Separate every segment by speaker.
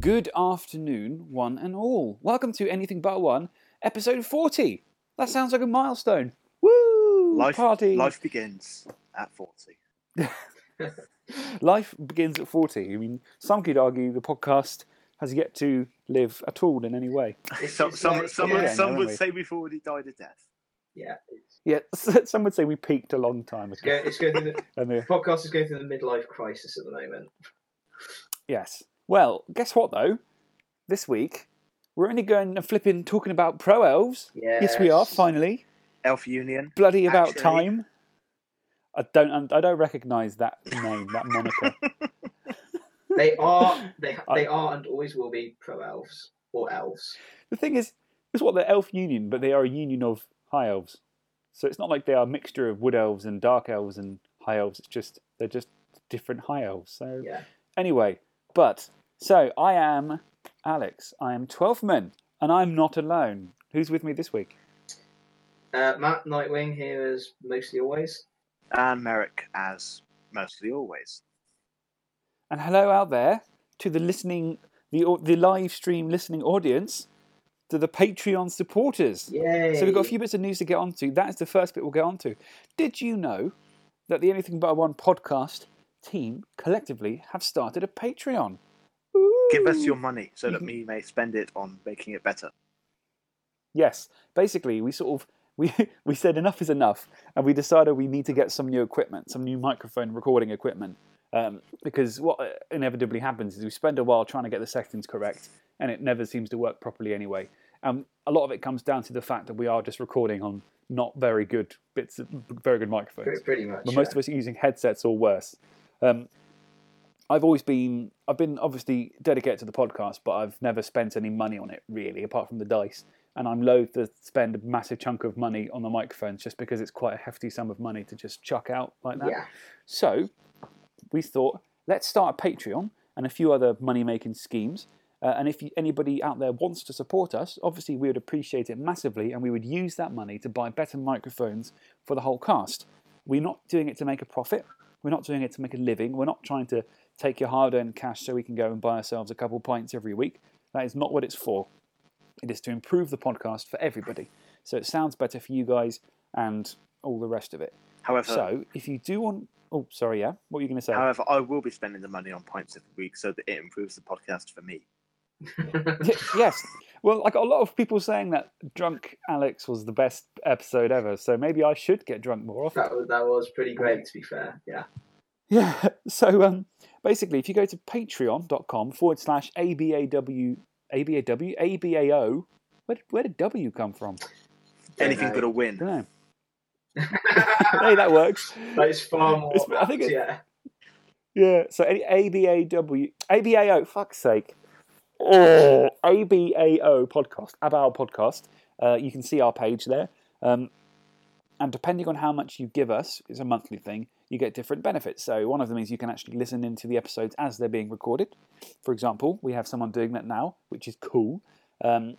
Speaker 1: Good afternoon, one and all. Welcome to Anything But One, episode 40. That sounds like a milestone. Woo!
Speaker 2: Life,
Speaker 1: Party.
Speaker 2: life begins at 40.
Speaker 1: Life begins at 40. I mean, some could argue the podcast has yet to live at all in any way.
Speaker 3: It's
Speaker 2: Some,
Speaker 3: just
Speaker 2: some,
Speaker 3: like-
Speaker 2: some,
Speaker 1: yeah,
Speaker 2: some
Speaker 1: no,
Speaker 2: would
Speaker 1: wait.
Speaker 2: say we've already died a death.
Speaker 3: yeah, it's,
Speaker 1: Yeah, some would say we peaked a long time
Speaker 3: it's
Speaker 1: ago.
Speaker 3: go- it's going through the,
Speaker 1: And the-
Speaker 3: the podcast is going through the midlife crisis at the moment.
Speaker 1: Yes. Well, guess what though? This week we're only going and flipping talking about pro elves.
Speaker 3: Yeah.
Speaker 1: Yes, we are finally.
Speaker 2: Elf Union.
Speaker 1: Bloody about
Speaker 2: Actually-
Speaker 1: time. I don't. I don't recognise that name, that moniker.
Speaker 3: They are. They
Speaker 1: I-
Speaker 3: they are and always will be pro elves or elves.
Speaker 1: the thing is, it's what the elf union, but they are a union of high elves. So it's not like they are a mixture of wood elves and dark elves and high elves. It's just they're just different high elves. So
Speaker 3: Yeah.
Speaker 1: anyway, but so I am Alex. I am twelfth man, and I'm not alone. Who's with me this week?
Speaker 3: Uh, Matt Nightwing here is mostly always.
Speaker 2: And Merrick, as mostly always.
Speaker 1: And hello out there to the listening, the au- the live stream listening audience, to the Patreon supporters.
Speaker 3: Yay!
Speaker 1: So we've got a few bits of news to get onto. That is the first bit we'll get onto. Did you know that the Anything But One podcast team collectively have started a Patreon?
Speaker 2: Give us
Speaker 1: Ooh.
Speaker 2: your money so that
Speaker 1: Mhm.
Speaker 2: we may spend it on making it better.
Speaker 1: Yes, basically we sort of we we said enough is enough, and we decided we need to get some new equipment, some new microphone recording equipment, um, because what uh, inevitably happens is we spend a while trying to get the settings correct, and it never seems to work properly anyway. And a lot of it comes down to the fact that we are just recording on not very good bits, of, very good microphones.
Speaker 3: Pretty, pretty much.
Speaker 1: But most
Speaker 3: yeah.
Speaker 1: of us are using headsets or worse. Um, I've always been, I've been obviously dedicated to the podcast, but I've never spent any money on it really, apart from the dice. And I'm loath to spend a massive chunk of money on the microphones just because it's quite a hefty sum of money to just chuck out like that.
Speaker 3: Yeah.
Speaker 1: So we thought, let's start a Patreon and a few other money making schemes. Uh, and if you, anybody out there wants to support us, obviously we would appreciate it massively and we would use that money to buy better microphones for the whole cast. We're not doing it to make a profit. We're not doing it to make a living. We're not trying to take your hard earned cash so we can go and buy ourselves a couple pints every week. That is not what it's for. It is to improve the podcast for everybody. So it sounds better for you guys and all the rest of it.
Speaker 2: However,
Speaker 1: So, if you do want, oh, sorry, yeah, what are you going to say?
Speaker 4: Uh,
Speaker 2: however, I will be spending the money on pints every week so that it improves the podcast for me.
Speaker 1: Y- yes. Well, I got a lot of people saying that Drunk Alex was the best episode ever, so maybe I should get drunk more often.
Speaker 3: that was that was pretty great. To be fair, yeah.
Speaker 1: Yeah. So um, basically, if you go to patreon.com forward slash ABAW, ABAW, ABAO, where did, where did W come from?
Speaker 2: Anything but a
Speaker 1: I
Speaker 2: win.
Speaker 1: don't know. Hey, that works.
Speaker 3: That is far more.
Speaker 1: It's- I think
Speaker 3: apt,
Speaker 1: it-
Speaker 3: yeah.
Speaker 1: Yeah, so A- ABAW, ABAO, fuck's sake. Oh, ABAO podcast, ABAO podcast. Uh, you can see our page there. Um, and depending on how much you give us, it's a monthly thing, you get different benefits. So one of them is you can actually listen into the episodes as they're being recorded. For example, we have someone doing that now, which is cool. Um,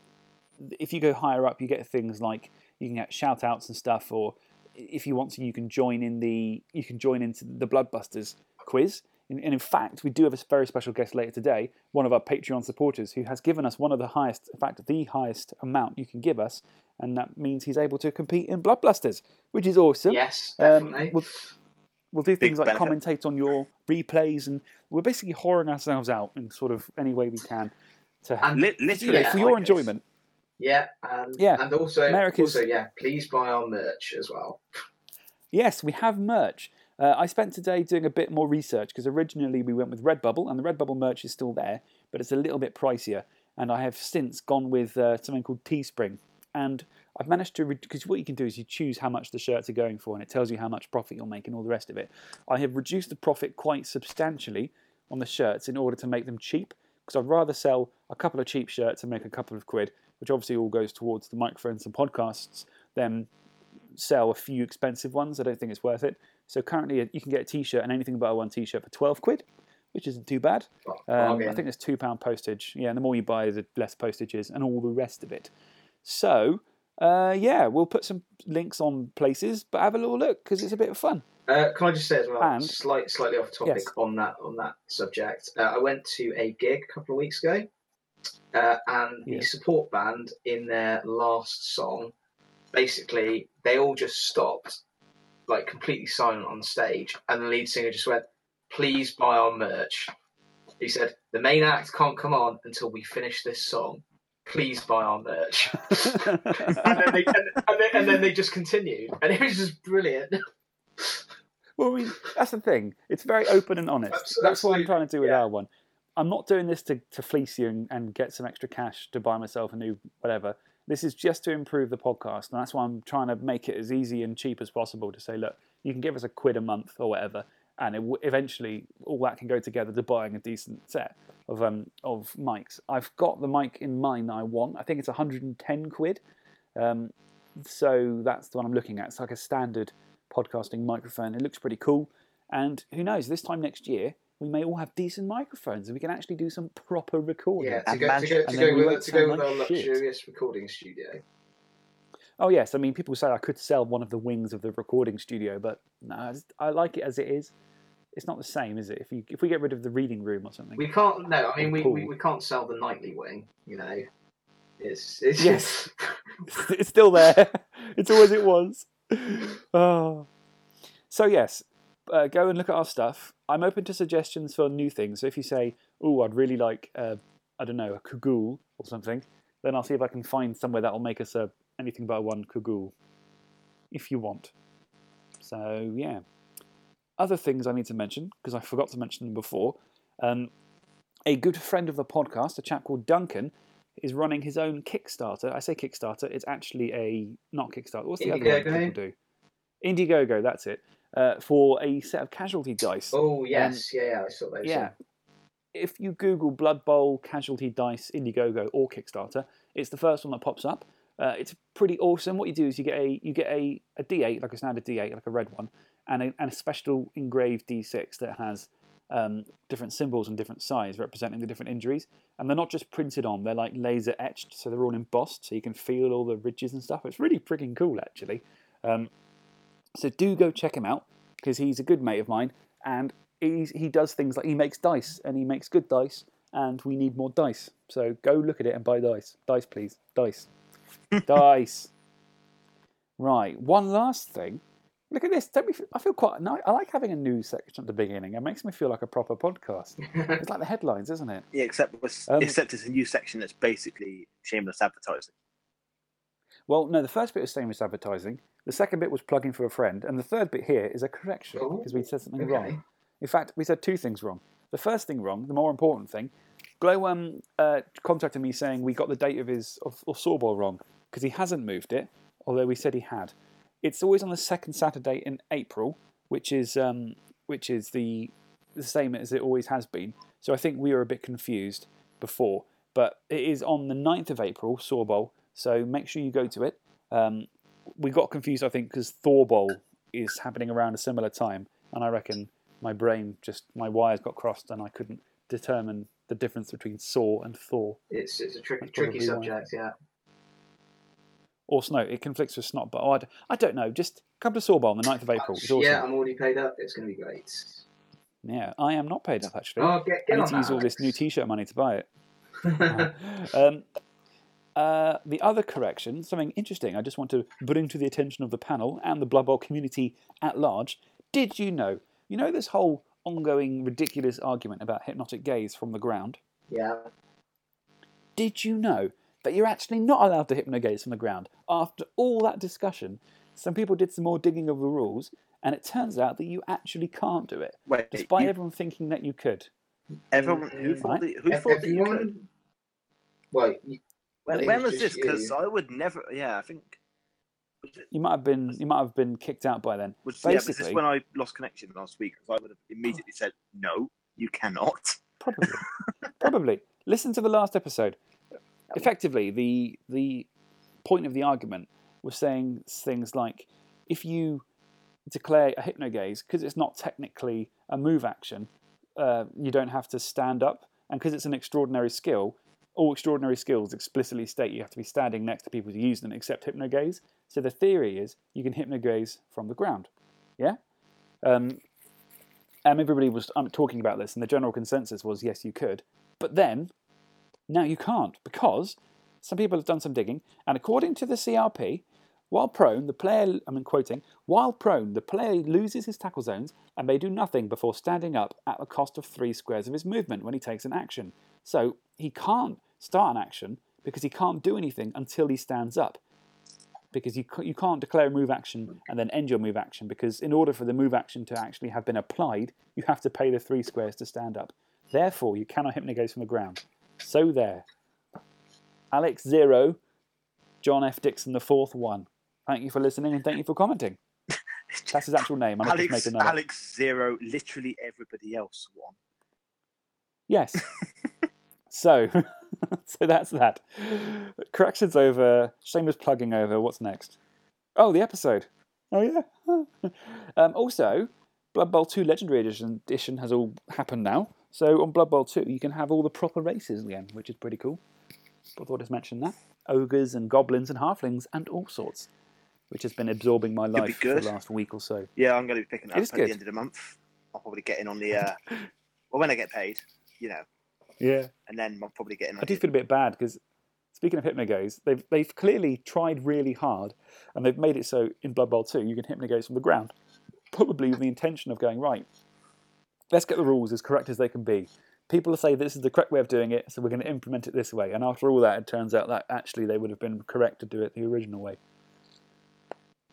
Speaker 1: if you go higher up, you get things like you can get shout outs and stuff, or if you want to, you can join in the you can join into the Bloodbusters quiz. And, and in fact, we do have a very special guest later today, one of our Patreon supporters who has given us one of the highest, in fact, the highest amount you can give us, and that means he's able to compete in Bloodbusters, which is awesome.
Speaker 3: Yes,
Speaker 1: Um,
Speaker 3: definitely.
Speaker 1: we'll, we'll do things like
Speaker 2: benefit.
Speaker 1: commentate on your replays, and we're basically whoring ourselves out in sort of any way we can to
Speaker 3: And-
Speaker 2: Li- literally,
Speaker 3: Yeah,
Speaker 1: for your
Speaker 2: like us.
Speaker 1: enjoyment.
Speaker 3: yeah, and
Speaker 1: Yeah,
Speaker 3: and also
Speaker 1: America's-
Speaker 3: also yeah, please buy our merch as well.
Speaker 1: Yes, we have merch. Uh, I spent today doing a bit more research because originally we went with Redbubble, and the Redbubble merch is still there, but it's a little bit pricier. And I have since gone with uh, something called Teespring, and I've managed to because what you can do is you choose how much the shirts are going for, and it tells you how much profit you'll make and all the rest of it. I have reduced the profit quite substantially on the shirts in order to make them cheap, because I'd rather sell a couple of cheap shirts and make a couple of quid, which obviously all goes towards the microphones and podcasts, than sell a few expensive ones. I don't think it's worth it. So currently, you can get a T-shirt and anything but a one T-shirt for twelve quid, which isn't too bad. Um, I
Speaker 3: Bargain.
Speaker 1: think there's two pound postage. Yeah, and the more you buy, the less postage is, and all the rest of it. So uh, yeah, we'll put some links on places, but have a little look because it's a bit of fun.
Speaker 3: Uh, can I just say as well,
Speaker 1: And-
Speaker 3: slight, slightly off topic
Speaker 1: Yes.
Speaker 3: on that on that subject? Uh, I went to a gig a couple of weeks ago uh, and the
Speaker 1: Yeah.
Speaker 3: support band in their last song, basically they all just stopped, like completely silent on stage, and the lead singer just went, "Please buy our merch." He said, "The main act can't come on until we finish this song. Please buy our merch." and then they and, and then, and then they just continued, and it was just brilliant.
Speaker 1: Well, I mean, that's the thing. It's very open and honest. That's what I'm
Speaker 3: Absolutely,
Speaker 1: trying to do with
Speaker 3: yeah.
Speaker 1: our one. I'm not doing this to, to fleece you and, and get some extra cash to buy myself a new whatever. This is just to improve the podcast. And that's why I'm trying to make it as easy and cheap as possible to say, look, you can give us a quid a month or whatever. And it, w- eventually, all that can go together to buying a decent set of, um, of mics. I've got the mic in mind that I want. I think it's 110 quid. Um, so that's the one I'm looking at. It's like a standard podcasting microphone. It looks pretty cool. And who knows, this time next year, we may all have decent microphones and we can actually do some proper recording.
Speaker 3: Yeah, to
Speaker 2: And
Speaker 3: go, to go,
Speaker 2: magic.
Speaker 3: to
Speaker 1: And
Speaker 3: go
Speaker 1: then we
Speaker 3: with,
Speaker 1: won't
Speaker 3: to go
Speaker 1: sound
Speaker 3: with
Speaker 1: like
Speaker 3: our
Speaker 1: shit.
Speaker 3: luxurious recording studio.
Speaker 1: Oh, yes. I mean, people say I could sell one of the wings of the recording studio, but no, I, just- I like it as it is. It's not the same, is it? If, you, if we get rid of the reading room or something.
Speaker 3: We can't. No, I mean we, we,
Speaker 1: Cool.
Speaker 3: we can't sell the nightly wing. You know, it's it's
Speaker 1: Yes. it's still there. It's always it was. Oh. So yes, uh, go and look at our stuff. I'm open to suggestions for new things. So if you say, "Oh, I'd really like, uh, I don't know, a cagoule or something," then I'll see if I can find somewhere that'll make us a anything but a one cagoule, if you want. So yeah. Other things I need to mention because I forgot to mention them before. Um, a good friend of the podcast, a chap called Duncan, is running his own Kickstarter. I say Kickstarter, it's actually a not Kickstarter. What's the other one
Speaker 3: Indiegogo?
Speaker 1: people do? Indiegogo, that's it. Uh, for a set of casualty dice.
Speaker 3: oh yes, yeah, yeah, I saw those.
Speaker 1: yeah. If you Google Blood Bowl, Casualty Dice, Indiegogo, or Kickstarter, it's the first one that pops up. Uh, it's pretty awesome. What you do is you get a you get a, a D8 like a standard D8 like a red one, and a, and a special engraved D6 that has um, different symbols and different size representing the different injuries. And they're not just printed on; they're like laser etched, so they're all embossed, so you can feel all the ridges and stuff. It's really freaking cool, actually. Um, so do go check him out because he's a good mate of mine, and he's, he does things like he makes dice and he makes good dice, and we need more dice. So go look at it and buy dice. Dice, please. Dice. dice. Right. One last thing. Look at this. Don't we, I feel quite. ni- I like having a news section at the beginning. It makes me feel like a proper podcast.
Speaker 3: yeah.
Speaker 1: It's like the headlines, isn't it?
Speaker 2: Yeah, except with,
Speaker 1: Um,
Speaker 2: except it's a new section that's basically shameless advertising.
Speaker 1: Well, no, the first bit was shameless advertising. The second bit was plugging for a friend. And the third bit here is a correction
Speaker 3: Oh,
Speaker 1: because we said something wrong.
Speaker 3: okay.
Speaker 1: In fact, we said two things wrong. The first thing wrong, the more important thing, Glowworm uh, contacted me saying we got the date of his of, of Sawball wrong because he hasn't moved it, although we said he had. It's always on the second Saturday in April, which is um, which is the the same as it always has been. So I think we were a bit confused before, but it is on the 9th of April, Sawball. So make sure you go to it. Um, we got confused, I think, because Thorbowl is happening around a similar time, and I reckon my brain just my wires got crossed and I couldn't determine the difference between saw and Thor.
Speaker 3: It's it's a tricky
Speaker 1: That's probably
Speaker 3: tricky
Speaker 1: why.
Speaker 3: subject. Yeah.
Speaker 1: Or snow, it conflicts with snot, but I, d- I don't know. Just come to Sawball on the 9th of April. It's awesome.
Speaker 3: Yeah, I'm already paid up. It's going to be great.
Speaker 1: Yeah, I am not paid up actually.
Speaker 3: Oh,
Speaker 1: I
Speaker 3: get, get
Speaker 1: need
Speaker 3: on
Speaker 1: to use
Speaker 3: that,
Speaker 1: all this new
Speaker 3: Alex.
Speaker 1: t shirt money to buy it. um, uh, the other correction, something interesting, I just want to bring to the attention of the panel and the Blood Bowl community at large. Did you know? You know this whole ongoing ridiculous argument about hypnotic gaze from the ground?
Speaker 3: yeah.
Speaker 1: Did you know that you're actually not allowed to hypnogaze from the ground? After all that discussion, some people did some more digging of the rules, and it turns out that you actually can't do it,
Speaker 2: Wait,
Speaker 1: despite
Speaker 2: you-
Speaker 1: everyone thinking that you could.
Speaker 2: everyone who
Speaker 3: Mm,
Speaker 2: thought that, who
Speaker 3: Ev-
Speaker 2: thought that you could?
Speaker 3: Everyone. Well, you- I
Speaker 2: When,
Speaker 3: think
Speaker 2: when
Speaker 3: it
Speaker 2: was
Speaker 3: was
Speaker 2: this?
Speaker 3: just
Speaker 2: Because
Speaker 3: you.
Speaker 2: I would never. Yeah, I think. Was it,
Speaker 1: You might have been, you might have been kicked out by then.
Speaker 2: was, yeah, was this
Speaker 1: Basically-
Speaker 2: when I lost connection last week? 'Cause I would have immediately said, "No, you cannot."
Speaker 1: Probably. Probably. Listen to the last episode. Effectively, the the point of the argument was saying things like if you declare a hypnogaze, because it's not technically a move action, uh, you don't have to stand up. And because it's an extraordinary skill, all extraordinary skills explicitly state you have to be standing next to people to use them except hypnogaze. So the theory is you can hypnogaze from the ground. Yeah? Um, and everybody was um, talking about this, and the general consensus was yes, you could. But then No, you can't, because some people have done some digging, and according to the CRP, while prone, the player, I'm quoting, while prone, the player loses his tackle zones and may do nothing before standing up at the cost of three squares of his movement when he takes an action. So he can't start an action because he can't do anything until he stands up. Because you, ca- you can't declare a move action and then end your move action, because in order for the move action to actually have been applied, you have to pay the three squares to stand up. Therefore, you cannot hypnogaze from the ground. So there. Alex zero, John F. Dixon the fourth one. Thank you for listening and thank you for commenting. That's his actual name. I'm not just
Speaker 2: Alex,
Speaker 1: making that up.
Speaker 2: Alex Zero, literally everybody else one.
Speaker 1: Yes. so, so that's that. Corrections over. Shameless plugging over. What's next? Oh, the episode. Oh yeah. um, also, Blood Bowl Two Legendary Edition, edition has all happened now. So on Blood Bowl Two, you can have all the proper races again, which is pretty cool. I thought I'd mention that ogres and goblins and halflings and all sorts, which has been absorbing my
Speaker 2: be
Speaker 1: life for
Speaker 2: good.
Speaker 1: the last week or so.
Speaker 2: Yeah, I'm going to be picking that
Speaker 1: It
Speaker 2: up
Speaker 1: is
Speaker 2: at
Speaker 1: good.
Speaker 2: the end of the month. I'll probably get in on the. Uh, well, when I get paid, you know,
Speaker 1: Yeah.
Speaker 2: and then I'll probably get in. On
Speaker 1: I do
Speaker 2: the-
Speaker 1: feel a bit bad because speaking of hypnogoes, they've they've clearly tried really hard and they've made it so in Blood Bowl 2 you can hypnogoze from the ground, probably with the intention of going right. Let's get the rules as correct as they can be. People say this is the correct way of doing it, so we're going to implement it this way. And after all that, it turns out that actually they would have been correct to do it the original way.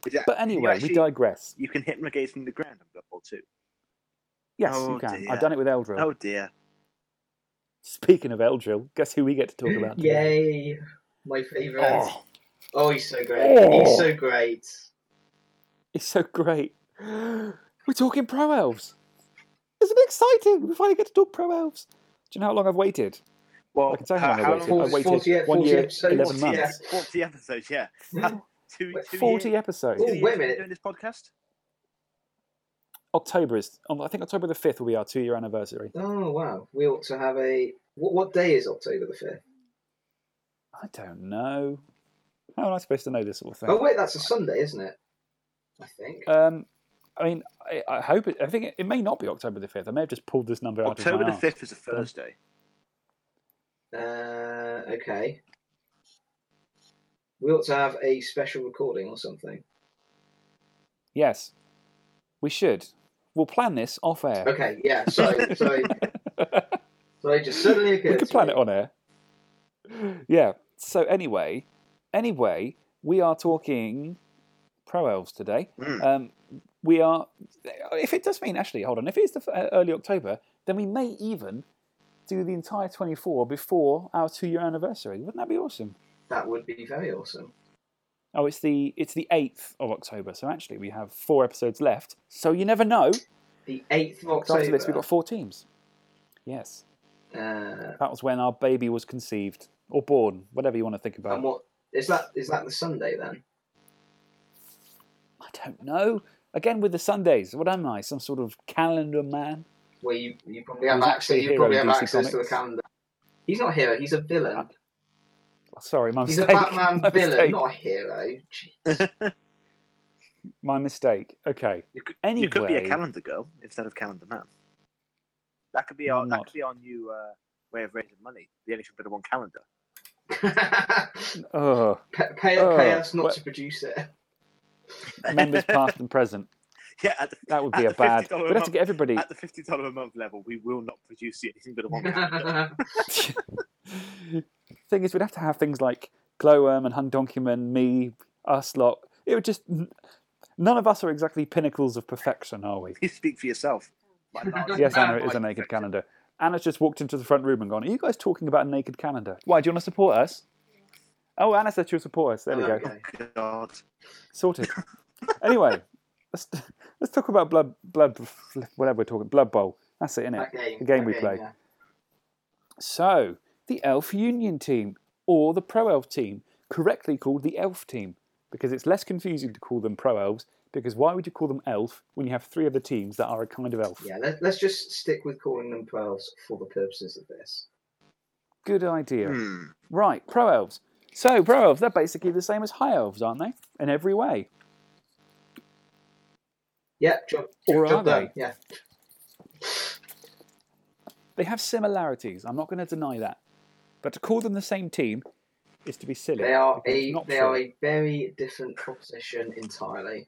Speaker 2: Is that-
Speaker 1: But
Speaker 2: can you
Speaker 1: anyway,
Speaker 2: actually-
Speaker 1: we digress.
Speaker 2: You can hypnogaze from the ground on Blood Bowl too.
Speaker 1: Yes,
Speaker 2: Oh,
Speaker 1: you can.
Speaker 2: dear.
Speaker 1: I've done it with Eldrill.
Speaker 2: Oh dear.
Speaker 1: Speaking of Eldrill, guess who we get to talk about? today?
Speaker 3: Yay! My favourite. Oh.
Speaker 1: Oh,
Speaker 3: he's so great.
Speaker 1: Oh.
Speaker 3: He's so great.
Speaker 1: It's so great. We're talking pro elves. Isn't it exciting? We finally get to talk pro elves. Do you know how long I've waited?
Speaker 2: Well,
Speaker 1: I can tell you how long
Speaker 2: uh,
Speaker 1: I waited.
Speaker 3: long
Speaker 1: I
Speaker 3: was it?
Speaker 1: waited
Speaker 3: 40
Speaker 1: one
Speaker 3: 40
Speaker 1: year,
Speaker 3: episodes?
Speaker 1: 11
Speaker 2: 40,
Speaker 1: months.
Speaker 2: yeah, 40 episodes, yeah. Two,
Speaker 3: Wait,
Speaker 2: two
Speaker 1: 40
Speaker 2: years,
Speaker 1: episodes.
Speaker 2: two
Speaker 3: Ooh,
Speaker 2: years
Speaker 3: wait a
Speaker 2: we've been
Speaker 3: minute.
Speaker 2: Doing this podcast?
Speaker 1: October is, on- I think October the 5th will be our two year anniversary.
Speaker 3: Oh wow. We ought to have a. What, what day is October the fifth?
Speaker 1: I don't know. How am I supposed to know this sort of thing?
Speaker 3: Oh wait, that's a Sunday, isn't it? I think.
Speaker 1: Um, I mean, I, I hope it, I think it, it may not be October the 5th. I may have just pulled this number out
Speaker 2: October
Speaker 1: of
Speaker 2: the
Speaker 1: my arse.
Speaker 2: 5th is a Thursday.
Speaker 3: Uh, okay. We ought to have a special recording or something.
Speaker 1: Yes, we should. We'll plan this off air.
Speaker 3: Okay, yeah. Sorry, sorry, sorry. Just suddenly occurred.
Speaker 1: we could
Speaker 3: to
Speaker 1: plan
Speaker 3: me.
Speaker 1: it on air. Yeah. So anyway, anyway, we are talking pro elves today.
Speaker 2: Mm.
Speaker 1: Um, we are. If it does mean actually, hold on. If it is the f- uh, early October, then we may even do the entire 24 before our two-year anniversary. Wouldn't that be awesome?
Speaker 3: That would be very awesome.
Speaker 1: Oh, it's the it's the 8th of October. So actually, we have four episodes left. So you never know. 'cause
Speaker 3: The eighth of October.
Speaker 1: After this, we've got four teams. Yes,
Speaker 3: uh,
Speaker 1: that was when our baby was conceived or born, whatever you want to think about.
Speaker 3: and what is that? Is that the Sunday then?
Speaker 1: I don't know. Again with the Sundays, what am I? Some sort of calendar man?
Speaker 3: Where you, you probably have
Speaker 1: Who's
Speaker 3: access.
Speaker 1: actually a
Speaker 3: You
Speaker 1: hero
Speaker 3: probably
Speaker 1: in
Speaker 3: have
Speaker 1: DC
Speaker 3: access to the
Speaker 1: Comics?
Speaker 3: calendar. He's not a hero. He's a villain.
Speaker 1: Oh, Sorry, my
Speaker 3: He's a
Speaker 1: mistake.
Speaker 3: Batman
Speaker 1: my
Speaker 3: villain,
Speaker 1: mistake.
Speaker 3: not a hero. Gee.
Speaker 1: My mistake. Okay.
Speaker 2: You could,
Speaker 1: Anyway,
Speaker 2: you could be a calendar girl instead of calendar man. That could be our,
Speaker 1: I'm
Speaker 2: that
Speaker 1: not.
Speaker 2: could be our new uh, way of raising money. The only bit of one calendar.
Speaker 1: Ugh.
Speaker 3: pay, pay,
Speaker 1: Oh,
Speaker 3: pay us not
Speaker 1: well-
Speaker 3: to produce it.
Speaker 1: members past and present.
Speaker 2: Yeah, at the,
Speaker 1: That would be
Speaker 2: At
Speaker 1: a
Speaker 2: the
Speaker 1: bad.
Speaker 2: $50
Speaker 1: We'd have to get everybody.
Speaker 2: at the fifty dollar a month level, we will not produce the anything but a one calendar.
Speaker 1: Thing is, we'd have to have things like Glowworm and Hung Donkeyman, me, us lot. It would just. None of us are exactly pinnacles of perfection, are we?
Speaker 2: you speak for yourself. My large-
Speaker 1: Yes, Anna
Speaker 2: my
Speaker 1: is a naked
Speaker 2: perfection.
Speaker 1: calendar. Anna's just walked into the front room and gone, Are you guys talking about a naked calendar? Why, do you want to support us? Oh, Anna said she'll support us. There we
Speaker 3: Oh,
Speaker 1: go.
Speaker 3: okay.
Speaker 2: God.
Speaker 1: Sorted. anyway, let's, let's talk about Blood, blood whatever we're talking, Blood Bowl. That's it, innit?
Speaker 3: That game,
Speaker 1: The game
Speaker 3: that
Speaker 1: we play.
Speaker 3: yeah.
Speaker 1: So, the Elf Union team, or the Pro Elf team, correctly called the Elf team, because it's less confusing to call them Pro Elves, because why would you call them Elf when you have three other teams that are a kind of Elf?
Speaker 3: Yeah, let, let's just stick with calling them pearls for the purposes of this.
Speaker 1: Good idea.
Speaker 2: Hmm.
Speaker 1: Right, pro elves. So pro elves, they're basically the same as high elves, aren't they? In every way.
Speaker 3: Yeah, job,
Speaker 1: Or
Speaker 3: job
Speaker 1: are
Speaker 3: done.
Speaker 1: they?
Speaker 3: Yeah,
Speaker 1: They have similarities. I'm not going to deny that. But to call them the same team is to be silly.
Speaker 3: They are
Speaker 1: because it's
Speaker 3: a
Speaker 1: not
Speaker 3: they are
Speaker 1: fair.
Speaker 3: a very different proposition entirely.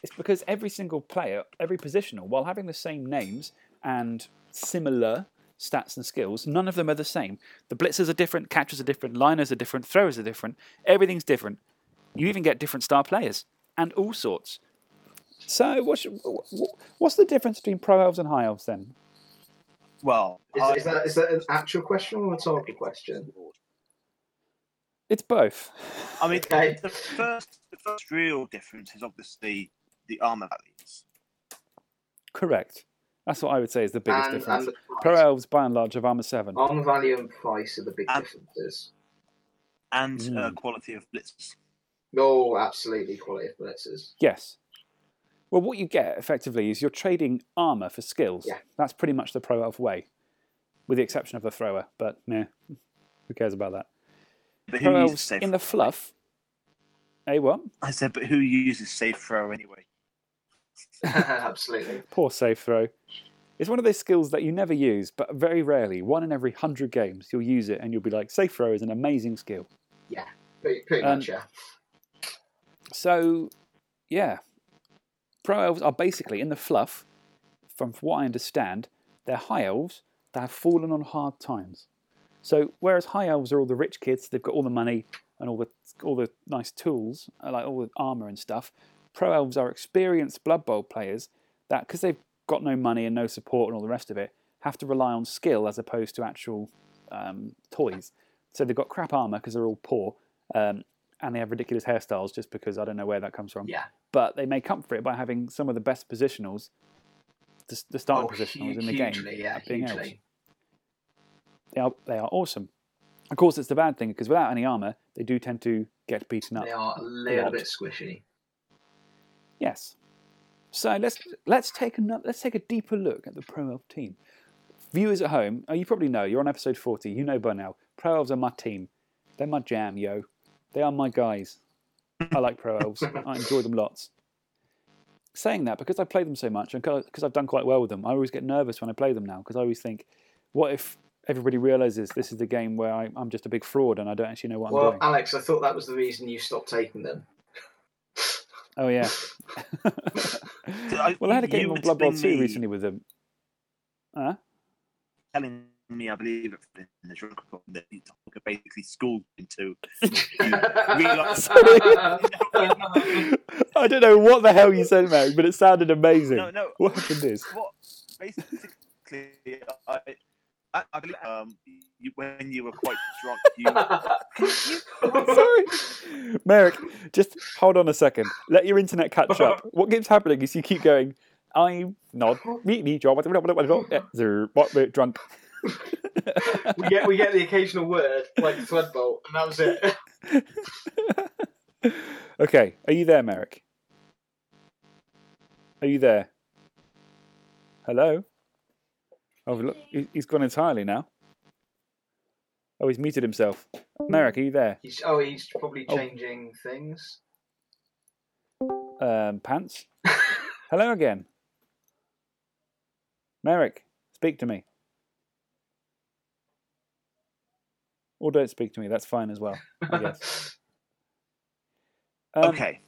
Speaker 1: It's because every single player, every positional, while having the same names and similar stats and skills, none of them are the same. The blitzers are different, catchers are different, liners are different, throwers are different, everything's different. You even get different star players and all sorts. So, what's, what's the difference between pro elves and high elves then?
Speaker 2: Well,
Speaker 3: Is,
Speaker 2: I-
Speaker 3: is that is that an actual question or a rhetorical question?
Speaker 1: It's both.
Speaker 2: I mean,
Speaker 3: Okay.
Speaker 2: the first, the first real difference is obviously the armor values.
Speaker 1: Correct. That's what I would say is the biggest
Speaker 3: And,
Speaker 1: difference.
Speaker 3: and the
Speaker 1: pro
Speaker 3: price.
Speaker 1: elves, by and large, have armor 7.
Speaker 3: Arm value and price are the big
Speaker 2: And-
Speaker 3: differences.
Speaker 2: and uh,
Speaker 1: Mm.
Speaker 2: quality of blitzes.
Speaker 3: Oh, absolutely, quality of blitzers.
Speaker 1: Yes. Well, what you get effectively is you're trading armor for skills.
Speaker 3: Yeah.
Speaker 1: That's pretty much the pro elf way, with the exception of the thrower. But meh, who cares about that?
Speaker 2: But who
Speaker 1: Pro
Speaker 2: uses
Speaker 1: elves
Speaker 2: safe?
Speaker 1: in the fluff. Hey, what?
Speaker 2: I said, but who uses safe throw anyway?
Speaker 3: absolutely.
Speaker 1: Poor safe throw. It's one of those skills that you never use, but very rarely, one in every hundred games, you'll use it and you'll be like, safe throw is an amazing skill.
Speaker 3: Pretty, pretty
Speaker 1: Um,
Speaker 3: much, yeah.
Speaker 1: So, yeah, pro elves are basically in the fluff. From what I understand, they're high elves that have fallen on hard times. So, whereas high elves are all the rich kids, they've got all the money and all the all the nice tools, uh, like all the armor and stuff. Pro elves are experienced Blood Bowl players that, because they've got no money and no support and all the rest of it, have to rely on skill as opposed to actual um, toys. So they've got crap armor because they're all poor, um, and they have ridiculous hairstyles just because I don't know where that comes from.
Speaker 3: Yeah.
Speaker 1: But they make up for it by having some of the best positionals, the, the starting
Speaker 3: Oh,
Speaker 1: positionals
Speaker 3: hu-
Speaker 1: in the
Speaker 3: hugely,
Speaker 1: game.
Speaker 3: yeah,
Speaker 1: at being elves.
Speaker 3: hugely.
Speaker 1: They are they are awesome. Of course, it's the bad thing because without any armor, they do tend to get beaten up.
Speaker 3: They are a little
Speaker 1: Lot.
Speaker 3: bit squishy.
Speaker 1: Yes. So let's let's take another let's take a deeper look at the pro elf team. Viewers at home, oh, you probably know you're on episode forty. You know by now, pro elves are my team. They're my jam, yo. They are my guys. I like pro elves. I enjoy them lots. Saying that because I play them so much and because I've done quite well with them, I always get nervous when I play them now because I always think, what if everybody realizes this is the game where I, I'm just a big fraud and I don't actually know what I'm
Speaker 3: Well,
Speaker 1: doing?
Speaker 3: Alex, I thought that was the reason you stopped taking them.
Speaker 1: Oh yeah.
Speaker 2: I-
Speaker 1: well, I had a
Speaker 2: you
Speaker 1: game
Speaker 2: were
Speaker 1: on Blood Bowl
Speaker 2: telling
Speaker 1: 2
Speaker 2: me-
Speaker 1: recently with them. Huh?
Speaker 2: Telling me, I believe it in the drunk report that you are basically schooled into.
Speaker 1: I don't know what the hell you said, Mark, but it sounded amazing.
Speaker 2: No, no.
Speaker 1: What happened is,
Speaker 2: What basically, I, I, I believe um, you, when you were quite drunk, you
Speaker 1: Um, sorry, Merrick, just hold on a second. Let your internet catch up. What keeps happening is you keep going. I'm not me, me, John. What drunk?
Speaker 3: we get we get the occasional word like threadbolt, and that was it.
Speaker 1: Okay, are you there, Merrick? Are you there? Hello? Oh, look, he- he's gone entirely now. Oh, he's muted himself. Merrick, are you there?
Speaker 3: He's, oh, he's probably
Speaker 1: Oh.
Speaker 3: changing things.
Speaker 1: Um, pants? Hello again. Merrick, speak to me. Or don't speak to me, that's fine as well, I guess. Um,
Speaker 2: okay.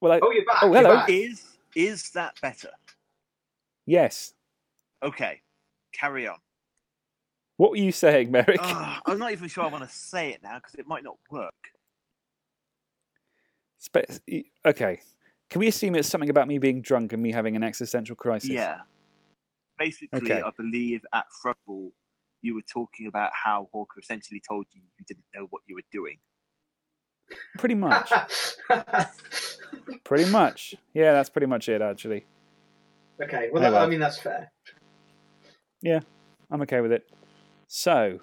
Speaker 1: Well, I,
Speaker 3: oh, you're back.
Speaker 1: Oh,
Speaker 3: you're
Speaker 1: hello.
Speaker 3: back.
Speaker 2: Is is that better?
Speaker 1: yes.
Speaker 2: Okay, carry on.
Speaker 1: What were you saying, Merrick?
Speaker 4: Oh.
Speaker 2: Ugh, I'm not even sure I want to say it now because it might not work.
Speaker 1: Spe- e- okay. Can we assume it's something about me being drunk and me having an existential crisis?
Speaker 2: Yeah. Basically,
Speaker 1: Okay.
Speaker 2: I believe at Thrubble, you were talking about how Hawker essentially told you you didn't know what you were doing.
Speaker 1: Pretty much. pretty much. Yeah, that's pretty much it, actually.
Speaker 3: okay, well,
Speaker 1: Oh,
Speaker 3: that,
Speaker 1: well.
Speaker 3: I mean that's fair.
Speaker 1: I'm okay with it. So,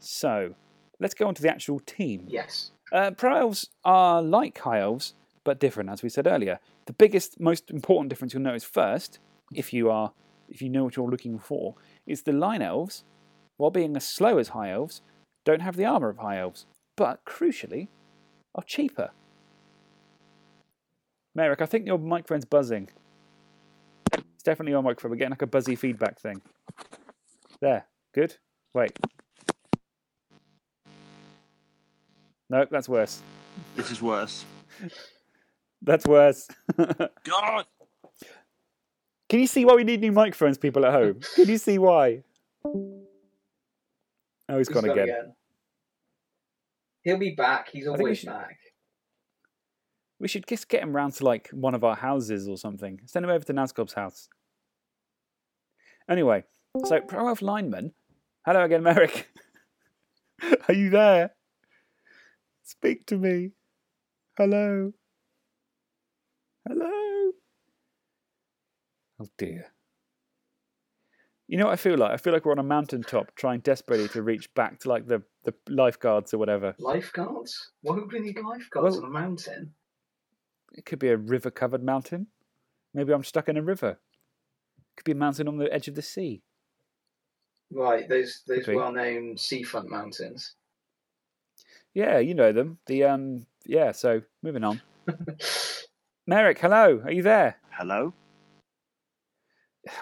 Speaker 1: so, let's go on to the actual team.
Speaker 3: Yes.
Speaker 1: Uh, Pro elves are like high elves, but different, as we said earlier. The biggest, most important difference you'll notice first, if you are, if you know what you're looking for, is the line elves, while being as slow as high elves, don't have the armor of high elves, but crucially, are cheaper. Merrick, I think your microphone's buzzing. It's definitely your microphone. We're getting like a buzzy feedback thing. There, good. Wait, No, that's worse.
Speaker 4: This is worse.
Speaker 1: That's worse.
Speaker 4: God!
Speaker 1: Can you see why we need new microphones, people at home? Can you see why? Oh, he's gone again.
Speaker 3: He'll be back. He's
Speaker 1: think we
Speaker 3: always
Speaker 1: should-
Speaker 3: back.
Speaker 1: We should just get him round to like one of our houses or something. Send him over to Nazgob's house. Anyway, so Pro Elf Lineman. Hello again, Merrick. Are you there? Speak to me. Hello. Hello. Oh dear. You know what I feel like? I feel like we're on a mountaintop trying desperately to reach back to like the, the lifeguards or whatever.
Speaker 3: Lifeguards? Why would we need lifeguards
Speaker 1: Well-
Speaker 3: on a mountain?
Speaker 1: It could be a river covered mountain. Maybe I'm stuck in a river. Could be a mountain on the edge of the sea.
Speaker 3: Right, those those
Speaker 1: be.
Speaker 3: well known seafront mountains.
Speaker 1: Yeah, you know them. The um yeah, so moving on. Merrick, hello, are you there?
Speaker 4: Hello?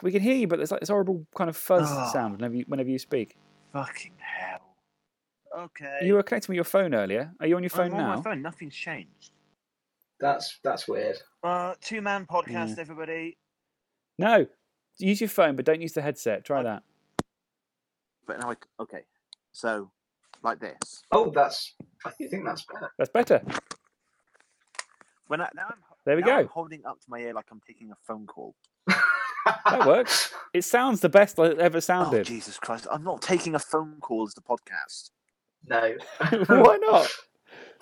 Speaker 1: We can hear you, but there's like this horrible kind of fuzz
Speaker 4: Ah.
Speaker 1: sound whenever you, whenever you speak.
Speaker 4: Fucking hell. Okay.
Speaker 1: You were connecting with your phone earlier. Are you on your phone
Speaker 4: I'm
Speaker 1: now?
Speaker 4: On my phone. Nothing's changed.
Speaker 3: That's that's weird.
Speaker 4: Uh, two man podcast, everybody.
Speaker 1: No. Use your phone, but don't use the headset. Try
Speaker 4: I-
Speaker 1: that.
Speaker 4: But now I c okay. So, like this.
Speaker 3: Oh, that's I think that's better.
Speaker 1: That's better.
Speaker 4: When I, now I'm,
Speaker 1: There we
Speaker 4: now I'm
Speaker 1: go.
Speaker 4: holding up to my ear like I'm taking a phone call.
Speaker 1: That works. It sounds the best it ever
Speaker 4: Oh,
Speaker 1: sounded.
Speaker 4: Jesus Christ! I'm not taking a phone call as the podcast.
Speaker 3: No.
Speaker 1: Why not?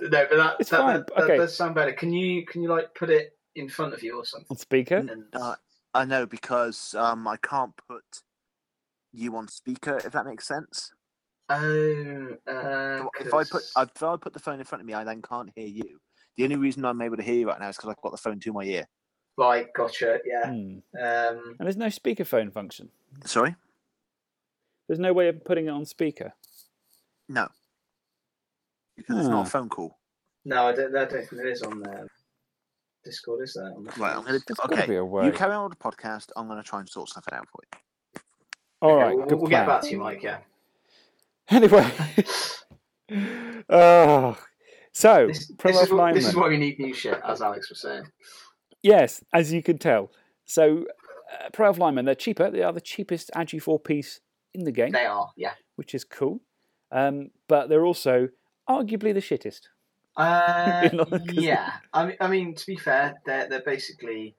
Speaker 3: No, but that,
Speaker 1: It's
Speaker 3: that,
Speaker 1: fine,
Speaker 3: that, that
Speaker 1: okay.
Speaker 3: does sound better. Can you can you like put it in front of you or something?
Speaker 1: On speaker?
Speaker 3: And
Speaker 4: Uh, I know because um, I can't put you on speaker if that makes sense.
Speaker 3: oh, uh,
Speaker 4: So if I put
Speaker 3: 'cause-
Speaker 4: if I put the phone in front of me, I then can't hear you. The only reason I'm able to hear you right now is because I've got the phone to my ear.
Speaker 3: right, gotcha, yeah.
Speaker 1: Hmm.
Speaker 3: Um,
Speaker 1: And there's no speakerphone function.
Speaker 4: Sorry.
Speaker 1: There's no way of putting it on speaker.
Speaker 4: No. Because it's not
Speaker 1: Hmm.
Speaker 4: a phone call.
Speaker 3: no, I don't, I don't think it is on there. Discord is there? On the
Speaker 4: Right, I'm gonna
Speaker 1: There's got to be
Speaker 4: okay.
Speaker 1: a way.
Speaker 4: You carry on with the podcast. I'm gonna try and sort something out for you.
Speaker 1: All
Speaker 3: Okay,
Speaker 1: right,
Speaker 3: we'll,
Speaker 1: good
Speaker 3: we'll
Speaker 1: plan.
Speaker 3: get back to you, Mike. Yeah.
Speaker 1: Anyway, oh, so
Speaker 3: This,
Speaker 1: Pro
Speaker 3: this, is
Speaker 1: Elf
Speaker 3: what, this
Speaker 1: Lineman.
Speaker 3: is why we need new shit, as Alex was saying.
Speaker 1: Yes, as you can tell. So uh, Pro Elf Lineman, they're cheaper. They are the cheapest Agi four piece in the game,
Speaker 3: They are, yeah.
Speaker 1: which is cool. Um, but they're also arguably the shittest.
Speaker 3: Uh,
Speaker 1: You're not- 'cause-
Speaker 3: yeah. I mean, I mean, to be fair, they're they're basically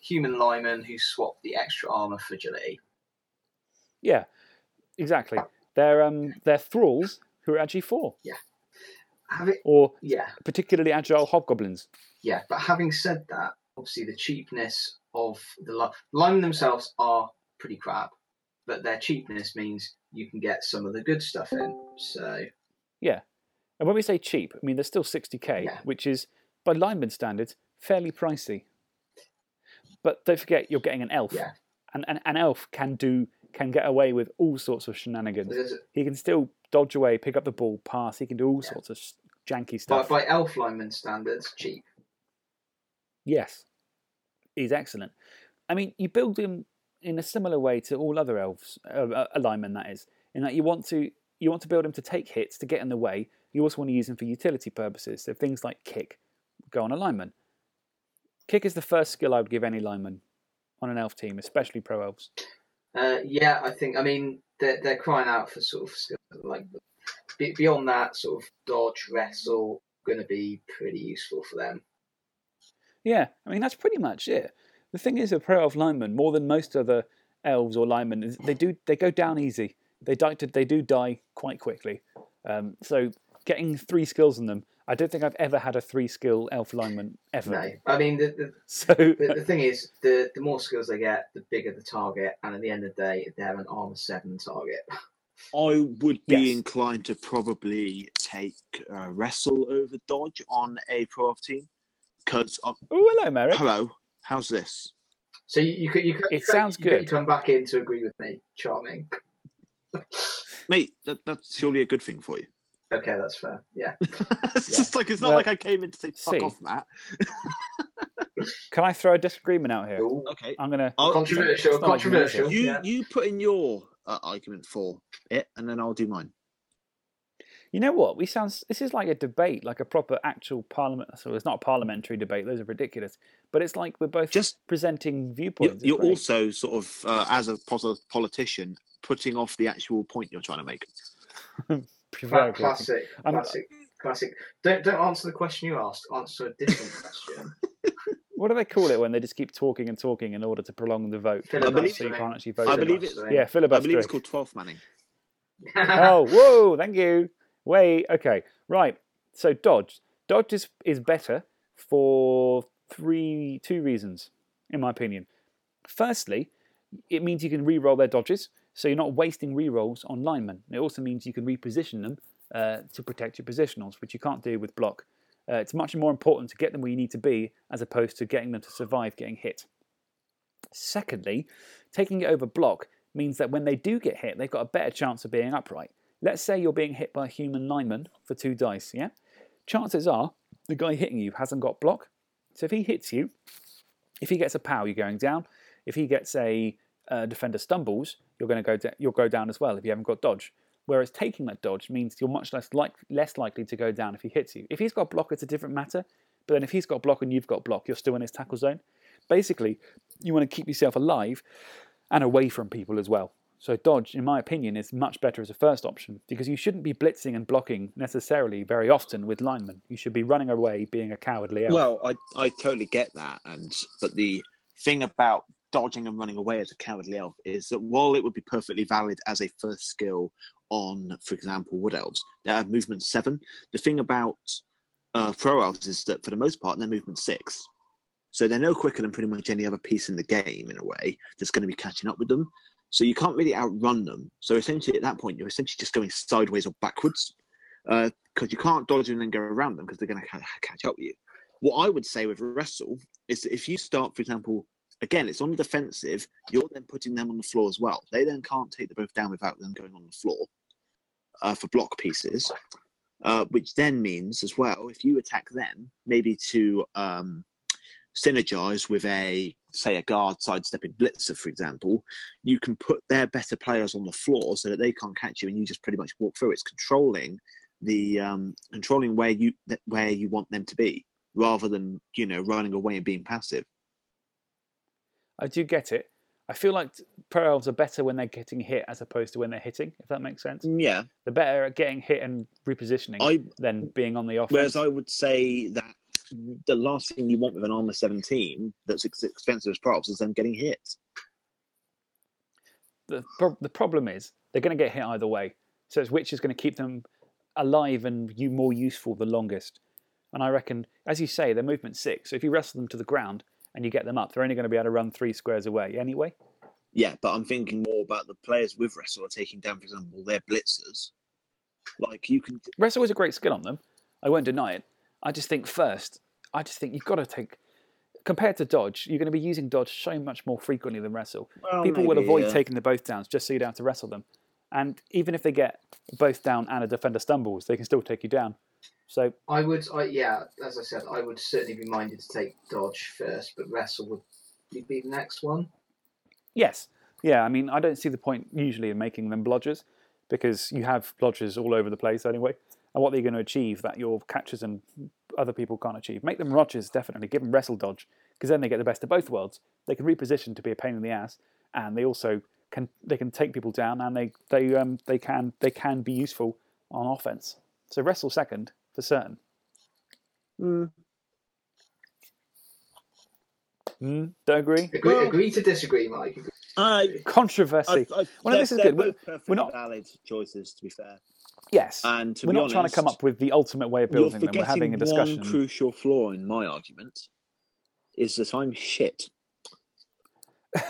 Speaker 3: human linemen who swap the extra armor for agility.
Speaker 1: Yeah, exactly. They're um, they're thralls who are Agi four
Speaker 3: Have it,
Speaker 1: or
Speaker 3: yeah,
Speaker 1: particularly agile hobgoblins.
Speaker 3: yeah. But having said that, obviously the cheapness of the li- linemen themselves are pretty crap, but their cheapness means you can get some of the good stuff in. So
Speaker 1: And when we say cheap, I mean they're still 60k,
Speaker 3: Yeah.
Speaker 1: which is, by lineman standards, fairly pricey. But don't forget, you're getting an elf,
Speaker 3: Yeah.
Speaker 1: and an, an elf can do can get away with all sorts of shenanigans.
Speaker 3: there's,
Speaker 1: He can still dodge away, pick up the ball, pass. He can do all
Speaker 3: Yeah.
Speaker 1: sorts of s- janky
Speaker 3: by,
Speaker 1: stuff.
Speaker 3: by elf lineman standards, cheap.
Speaker 1: Yes, he's excellent. I mean, you build him in a similar way to all other elves, uh, uh, linemen that is, in that you want to you want to build him to take hits to get in the way. You also want to use him for utility purposes. So things like kick go on a lineman. Kick is the first skill I would give any lineman on an elf team, especially pro elves.
Speaker 3: Uh, yeah, I think. I mean, they're they're crying out for sort of skill, like be- beyond that sort of dodge wrestle going to be pretty useful for them.
Speaker 1: Yeah, I mean that's pretty much it. The thing is, a pro elf lineman, more than most other elves or linemen, is they do they go down easy. They die to, they do die quite quickly. Um, so getting three skills in them, I don't think I've ever had a three skill elf lineman ever.
Speaker 3: No, I mean the
Speaker 1: So
Speaker 3: the, the, the thing is the the more skills they get, the bigger the target, and at the end of the day, they're an armor seven target.
Speaker 4: I would be
Speaker 1: Yes.
Speaker 4: inclined to probably take uh, wrestle over dodge on a pro off team because of
Speaker 1: oh hello, Merrick.
Speaker 4: hello. How's this?
Speaker 3: So you, you could you could
Speaker 1: It sounds
Speaker 3: you could
Speaker 1: good.
Speaker 3: come back in to agree with me, charming.
Speaker 4: Mate, that, that's surely a good thing for you.
Speaker 3: Okay, that's fair. Yeah,
Speaker 4: it's
Speaker 1: Yeah.
Speaker 4: just like it's not
Speaker 1: Well,
Speaker 4: like I came in to say fuck
Speaker 1: see.
Speaker 4: off, Matt.
Speaker 1: Can I throw a disagreement out here?
Speaker 3: Ooh,
Speaker 4: Okay.
Speaker 1: I'm gonna.
Speaker 4: I'll,
Speaker 3: controversial,
Speaker 1: it's not like
Speaker 3: controversial.
Speaker 4: you
Speaker 3: yeah.
Speaker 4: you put in your uh, argument for it, and then I'll do mine.
Speaker 1: You know what? We sound. This is like a debate, like a proper actual parliament. So it's not a parliamentary debate. Those are ridiculous. But it's like we're both
Speaker 4: Just-
Speaker 1: presenting
Speaker 4: You're,
Speaker 1: viewpoints. It's
Speaker 4: you're
Speaker 1: great.
Speaker 4: also sort of, uh, as a pos- politician, putting off the actual point you're trying to make.
Speaker 1: Pretty
Speaker 3: Cla-
Speaker 1: very good.
Speaker 3: classic,
Speaker 1: I'm-
Speaker 3: classic, classic. Don't don't answer the question you asked. Answer a different question.
Speaker 1: What do they call it when they just keep talking and talking in order to prolong the vote? So
Speaker 3: Filibuster.
Speaker 1: you can't actually vote.
Speaker 4: I believe it-
Speaker 3: Filibustering.
Speaker 1: Yeah,
Speaker 4: I
Speaker 1: filibuster.
Speaker 4: believe it's called 12th Manning.
Speaker 1: oh, whoa, thank you. Wait, okay. Right. So dodge. Dodge is, is better for three two reasons, in my opinion. Firstly, it means you can re-roll their dodges, so you're not wasting re-rolls on linemen. It also means you can reposition them uh, to protect your positionals, which you can't do with block. Uh, it's much more important to get them where you need to be as opposed to getting them to survive getting hit. Secondly, taking it over block means that when they do get hit, they've got a better chance of being upright. Let's say you're being hit by a human lineman for two dice, yeah? Chances are the guy hitting you hasn't got block. So if he hits you, if he gets a pow, you're going down. If he gets a uh, defender stumbles, you're going to go da- you'll go down as well if you haven't got dodge. Whereas taking that dodge means you're much less like less likely to go down if he hits you. If he's got block, it's a different matter. But then if he's got block and you've got block, you're still in his tackle zone. Basically, you want to keep yourself alive and away from people as well. So dodge, in my opinion, is much better as a first option because you shouldn't be blitzing and blocking necessarily very often with linemen. You should be running away, being a cowardly elf.
Speaker 4: Well, I, I totally get that, and but the thing about dodging and running away as a cowardly elf is that while it would be perfectly valid as a first skill on, for example, wood elves that have movement seven, the thing about uh, pro elves is that for the most part they're movement six, so they're no quicker than pretty much any other piece in the game in a way that's going to be catching up with them. So you can't really outrun them. So essentially, at that point, you're essentially just going sideways or backwards because you can't dodge and then go around them because they're going to ca- catch up with you what I would say with wrestle is that if you start, for example, again, it's on the defensive, you're then putting them on the floor as well. They then can't take the both down without them going on the floor uh, for block pieces, uh, which then means as well, if you attack them, maybe to um, synergize with a, say, a guard sidestepping blitzer, for example, you can put their better players on the floor so that they can't catch you and you just pretty much walk through. It's controlling the um, controlling where you th- where you want them to be rather than you know running away and being passive.
Speaker 1: I do get it. I feel like pro elves are better when they're getting hit as opposed to when they're hitting, if that makes sense.
Speaker 4: Yeah.
Speaker 1: They're better at getting hit and repositioning
Speaker 4: Mm. I
Speaker 1: than being on the offense.
Speaker 4: whereas I would say that the last thing you want with an armor seventeen that's ex- expensive as props is them getting hit.
Speaker 1: the, pro- the problem is they're going to get hit either way. So it's which is going to keep them alive and you more useful the longest. And I reckon, as you say, they're movement six. So if you wrestle them to the ground and you get them up, they're only going to be able to run three squares away anyway.
Speaker 4: Yeah, but I'm thinking more about the players with wrestle are taking down, for example, their blitzers. Like you can
Speaker 1: Wrestle is a great skill on them. I won't deny it. I just think first, I just think you've got to take. Compared to dodge, you're going to be using dodge so much more frequently than wrestle.
Speaker 4: well,
Speaker 1: People will
Speaker 4: Oh, maybe,
Speaker 1: avoid
Speaker 4: yeah.
Speaker 1: taking the both downs just so you don't have to wrestle them. And even if they get both down and a defender stumbles, they can still take you down. So
Speaker 3: I would, I, yeah, as I said, I would certainly be minded to take Dodge first, but Wrestle would be the next one.
Speaker 1: Yes. Yeah, I mean, I don't see the point usually in making them blodgers because you have blodgers all over the place anyway. And what they're going to achieve that your catchers and other people can't achieve. Make them Rodgers, definitely. Give them wrestle dodge because then they get the best of both worlds. They can reposition to be a pain in the ass and they also can they can take people down and they they um they can they can be useful on offense. So wrestle second for certain.
Speaker 4: Mm,
Speaker 1: Hmm, don't agree.
Speaker 3: Agree,
Speaker 4: Well-
Speaker 3: agree to disagree, Mike.
Speaker 4: I,
Speaker 1: Controversy.
Speaker 4: I, I,
Speaker 1: Well, no,
Speaker 4: they're-
Speaker 1: this is
Speaker 4: they're
Speaker 1: good.
Speaker 4: both perfectly
Speaker 1: not-
Speaker 4: valid choices, to be fair.
Speaker 1: Yes.
Speaker 4: And uh, to
Speaker 1: We're
Speaker 4: be
Speaker 1: not trying to come
Speaker 4: honest,
Speaker 1: up with the ultimate way of
Speaker 4: You're
Speaker 1: building them.
Speaker 4: forgetting
Speaker 1: We're having a discussion.
Speaker 4: one crucial flaw in my argument is that I'm shit.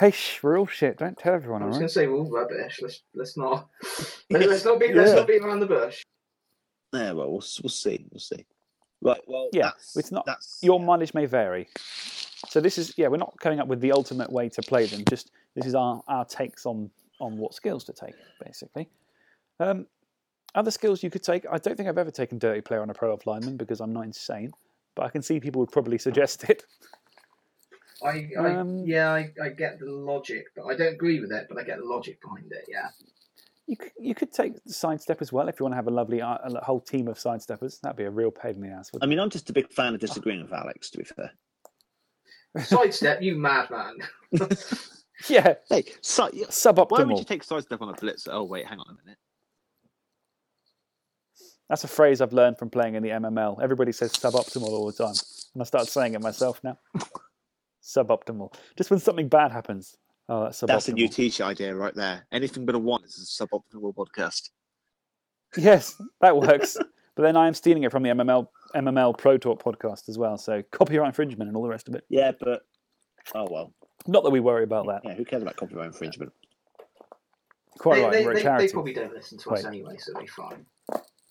Speaker 1: hey, shh, we're all shit. Don't tell everyone,
Speaker 3: I
Speaker 1: all
Speaker 3: was
Speaker 1: right?
Speaker 3: going to say, well, rubbish. Let's let's not let's not be let's
Speaker 1: Yeah.
Speaker 3: not be around the bush.
Speaker 4: Yeah, well, we'll, s- we'll see. We'll see. Right. Well,
Speaker 1: Yeah,
Speaker 4: that's-
Speaker 1: it's not-
Speaker 4: That's
Speaker 1: Your mileage may vary. So this is, yeah, we're not coming up with the ultimate way to play them. Just this is our, our takes on on what skills to take, basically. Um, other skills you could take. I don't think I've ever taken dirty player on a pro of lineman because I'm not insane, but I can see people would probably suggest it.
Speaker 3: I, I
Speaker 1: Um,
Speaker 3: yeah, I, I get the logic, but I don't agree with it. But I get the logic behind it. Yeah,
Speaker 1: You could, you could take sidestep as well if you want to have a lovely uh, a whole team of sidesteppers. That'd be a real pain in the ass.
Speaker 4: I
Speaker 1: Wouldn't
Speaker 4: mean, I'm just a big fan of
Speaker 1: Ah.
Speaker 4: disagreeing with Alex, to be fair.
Speaker 3: Sidestep, you madman.
Speaker 1: it? Yeah,
Speaker 4: Hey, so,
Speaker 1: suboptimal.
Speaker 4: why would you take sidestep on a blitzer? Oh, wait, hang on a minute.
Speaker 1: That's a phrase I've learned from playing in the MML. Everybody says suboptimal all the time, and I start saying it myself now. suboptimal. Just when something bad happens. Oh, that's suboptimal.
Speaker 4: That's a new t shirt idea right there. Anything but a one is a suboptimal podcast.
Speaker 1: Yes, that works. but then I am stealing it from the MML MML Pro Talk podcast as well. So copyright infringement and all the rest of it.
Speaker 4: Yeah, but. Oh, well.
Speaker 1: Not that we worry about that.
Speaker 4: Yeah, who cares about copyright infringement?
Speaker 1: Quite
Speaker 3: they,
Speaker 1: right.
Speaker 3: they,
Speaker 1: we're a
Speaker 3: they,
Speaker 1: charity.
Speaker 3: they probably don't listen to us
Speaker 1: Wait.
Speaker 3: anyway, so it'll be fine.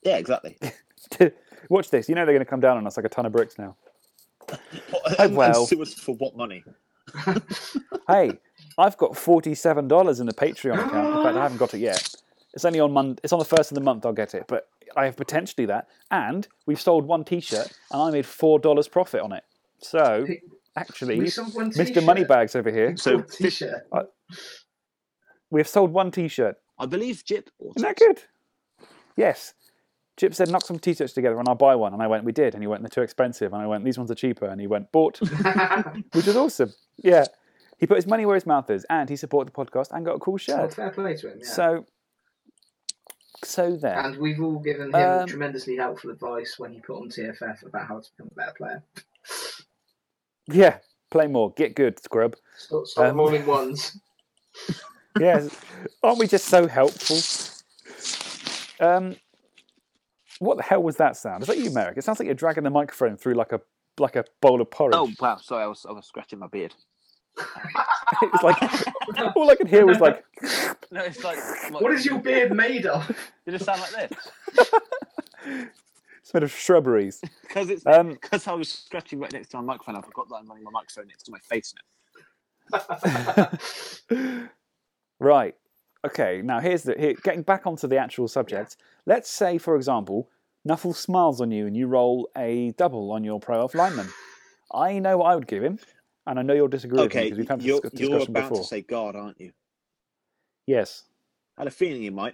Speaker 4: Yeah, exactly.
Speaker 1: Watch this. You know they're going to come down on us like a ton of bricks now.
Speaker 4: um, And-
Speaker 1: well.
Speaker 4: And sue us for what money?
Speaker 1: Hey, I've got forty-seven dollars in the Patreon account. In fact, I haven't got it yet. It's only on Monday. It's on the first of the month. I'll get it, but I have potentially that. And we've sold one T-shirt, and I made four dollars profit on it. So actually,
Speaker 3: We sold one
Speaker 1: Mr.
Speaker 3: t-shirt.
Speaker 1: Moneybags over here,
Speaker 4: So,
Speaker 3: One t-shirt.
Speaker 1: we have sold one T-shirt.
Speaker 4: I believe Jip. Or
Speaker 1: Isn't that good? Yes. Chip said, knock some t shirts together and I'll buy one. And I went, we did. And he went, they're too expensive. And I went, these ones are cheaper. And he went, bought, which is awesome. Yeah. He put his money where his mouth is and he supported the podcast and got a cool
Speaker 3: Well,
Speaker 1: shirt.
Speaker 3: fair play to him. Yeah.
Speaker 1: So, so there.
Speaker 3: and we've all given him
Speaker 1: Um,
Speaker 3: tremendously helpful advice when he put on TFF about how to become a better player.
Speaker 1: yeah. Play more. Get good, scrub.
Speaker 3: Stop, stop
Speaker 1: Um,
Speaker 3: rolling ones.
Speaker 1: Yes. Aren't we just so helpful? Um, what the hell was that sound? Is that you, Merrick? It sounds like you're dragging the microphone through like a like a bowl of porridge.
Speaker 4: Oh, wow. Sorry, I was, I was scratching my beard.
Speaker 1: It was like all I could hear was like
Speaker 4: No, it's like. like
Speaker 3: What is your beard made of?
Speaker 4: Did it sound like this?
Speaker 1: it's made of shrubberies.
Speaker 4: Because it's
Speaker 1: Um,
Speaker 4: because I was scratching right next to my microphone. I forgot that I'm running my microphone next to my face now.
Speaker 1: right. Okay. Now here's the here, getting back onto the actual subject. Let's say, for example, Nuffle smiles on you and you roll a double on your pro off lineman. I know what I would give him, and I know you'll disagree
Speaker 4: okay,
Speaker 1: with me because we've had
Speaker 4: you're,
Speaker 1: this discu-
Speaker 4: you're
Speaker 1: discussion
Speaker 4: about
Speaker 1: before.
Speaker 4: to say God, aren't you?
Speaker 1: yes.
Speaker 4: I had a feeling you might.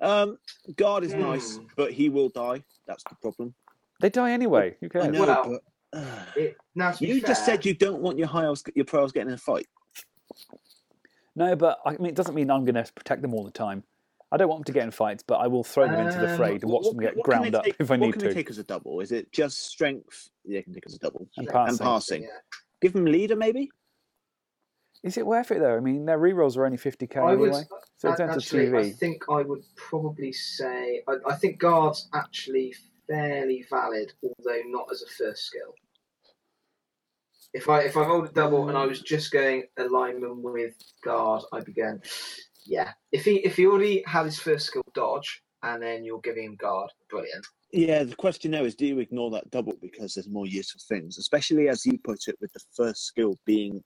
Speaker 4: Um, God is
Speaker 3: Hmm.
Speaker 4: nice, but he will die. That's the problem.
Speaker 1: They die anyway. Who
Speaker 4: I
Speaker 1: cares?
Speaker 4: know,
Speaker 3: Well,
Speaker 4: but, uh,
Speaker 3: It, now, to be
Speaker 4: you just
Speaker 3: fair,
Speaker 4: said you don't want your high elves, your pros getting in a fight.
Speaker 1: No, but I mean, it doesn't mean I'm going to protect them all the time. I don't want them to get in fights, but I will throw them into the
Speaker 3: Um,
Speaker 1: fray to watch them get
Speaker 4: can they
Speaker 1: ground up
Speaker 4: take-
Speaker 1: if I
Speaker 4: what
Speaker 1: need
Speaker 4: can
Speaker 1: to.
Speaker 4: they take as a double? Is it just strength? They can take as a double.
Speaker 1: and
Speaker 3: Yeah,
Speaker 1: passing.
Speaker 4: passing.
Speaker 3: yeah.
Speaker 4: Give them leader, maybe.
Speaker 1: Is it worth it though? I mean, their rerolls are only 50k
Speaker 3: I would.
Speaker 1: anyway. so it's
Speaker 3: a-
Speaker 1: down to
Speaker 3: actually, I
Speaker 1: TV.
Speaker 3: think I would probably say I, I think guards actually fairly valid, although not as a first skill. If I if I rolled a double and I was just going alignment with guard, I'd be going, yeah. If he if he already had his first skill dodge and then you're giving him guard, brilliant.
Speaker 4: Yeah, the question now is do you ignore that double because there's more useful things, especially as you put it with the first skill being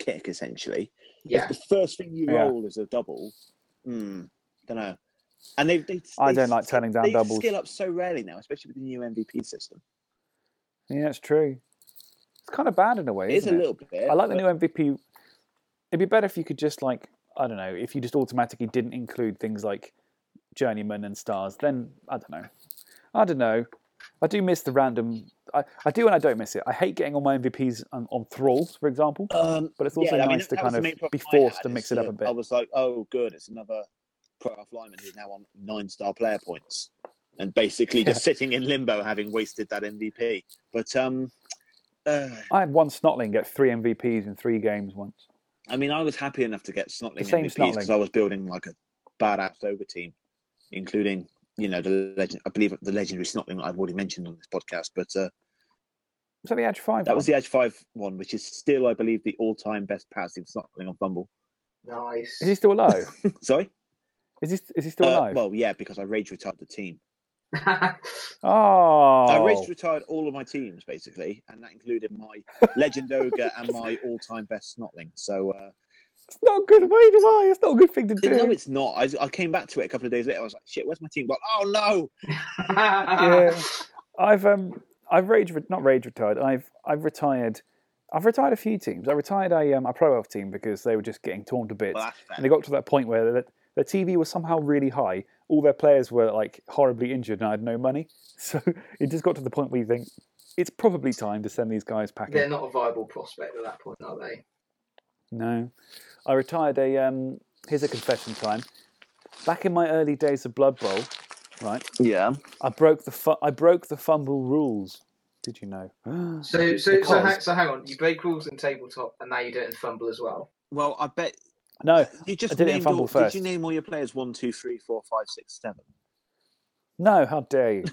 Speaker 4: kick essentially.
Speaker 3: Yeah,
Speaker 4: If the first thing you
Speaker 1: Yeah.
Speaker 4: roll is a double, mm, don't know. And they, they,
Speaker 1: I
Speaker 4: they
Speaker 1: don't like
Speaker 4: sk-
Speaker 1: turning down
Speaker 4: they
Speaker 1: doubles.
Speaker 4: Skill up so rarely now, especially with the new MVP system.
Speaker 1: Yeah, it's true. It's kind of bad in a way.
Speaker 4: It is a
Speaker 1: isn't it?
Speaker 4: little bit.
Speaker 1: I like the
Speaker 4: but
Speaker 1: new MVP. It'd be better if you could just like I don't know if you just automatically didn't include things like journeyman and stars. Then I don't know. I don't know. I do miss the random. I, I do and I don't miss it. I hate getting all my MVPs on, on thralls, for example.
Speaker 4: Um,
Speaker 1: But it's also
Speaker 4: yeah, I mean,
Speaker 1: nice to
Speaker 4: that was
Speaker 1: kind
Speaker 4: the
Speaker 1: of
Speaker 4: main problem
Speaker 1: be
Speaker 4: I
Speaker 1: forced
Speaker 4: had,
Speaker 1: to
Speaker 4: is
Speaker 1: mix it up
Speaker 4: that
Speaker 1: a bit.
Speaker 4: I was like, oh, good, it's another pro off lineman who's now on nine star player points and basically just sitting in limbo having wasted that MVP. But um, uh,
Speaker 1: I had one snotling get three MVPs in three games once.
Speaker 4: I mean, I was happy enough to get Snotling
Speaker 1: The same
Speaker 4: MVPs because
Speaker 1: Snotling.
Speaker 4: I was building like a badass over team, including you know the legend. I believe the legendary Snotling that I've already mentioned on this podcast, but uh,
Speaker 1: Was that the Edge Five?
Speaker 4: that
Speaker 1: one?
Speaker 4: was the Edge Five one, which is still, I believe, the all-time best passing Snotling on Bumble.
Speaker 3: nice.
Speaker 1: Is he still alive?
Speaker 4: Sorry,
Speaker 1: Is he is he still
Speaker 4: Uh,
Speaker 1: alive?
Speaker 4: well, yeah, because I rage retired the team. I
Speaker 1: oh,
Speaker 4: rage retired all of my teams basically, and that included my Legend Ogre and my all-time best Snotling. So. Uh,
Speaker 1: it's not a good way to die. It's not a good thing to do.
Speaker 4: no, it's not. I, I came back to it a couple of days later. I was like, "Shit, where's my team?" Well, oh no!
Speaker 1: yeah, I've um, I've rage re- not rage retired. I've I've retired. I've retired a few teams. I retired a um, a pro elf team because they were just getting torn to bits,
Speaker 4: Well, that's fair.
Speaker 1: and they got to that point where they, Their TV was somehow really high. All their players were like horribly injured, and I had no money. So it just got to the point where you think it's probably time to send these guys packing.
Speaker 3: They're not a viable prospect at that point, are they?
Speaker 1: No. I retired a. Um, here's a confession time. Back in my early days of Blood Bowl, right,
Speaker 4: Yeah.
Speaker 1: I broke the fu- I broke the fumble rules. Did you know?
Speaker 3: So, so, so,
Speaker 1: Because-
Speaker 3: hang, so hang on. You break rules in tabletop, and now you do it in Fumble as well.
Speaker 4: Well, I bet
Speaker 1: no,
Speaker 4: you just
Speaker 1: I did it in
Speaker 4: named
Speaker 1: Fumble
Speaker 4: all,
Speaker 1: first.
Speaker 4: Did you name all your players one, two, three, four, five, six, seven?
Speaker 1: no. How dare you?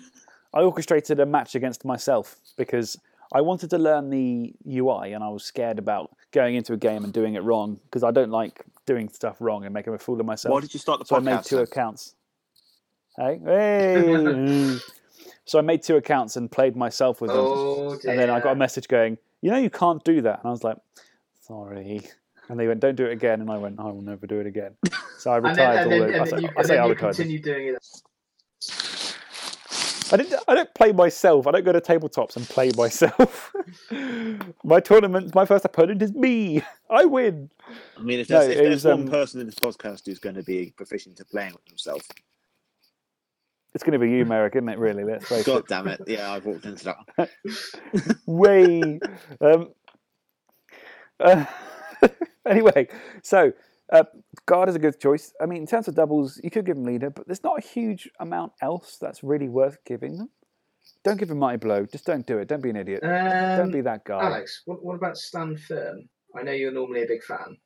Speaker 1: I orchestrated a match against myself because I wanted to learn the UI, and I was scared about going into a game and doing it wrong because I don't like doing stuff wrong and making a fool of myself.
Speaker 4: Why did you start the
Speaker 1: So I
Speaker 4: podcast?
Speaker 1: made two
Speaker 4: then?
Speaker 1: accounts. Hey, hey. so I made two accounts and played myself with them.
Speaker 3: Oh dear.
Speaker 1: and then I got a message going, you know, you can't do that. And I was like, sorry. And they went, don't do it again. And I went, I will never do it again. So I
Speaker 3: And then,
Speaker 1: retired
Speaker 3: and then,
Speaker 1: all
Speaker 3: and
Speaker 1: those. I
Speaker 3: then
Speaker 1: say,
Speaker 3: you,
Speaker 1: I,
Speaker 3: and
Speaker 1: say
Speaker 3: then
Speaker 1: I
Speaker 3: you
Speaker 1: retired. them.
Speaker 3: continue doing it.
Speaker 1: I didn't. I don't play myself. I don't go to tabletops and play myself. my tournament, my first opponent is me. I win.
Speaker 4: I mean, if
Speaker 1: No,
Speaker 4: there's, if
Speaker 1: it
Speaker 4: there's
Speaker 1: was,
Speaker 4: one
Speaker 1: um,
Speaker 4: person in this podcast who's going to be proficient at playing with himself,
Speaker 1: It's going to be you, Merrick, isn't it? Really, let's face it.
Speaker 4: God damn it. Yeah, I've walked into that. one.
Speaker 1: Way. um, uh, anyway, so uh, guard is a good choice. I mean, in terms of doubles, you could give him leader, but there's not a huge amount else that's really worth giving them. Don't give him mighty blow. Just don't do it. Don't be an idiot.
Speaker 3: Um,
Speaker 1: don't be that guy.
Speaker 3: Alex, what, what about stand firm? I know you're normally a big fan.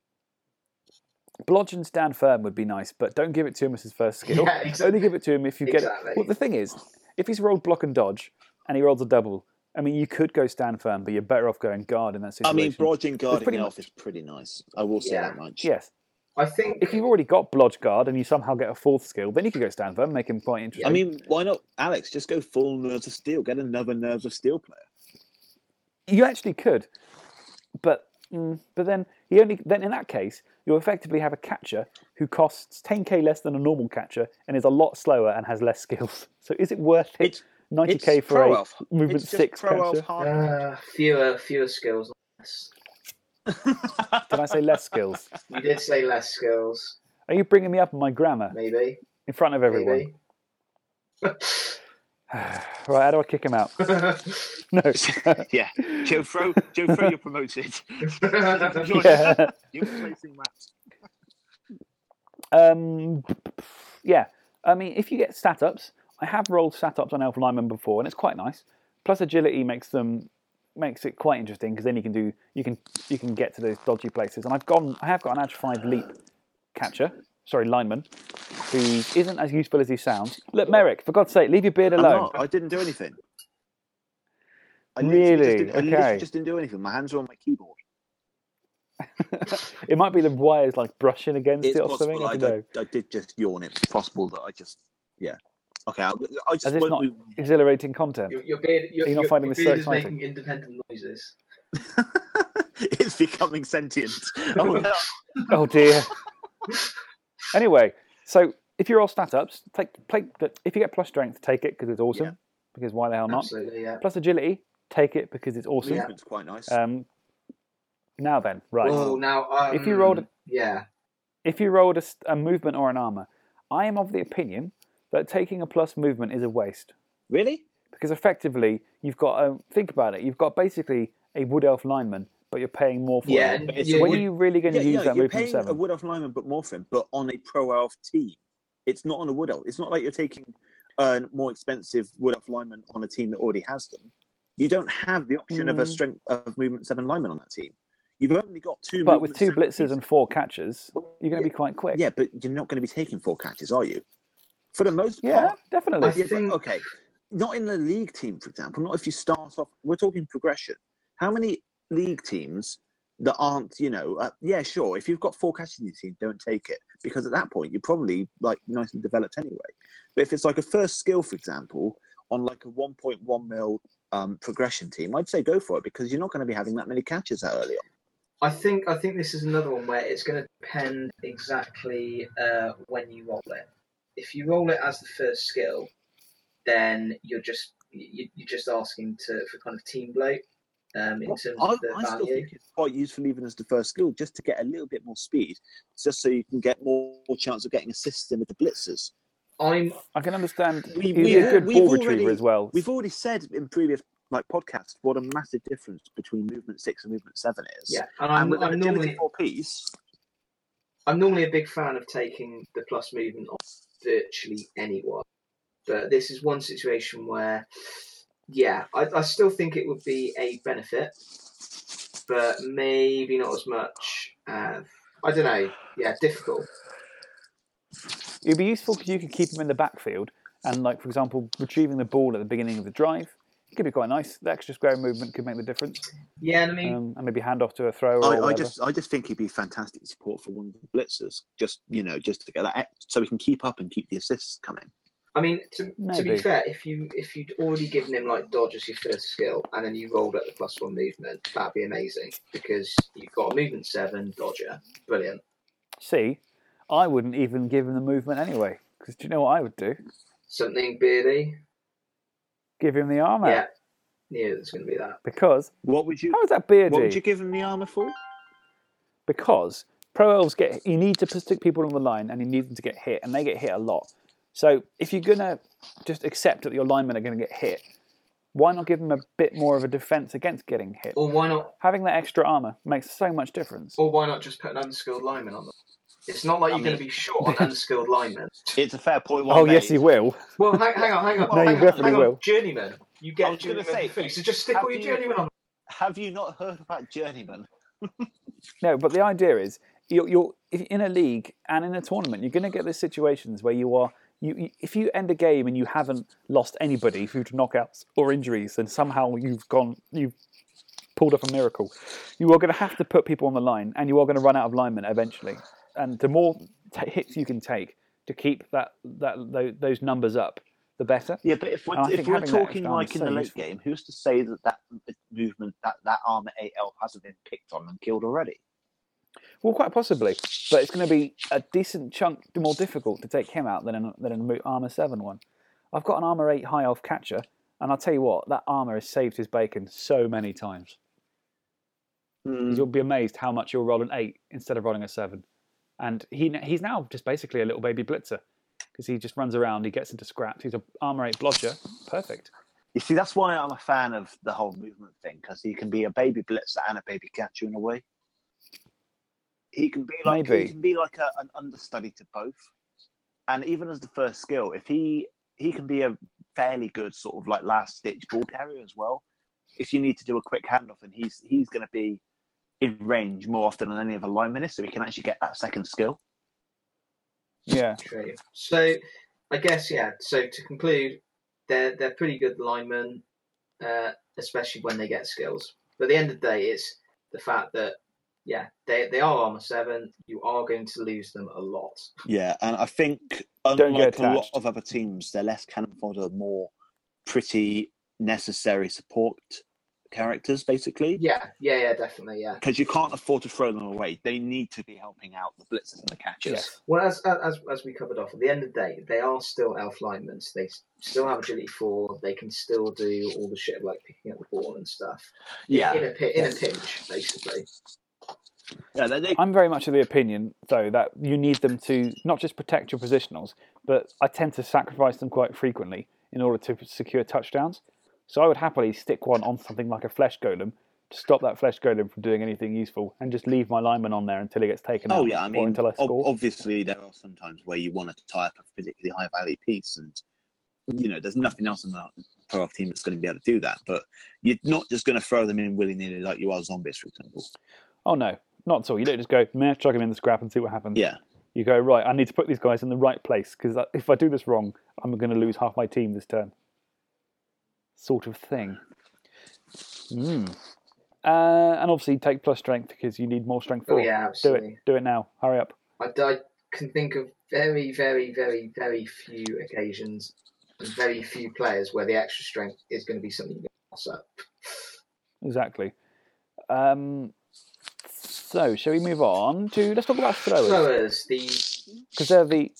Speaker 1: Blodge and stand firm would be nice, but don't give it to him as his first skill.
Speaker 3: Yeah, exactly.
Speaker 1: Only give it to him if you get
Speaker 3: Exactly.
Speaker 1: it. Well, the thing is, if he's rolled block and dodge and he rolls a double, I mean, you could go stand firm, but you're better off going guard in that
Speaker 4: I
Speaker 1: situation.
Speaker 4: mean, Brogin guarding
Speaker 1: pretty
Speaker 4: the
Speaker 1: much-
Speaker 4: elf is pretty nice. I will say
Speaker 3: Yeah.
Speaker 4: that much.
Speaker 1: yes.
Speaker 3: I think
Speaker 1: If you've already got blodge guard and you somehow get a fourth skill, then you could go stand firm, make him quite interesting.
Speaker 4: I mean, why not, Alex? Just go full Nerves of Steel. Get another Nerves of Steel player.
Speaker 1: You actually could, but mm, but then he only then in that case you'll effectively have a catcher who costs 10k less than a normal catcher and is a lot slower and has less skills. So is it worth it?
Speaker 4: It's-
Speaker 1: 90k
Speaker 4: it's
Speaker 1: for
Speaker 4: pro
Speaker 1: a
Speaker 4: elf.
Speaker 1: movement
Speaker 4: It's just
Speaker 1: six
Speaker 4: pro elf
Speaker 1: catcher.
Speaker 4: hard.
Speaker 3: uh, fewer fewer skills. Less.
Speaker 1: Did I say less skills?
Speaker 3: You did say less skills,
Speaker 1: Are you bringing me up on my grammar
Speaker 3: maybe.
Speaker 1: in front of everyone?
Speaker 3: Maybe.
Speaker 1: Right, how do I kick him out? No.
Speaker 4: yeah, Joe Fro, Joe Fro, you're promoted. You're,
Speaker 1: yeah.
Speaker 4: you're replacing Matt.
Speaker 1: Um, yeah. I mean, if you get stat ups, I have rolled stat ups on Elf Lineman before, and it's quite nice. Plus, agility makes them makes it quite interesting because then you can do you can you can get to those dodgy places. And I've gone I have got an edge five leap catcher, sorry lineman, who isn't as useful as he sounds. Look, Merrick, for God's sake, leave your beard
Speaker 4: I'm
Speaker 1: alone.
Speaker 4: not. I didn't do anything. I
Speaker 1: Really?
Speaker 4: literally Just did, I
Speaker 1: Okay.
Speaker 4: literally just didn't do anything. My hands were on my keyboard.
Speaker 1: It might be the wires like brushing against
Speaker 4: It's
Speaker 1: it or something.
Speaker 4: possible.
Speaker 1: I
Speaker 4: I,
Speaker 1: don't know.
Speaker 4: I, I did just yawn. It's possible that I just. Yeah. Okay. I, I just
Speaker 1: As if
Speaker 4: won't
Speaker 1: not-
Speaker 4: move.
Speaker 1: Exhilarating content.
Speaker 3: your, your beard, your,
Speaker 1: Are you not
Speaker 3: your,
Speaker 1: finding
Speaker 3: your
Speaker 1: this so
Speaker 3: beard is
Speaker 1: exciting?
Speaker 3: making independent noises.
Speaker 4: it's becoming sentient. Oh no.
Speaker 1: Oh dear. anyway, so if you're all stat ups, take play, if you get plus strength, take it because it's awesome.
Speaker 4: Yeah.
Speaker 1: Because why the hell not?
Speaker 3: Absolutely, yeah.
Speaker 1: Plus agility, take it because it's awesome.
Speaker 4: Movement's quite nice.
Speaker 1: Um, now then, right?
Speaker 3: Oh, now um,
Speaker 1: If you rolled a-
Speaker 3: yeah,
Speaker 1: If you rolled a, st- a movement or an armor, I am of the opinion that taking a plus movement is a waste
Speaker 4: really?
Speaker 1: because effectively you've got um, think about it. You've got basically a wood elf lineman, but you're paying more for
Speaker 3: yeah,
Speaker 1: it.
Speaker 3: and
Speaker 4: It's
Speaker 1: So
Speaker 3: you-
Speaker 1: when
Speaker 4: wood-
Speaker 1: are you really going to
Speaker 4: Yeah,
Speaker 1: use
Speaker 4: yeah.
Speaker 1: that
Speaker 4: You're
Speaker 1: movement
Speaker 4: paying a
Speaker 1: seven?
Speaker 4: wood elf lineman, but more for him, but on a pro elf team. It's not on a wood elf. It's not like you're taking a more expensive wood elf lineman on a team that already has them. You don't have the option of a
Speaker 1: Mm.
Speaker 4: strength of movement seven lineman on that team. You've only got two.
Speaker 1: But with two
Speaker 4: movement seven
Speaker 1: blitzes and four catches,
Speaker 4: pieces.
Speaker 1: you're going to be quite quick.
Speaker 4: yeah, but you're not going to be taking four catches, are you? For the most
Speaker 1: Yeah,
Speaker 4: part,
Speaker 1: definitely.
Speaker 4: yeah, but-
Speaker 3: think-
Speaker 4: okay. Not in the league team, for example. Not if you start off. We're talking progression. How many league teams that aren't, you know, uh, yeah, sure. If you've got four catches in your team, don't take it because at that point you're probably like nice and developed anyway. But if it's like a first skill, for example, on like a 1.1 mil um, progression team, I'd say go for it because you're not going to be having that many catches that early on.
Speaker 3: I think I think this is another one where it's going to depend exactly uh, when you roll it. If you roll it as the first skill, then you're just you, you're just asking to for kind of team bloat, um, in terms
Speaker 4: I,
Speaker 3: of the
Speaker 4: I still
Speaker 3: value.
Speaker 4: think it's quite useful even as the first skill, just to get a little bit more speed, just so you can get more chance of getting assists in with the blitzers.
Speaker 3: I'm
Speaker 1: I can understand.
Speaker 4: We-
Speaker 1: He'd be
Speaker 4: we've-
Speaker 1: a good
Speaker 4: we've
Speaker 1: ball retriever
Speaker 4: already-
Speaker 1: as well.
Speaker 4: We've already said in previous like podcasts what a massive difference between movement six and movement seven is.
Speaker 3: yeah, and
Speaker 4: And
Speaker 3: I'm,
Speaker 4: with an
Speaker 3: I'm
Speaker 4: agility
Speaker 3: normally
Speaker 4: four piece,
Speaker 3: I'm normally a big fan of taking the plus movement on virtually anyone, but this is one situation where, yeah, I, I still think it would be a benefit, but maybe not as much. Uh, I don't know. Yeah, difficult.
Speaker 1: It'd be useful because you could keep him in the backfield and, like for example, retrieving the ball at the beginning of the drive. It could be quite nice. The extra square movement could make the difference,
Speaker 3: Yeah, and I mean,
Speaker 1: um, and maybe hand off to a thrower or
Speaker 4: I, I
Speaker 1: whatever.
Speaker 4: just I just think he'd be fantastic support for one of the blitzers. Just you know, just to get that ex- so we can keep up and keep the assists coming.
Speaker 3: I mean, to, to
Speaker 1: Maybe.
Speaker 3: be fair, if you if you'd already given him like dodge as your first skill, and then you rolled up the plus one movement, that'd be amazing because you've got a movement seven dodger, brilliant.
Speaker 1: See, I wouldn't even give him the movement anyway. Because do you know what I would do?
Speaker 3: Something beardy,
Speaker 1: Give him the armor.
Speaker 3: yeah, yeah, there's going to be that.
Speaker 1: Because
Speaker 4: What would you
Speaker 1: how is that beardy?
Speaker 4: What would you give him the armor for?
Speaker 1: because pro elves get you need to stick people on the line and you need them to get hit and they get hit a lot so if you're gonna just accept that your linemen are gonna get hit why not give them a bit more of a defense against getting hit
Speaker 3: Or why not?
Speaker 1: having that extra armor makes so much difference
Speaker 3: Or why not just put an unskilled lineman on them? It's not like
Speaker 4: I
Speaker 3: you're going to
Speaker 4: mean-
Speaker 3: be short on unskilled linemen.
Speaker 4: It's a fair point.
Speaker 1: oh yes he will
Speaker 3: Well, hang, hang on, hang on,
Speaker 1: No, you
Speaker 3: hang on,
Speaker 1: definitely
Speaker 3: hang on.
Speaker 1: will.
Speaker 3: Journeyman, you
Speaker 4: I
Speaker 3: get
Speaker 4: was gonna
Speaker 3: journeyman
Speaker 4: say,
Speaker 3: for free, so just stick
Speaker 4: have
Speaker 3: all your
Speaker 4: you-
Speaker 3: journeyman on.
Speaker 4: Have you not heard about journeyman?
Speaker 1: no but the idea is you're, you're if in a league and in a tournament you're gonna get those situations where you are you, you- if you end a game and you haven't lost anybody through to knockouts or injuries, then somehow you've gone, you've pulled off a miracle. You are going to have to put people on the line, and you are going to run out of linemen eventually. And the more t- hits you can take to keep that that tho- those numbers up, the better.
Speaker 4: Yeah, but if we're,
Speaker 1: Oh, I
Speaker 4: if
Speaker 1: think
Speaker 4: we're
Speaker 1: having that
Speaker 4: talking
Speaker 1: extra armor
Speaker 4: like
Speaker 1: is
Speaker 4: in
Speaker 1: so
Speaker 4: the late
Speaker 1: useful.
Speaker 4: game, who's to say that that movement, that, that armor 8 elf hasn't been picked on and killed already?
Speaker 1: Well, quite possibly, but it's going to be a decent chunk more difficult to take him out than an, than an armor seven one. I've got an armor eight high elf catcher, and I'll tell you what, that armor has saved his bacon so many times.
Speaker 4: Hmm. Mm.
Speaker 1: You'll be amazed how much you'll roll an eight instead of rolling a seven. And he he's now just basically a little baby blitzer because he just runs around, he gets into scraps, he's a armor eight blodger. Perfect.
Speaker 4: You see, that's why I'm a fan of the whole movement thing, because he can be a baby blitzer and a baby catcher in a way. He can be like
Speaker 1: Maybe.
Speaker 4: he can be like a, an understudy to both, and even as the first skill, if he he can be a fairly good sort of like last ditch ball carrier as well. If you need to do a quick handoff, and he's he's going to be in range more often than any other lineman is, so he can actually get that second skill.
Speaker 1: Yeah.
Speaker 3: True. So, I guess yeah. So to conclude, they're they're pretty good linemen, uh, especially when they get skills. But at the end of the day, it's the fact that yeah, they they are armor seven. You are going to lose them a lot.
Speaker 4: Yeah, and I think
Speaker 1: get
Speaker 4: unlike a lot
Speaker 1: attached.
Speaker 4: of other teams, they're less cannon fodder, more pretty necessary support characters, basically.
Speaker 3: Yeah, yeah, yeah, definitely, yeah.
Speaker 4: Because you can't afford to throw them away. They need to be helping out the blitzers and the catchers.
Speaker 1: Yes.
Speaker 3: Well, as as as we covered off, at the end of the day, they are still elf linemen. So they s- still have agility four. They can still do all the shit like picking up the ball and stuff.
Speaker 4: Yeah,
Speaker 3: In a pi- in a pinch, basically.
Speaker 4: yeah they, they,
Speaker 1: I'm very much of the opinion, though, that you need them to not just protect your positionals, but I tend to sacrifice them quite frequently in order to secure touchdowns. So I would happily stick one on something like a flesh golem to stop that flesh golem from doing anything useful and just leave my lineman on there until he gets taken out
Speaker 4: oh yeah, I
Speaker 1: or
Speaker 4: mean,
Speaker 1: until I
Speaker 4: ob-
Speaker 1: score.
Speaker 4: obviously there are some times where you want to tie up a particularly high value piece, and you know, there's nothing else on the pro off team that's going to be able to do that. But you're not just going to throw them in willy nilly like you are zombies, for example.
Speaker 1: Oh no, not at all. You don't just go, meh, chuck him in the scrap and see what happens.
Speaker 4: Yeah,
Speaker 1: You go, right, I need to put these guys in the right place because if I do this wrong, I'm going to lose half my team this turn. Sort of thing. Mm. Uh, and obviously, take plus strength because you need more strength.
Speaker 3: Oh
Speaker 1: Four.
Speaker 3: yeah,
Speaker 1: do
Speaker 3: absolutely.
Speaker 1: it. Do it now. Hurry up.
Speaker 3: I, I can think of very, very, very, very few occasions and very few players where the extra strength is going to be something you can pass up.
Speaker 1: Exactly. Um, so, shall we move on to. Let's talk about throwers.
Speaker 3: Throwers, the
Speaker 1: Because they're the.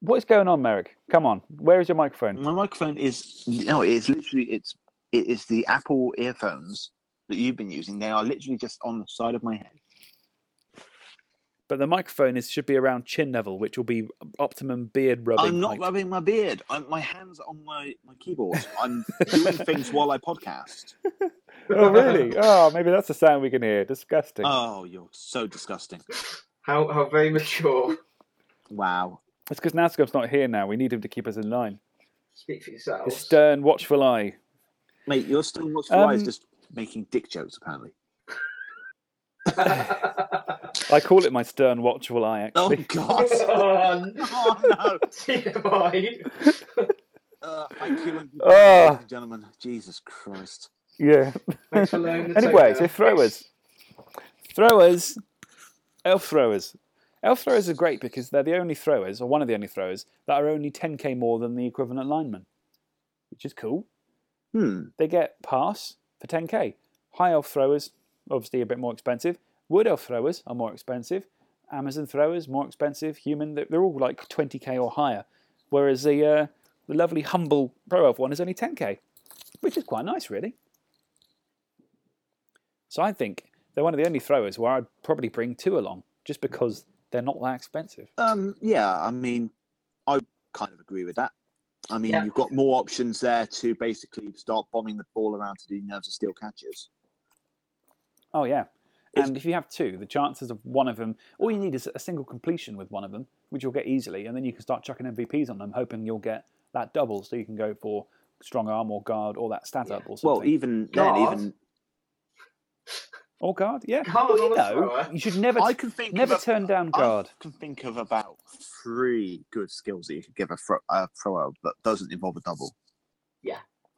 Speaker 1: What is going on, Merrick? Come on. Where is your microphone?
Speaker 4: my microphone is no, it's literally it's It is the Apple earphones that you've been using. They are literally just on the side of my head.
Speaker 1: But the microphone is should be around chin level, which will be optimum beard rubbing.
Speaker 4: I'm not
Speaker 1: height.
Speaker 4: rubbing my beard. I'm, my hands are on my, my keyboard. I'm doing things while I podcast.
Speaker 1: Oh really? Oh, maybe that's the sound we can hear. Disgusting.
Speaker 4: Oh, you're so disgusting.
Speaker 3: How how very mature.
Speaker 4: Wow.
Speaker 1: It's because Nazgul's not here now. We need him to keep us in line.
Speaker 3: Speak for yourselves.
Speaker 1: His stern, watchful eye.
Speaker 4: Mate, you're still not
Speaker 1: Um,
Speaker 4: eyes just making dick jokes, apparently.
Speaker 1: I call it my stern, watchful eye.
Speaker 4: Oh,
Speaker 1: Actually,
Speaker 4: God.
Speaker 3: on.
Speaker 4: oh, no.
Speaker 3: TMI.
Speaker 4: Uh, IQ
Speaker 1: Ah.
Speaker 4: ladies and gentlemen. Jesus Christ.
Speaker 1: yeah.
Speaker 3: Thanks for learning. the
Speaker 1: Anyway,
Speaker 3: takeover.
Speaker 1: so throwers. Throwers. Elf throwers. Elf throwers are great because they're the only throwers, or one of the only throwers, that are only 10k more than the equivalent lineman, which is cool.
Speaker 4: Hmm.
Speaker 1: They get pass for 10k. High elf throwers, obviously a bit more expensive. Wood elf throwers are more expensive. Amazon throwers, more expensive. Human, they- they're all like 20k or higher. Whereas the, uh, the lovely, humble pro elf one is only 10k, which is quite nice, really. So I think they're one of the only throwers where I'd probably bring two along just because they're not that expensive.
Speaker 4: Um, yeah, I mean, I kind of agree with that. I mean,
Speaker 3: Yeah.
Speaker 4: you've got more options there to basically start bombing the ball around to do nerves of steel catches.
Speaker 1: Oh, yeah.
Speaker 4: It's-
Speaker 1: And if you have two, the chances of one of them, all you need is a single completion with one of them, which you'll get easily, and then you can start chucking MVPs on them, hoping you'll get that double so you can go for strong arm or guard or that stat up or something.
Speaker 4: Well, e- even then,
Speaker 3: God.
Speaker 4: even
Speaker 1: or guard, yeah.
Speaker 3: Guard
Speaker 1: well, you
Speaker 3: on a
Speaker 1: know,
Speaker 3: thrower?
Speaker 1: you should never,
Speaker 4: I can think
Speaker 1: never
Speaker 4: of a-
Speaker 1: turn down
Speaker 4: I
Speaker 1: guard.
Speaker 4: can think of about three good skills that you could give a throw, a thrower that doesn't involve a double.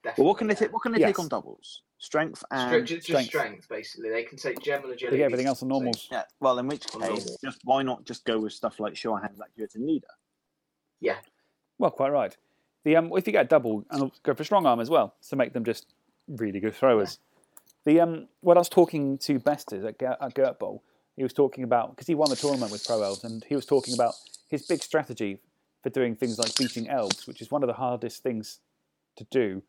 Speaker 3: Definitely,
Speaker 4: Well, what can they
Speaker 3: yeah.
Speaker 4: take? What can they
Speaker 1: Yes.
Speaker 4: take on doubles? Strength
Speaker 3: Str- ju-
Speaker 4: and
Speaker 3: just
Speaker 1: strength.
Speaker 3: strength. basically. They can take gem and agility.
Speaker 1: They get everything else on normals.
Speaker 4: yeah. Well, in which
Speaker 3: On
Speaker 4: case,
Speaker 3: normal.
Speaker 4: just why not just go with stuff like sure hands, accurate, and leader?
Speaker 1: Well, quite right. The um, if you get a double, and I'll go for strong arm as well to make them just really good throwers. The um, when I was talking to Besters at, Ger- at Gert Bowl, he was talking about because he won the tournament with Pro Elves, and he was talking about his big strategy for doing things like beating elves, which is one of the hardest things to do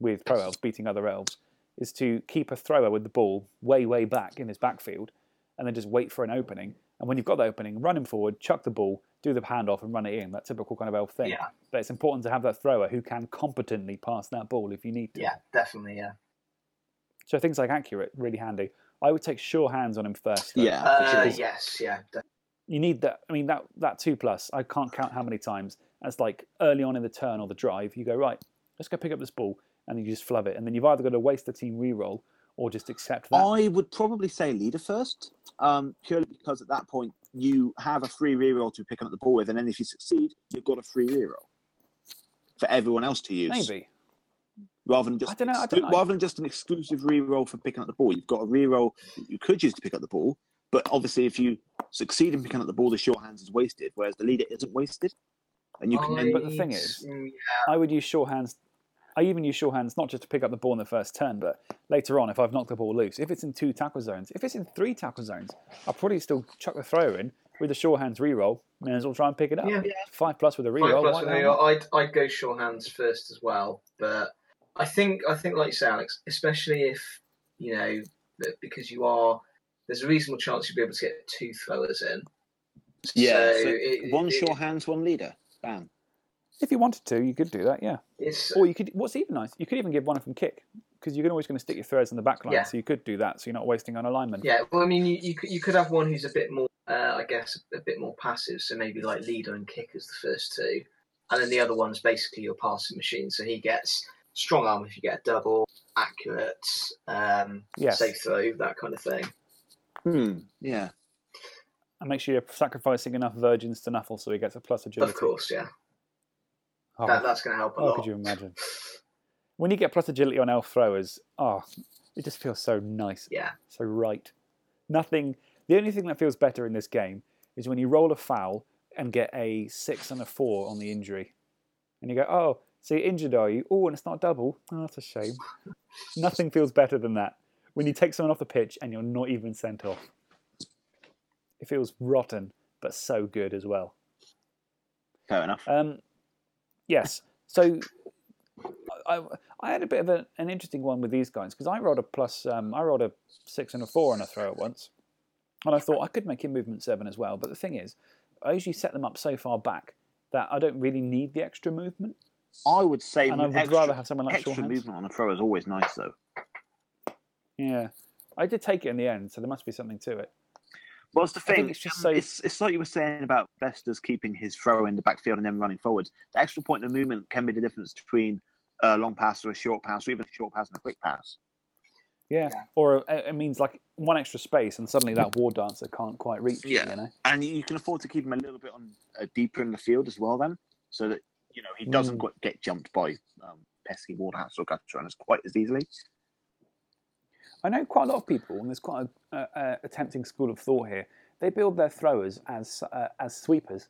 Speaker 1: with Pro Elves beating other elves, is to keep a thrower with the ball way way back in his backfield, and then just wait for an opening. And when you've got the opening, run him forward, chuck the ball, do the handoff, and run it in. That typical kind of elf thing
Speaker 3: Yeah,
Speaker 1: but it's important to have that thrower who can competently pass that ball if you need to.
Speaker 3: yeah, definitely, yeah.
Speaker 1: So things like accurate, really handy. I would take sure hands on him first. Though.
Speaker 4: for sure.
Speaker 3: Uh, yes, yeah. de-
Speaker 1: You need that. I mean, that, that two plus, I can't count how many times. That's like early on in the turn or the drive, you go, right, let's go pick up this ball. And then you just flub it. And then you've either got to waste the team reroll or just accept that.
Speaker 4: I would probably say leader first, um, purely because at that point you have a free reroll to pick up the ball with, and then if you succeed, you've got a free reroll for everyone else to use.
Speaker 1: Maybe.
Speaker 4: Rather than just
Speaker 1: I dunno, I
Speaker 4: exclu-
Speaker 1: dunno.
Speaker 4: rather than just an exclusive reroll for picking up the ball, you've got a reroll that you could use to pick up the ball. But obviously, if you succeed in picking up the ball, the short hands is wasted, whereas the leader isn't wasted, and you can
Speaker 3: I-
Speaker 4: then
Speaker 1: But the thing is-
Speaker 3: Mm,
Speaker 1: I would use sure hands. I even use sure hands not just to pick up the ball in the first turn, but later on if I've knocked the ball loose. If it's in two tackle zones, if it's in three tackle zones, I'll probably still chuck the thrower in with a sure hands reroll. May as well try and pick it up.
Speaker 3: Yeah.
Speaker 1: Five plus with a
Speaker 3: Five
Speaker 1: reroll.
Speaker 3: plus
Speaker 1: why
Speaker 3: with uh,
Speaker 1: the hell
Speaker 3: me,
Speaker 1: not?
Speaker 3: I'd I'd go short hands first as well, but I think I think like you say, Alex, especially if you know that because you are there's a reasonable chance you'll be able to get two throwers in.
Speaker 4: yeah,
Speaker 3: so
Speaker 4: so
Speaker 3: it-
Speaker 4: one
Speaker 3: it-
Speaker 4: short hands, one leader, bam.
Speaker 1: If you wanted to, you could do that, yeah.
Speaker 3: It's
Speaker 1: Or you could. What's even nice, you could even give one of them kick because you're always going to stick your throwers in the back line,
Speaker 3: Yeah.
Speaker 1: so you could do that, so you're not wasting on alignment.
Speaker 3: yeah. Well, I mean, you you could, you could have one who's a bit more, uh, I guess, a bit more passive. So maybe like leader and kick as the first two, and then the other one's basically your passing machine. So he gets strong arm if you get a double, accurate, um,
Speaker 1: Yes.
Speaker 3: safe throw, that kind of thing.
Speaker 4: Hmm. Yeah.
Speaker 1: And make sure you're sacrificing enough virgins to Nuffle so he gets a plus agility.
Speaker 3: Of course, yeah.
Speaker 1: Oh,
Speaker 3: That, that's going to help a
Speaker 1: Oh,
Speaker 3: lot.
Speaker 1: could you imagine? When you get plus agility on elf throwers, oh, it just feels so nice,
Speaker 3: Yeah,
Speaker 1: so right. Nothing. The only thing that feels better in this game is when you roll a foul and get a six and a four on the injury, and you go, "Oh, so you're injured, are you? Oh, and it's not double. Oh, that's a shame." Nothing feels better than that when you take someone off the pitch and you're not even sent off. It feels rotten, but so good as well.
Speaker 4: Fair enough.
Speaker 1: Um, yes. So I, I had a bit of a, an interesting one with these guys because I rolled a plus, um, I rolled a six and a four on a throw at once, and I thought I could make him movement seven as well. But the thing is, I usually set them up so far back that I don't really need the extra movement,
Speaker 4: I would say
Speaker 1: and I would
Speaker 4: extra,
Speaker 1: rather have someone like
Speaker 4: extra
Speaker 1: Shawhands.
Speaker 4: movement on a throw is always nice, though.
Speaker 1: Yeah, I did take it in the end, so there must be something to it.
Speaker 4: Well, it's the
Speaker 1: I
Speaker 4: thing. um,
Speaker 1: think it's just so-
Speaker 4: it's, it's like you were saying about Besters keeping his throw in the backfield and then running forwards. The extra point of movement can be the difference between a long pass or a short pass, or even a short pass and a quick pass.
Speaker 1: Yeah,
Speaker 3: Yeah.
Speaker 1: or uh, it means like one extra space, and suddenly that war dancer can't quite reach. you,
Speaker 4: Yeah.
Speaker 1: you know.
Speaker 4: And you can afford to keep him a little bit on uh, deeper in the field as well, then, so that you know he doesn't
Speaker 1: Mm.
Speaker 4: quite get jumped by um, pesky ward hats or gutter runners quite as easily.
Speaker 1: I know quite a lot of people, and there's quite a, a, a, a tempting school of thought here. They build their throwers as uh, as sweepers.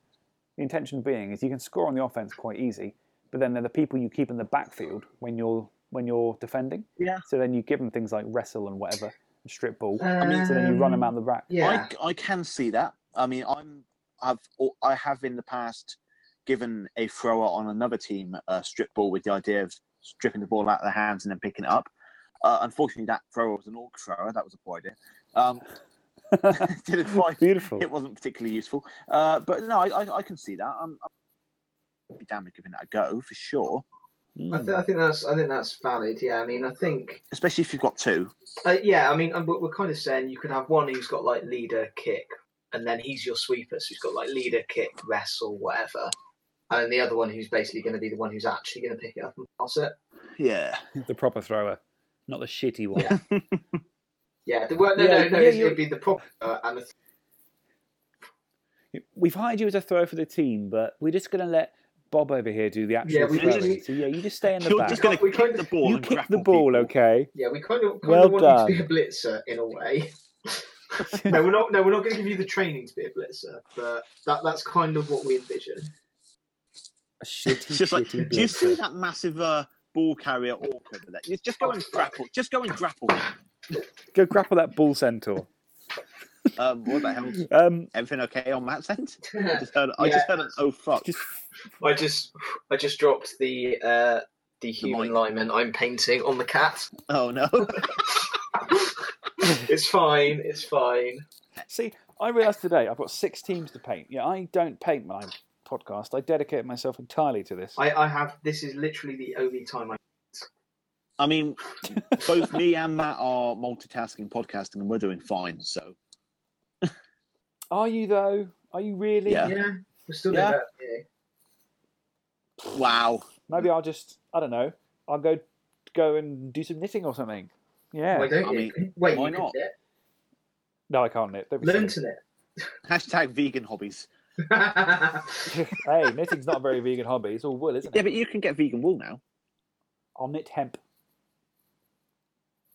Speaker 1: The intention being is you can score on the offense quite easy, but then they're the people you keep in the backfield when you're when you're defending.
Speaker 4: Yeah.
Speaker 1: So then you give them things like wrestle and whatever, and strip ball. so then you
Speaker 4: Um,
Speaker 1: run them out the rack.
Speaker 3: Yeah,
Speaker 4: I, I can see that. I mean, I'm I've al- I have in the past given a thrower on another team a strip ball with the idea of stripping the ball out of their hands and then picking it up. Uh, unfortunately, that thrower was an orc thrower. That was a poor idea. Um, didn't quite.
Speaker 1: Beautiful.
Speaker 4: It wasn't particularly useful. Uh, but no, I, I, I can see that. I'm, I'd be damned if giving that a go for sure,
Speaker 1: Mm.
Speaker 3: I,
Speaker 4: uh,
Speaker 3: th- I think that's I think that's valid. Yeah, I mean, I think
Speaker 4: especially if you've got two.
Speaker 3: uh, yeah, I mean, and we're, we're kind of saying you could have one who's got like leader kick, and then he's your sweeper, so he's got like leader kick, wrestle, whatever, and then the other one who's basically going to be the one who's actually going to pick it up and pass it.
Speaker 4: Yeah.
Speaker 1: the proper thrower, not the shitty one.
Speaker 3: Yeah. Yeah, the, well, no,
Speaker 1: Yeah,
Speaker 3: no, no,
Speaker 1: yeah,
Speaker 3: it's-
Speaker 1: you're-
Speaker 3: it'd be the proper uh, and the
Speaker 1: We've hired you as a thrower for the team, but we're just going to let Bob over here do the actual
Speaker 3: Yeah, we-
Speaker 1: throwing.
Speaker 3: we-
Speaker 1: so yeah, you just stay in the
Speaker 4: You're
Speaker 1: back.
Speaker 4: just going
Speaker 3: We
Speaker 4: to
Speaker 3: kind
Speaker 4: kick the
Speaker 3: of-
Speaker 4: ball.
Speaker 1: you
Speaker 4: and
Speaker 1: kick the
Speaker 4: grapple
Speaker 1: ball,
Speaker 4: people.
Speaker 1: okay?
Speaker 3: Yeah, we kind of, kind
Speaker 1: Well
Speaker 3: of want you to be a blitzer in a way. no, we're not. No, we're not going to give you the training to be a blitzer, but that, that's kind of what we envision.
Speaker 1: A shitty,
Speaker 4: It's just like,
Speaker 1: shitty
Speaker 4: do you
Speaker 1: blitzer.
Speaker 4: see that massive uh, ball carrier orc over there? You Just go and grapple. Just go and grapple.
Speaker 1: Go grapple that ball centaur.
Speaker 4: Um, what the hell?
Speaker 1: Um,
Speaker 4: Everything okay on Matt's end? I just heard, I just heard an oh fuck.
Speaker 1: just
Speaker 3: I just, I just dropped the uh, the human
Speaker 4: mic.
Speaker 3: lineman I'm painting on the cat.
Speaker 4: Oh no.
Speaker 3: It's fine. It's fine.
Speaker 1: see, I realised today I've got six teams to paint. Yeah, I don't paint my podcast. I dedicate myself entirely to this.
Speaker 3: I, I have. This is literally the only time I.
Speaker 4: I mean, both me and Matt are multitasking, podcasting, and we're doing fine. So
Speaker 1: Are you though? Are you really?
Speaker 4: Yeah.
Speaker 3: Yeah, we're still
Speaker 4: Yeah.
Speaker 3: doing that. Yeah.
Speaker 4: wow.
Speaker 1: Maybe I'll just I don't know. I'll go go and do some knitting or something. Yeah.
Speaker 3: Why don't
Speaker 4: I
Speaker 3: you?
Speaker 4: mean,
Speaker 3: Wait,
Speaker 4: why
Speaker 3: you
Speaker 4: not?
Speaker 3: not? Knit.
Speaker 1: no, I can't knit. Don't be
Speaker 3: Learn
Speaker 1: silly.
Speaker 3: to
Speaker 4: Hashtag vegan hobbies.
Speaker 3: knit.
Speaker 1: hey, knitting's not a very vegan hobby. It's all wool, isn't
Speaker 4: Yeah,
Speaker 1: it?
Speaker 4: but you can get vegan wool now.
Speaker 1: I'll knit hemp.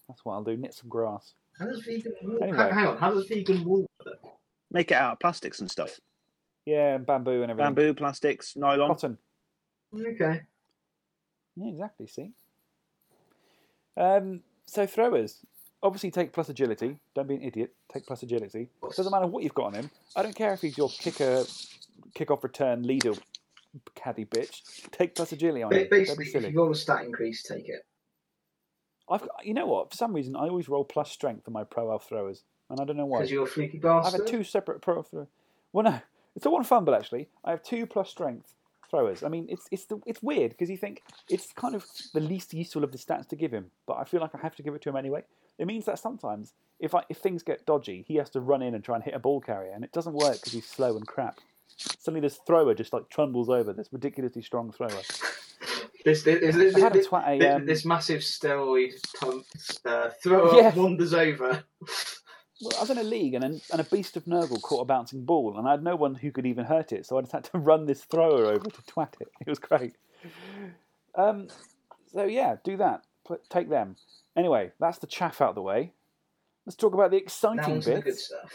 Speaker 1: That's what I'll do. Knit some grass.
Speaker 3: how does vegan wool?
Speaker 1: Anyway.
Speaker 3: Hang on. How does vegan wool? work?
Speaker 4: Make it out of plastics and stuff.
Speaker 1: Yeah, and bamboo and everything.
Speaker 4: Bamboo, plastics, nylon.
Speaker 1: Cotton.
Speaker 3: Okay.
Speaker 1: Yeah, exactly. See. Um, so throwers obviously take plus agility. Don't be an idiot. Take plus agility. Doesn't matter what you've got on him. I don't care if he's your kicker, kickoff return leader, caddy bitch. Take plus agility on
Speaker 3: Ba-
Speaker 1: him. Don't be
Speaker 3: Basically, if
Speaker 1: silly.
Speaker 3: you roll a stat increase, take it.
Speaker 1: I've got, you know what? For some reason, I always roll plus strength for my pro elf throwers, and I don't know why.
Speaker 3: Because you're a fluky
Speaker 1: I've
Speaker 3: bastard.
Speaker 1: had two separate pro throw. Well, no, it's all one fumble actually. I have two plus strength throwers. I mean, it's it's the, it's weird because you think it's kind of the least useful of the stats to give him, but I feel like I have to give it to him anyway. It means that sometimes if I, if things get dodgy, he has to run in and try and hit a ball carrier, and it doesn't work because he's slow and crap. Suddenly, this thrower just like trundles over this ridiculously strong thrower.
Speaker 3: This, this, this,
Speaker 1: I had a
Speaker 3: this,
Speaker 1: twat a,
Speaker 3: this-
Speaker 1: um,
Speaker 3: this massive steroid pump uh, thrower
Speaker 1: Yes.
Speaker 3: wanders over.
Speaker 1: Well, I was in a league, and a, and a beast of Nurgle caught a bouncing ball, and I had no one who could even hurt it, so I just had to run this thrower over to twat it. It was great. Um, so yeah, do that. Put, take them. Anyway, that's the chaff out of the way. Let's talk about the
Speaker 3: Now
Speaker 1: exciting
Speaker 3: onto the
Speaker 1: bit.
Speaker 3: good stuff.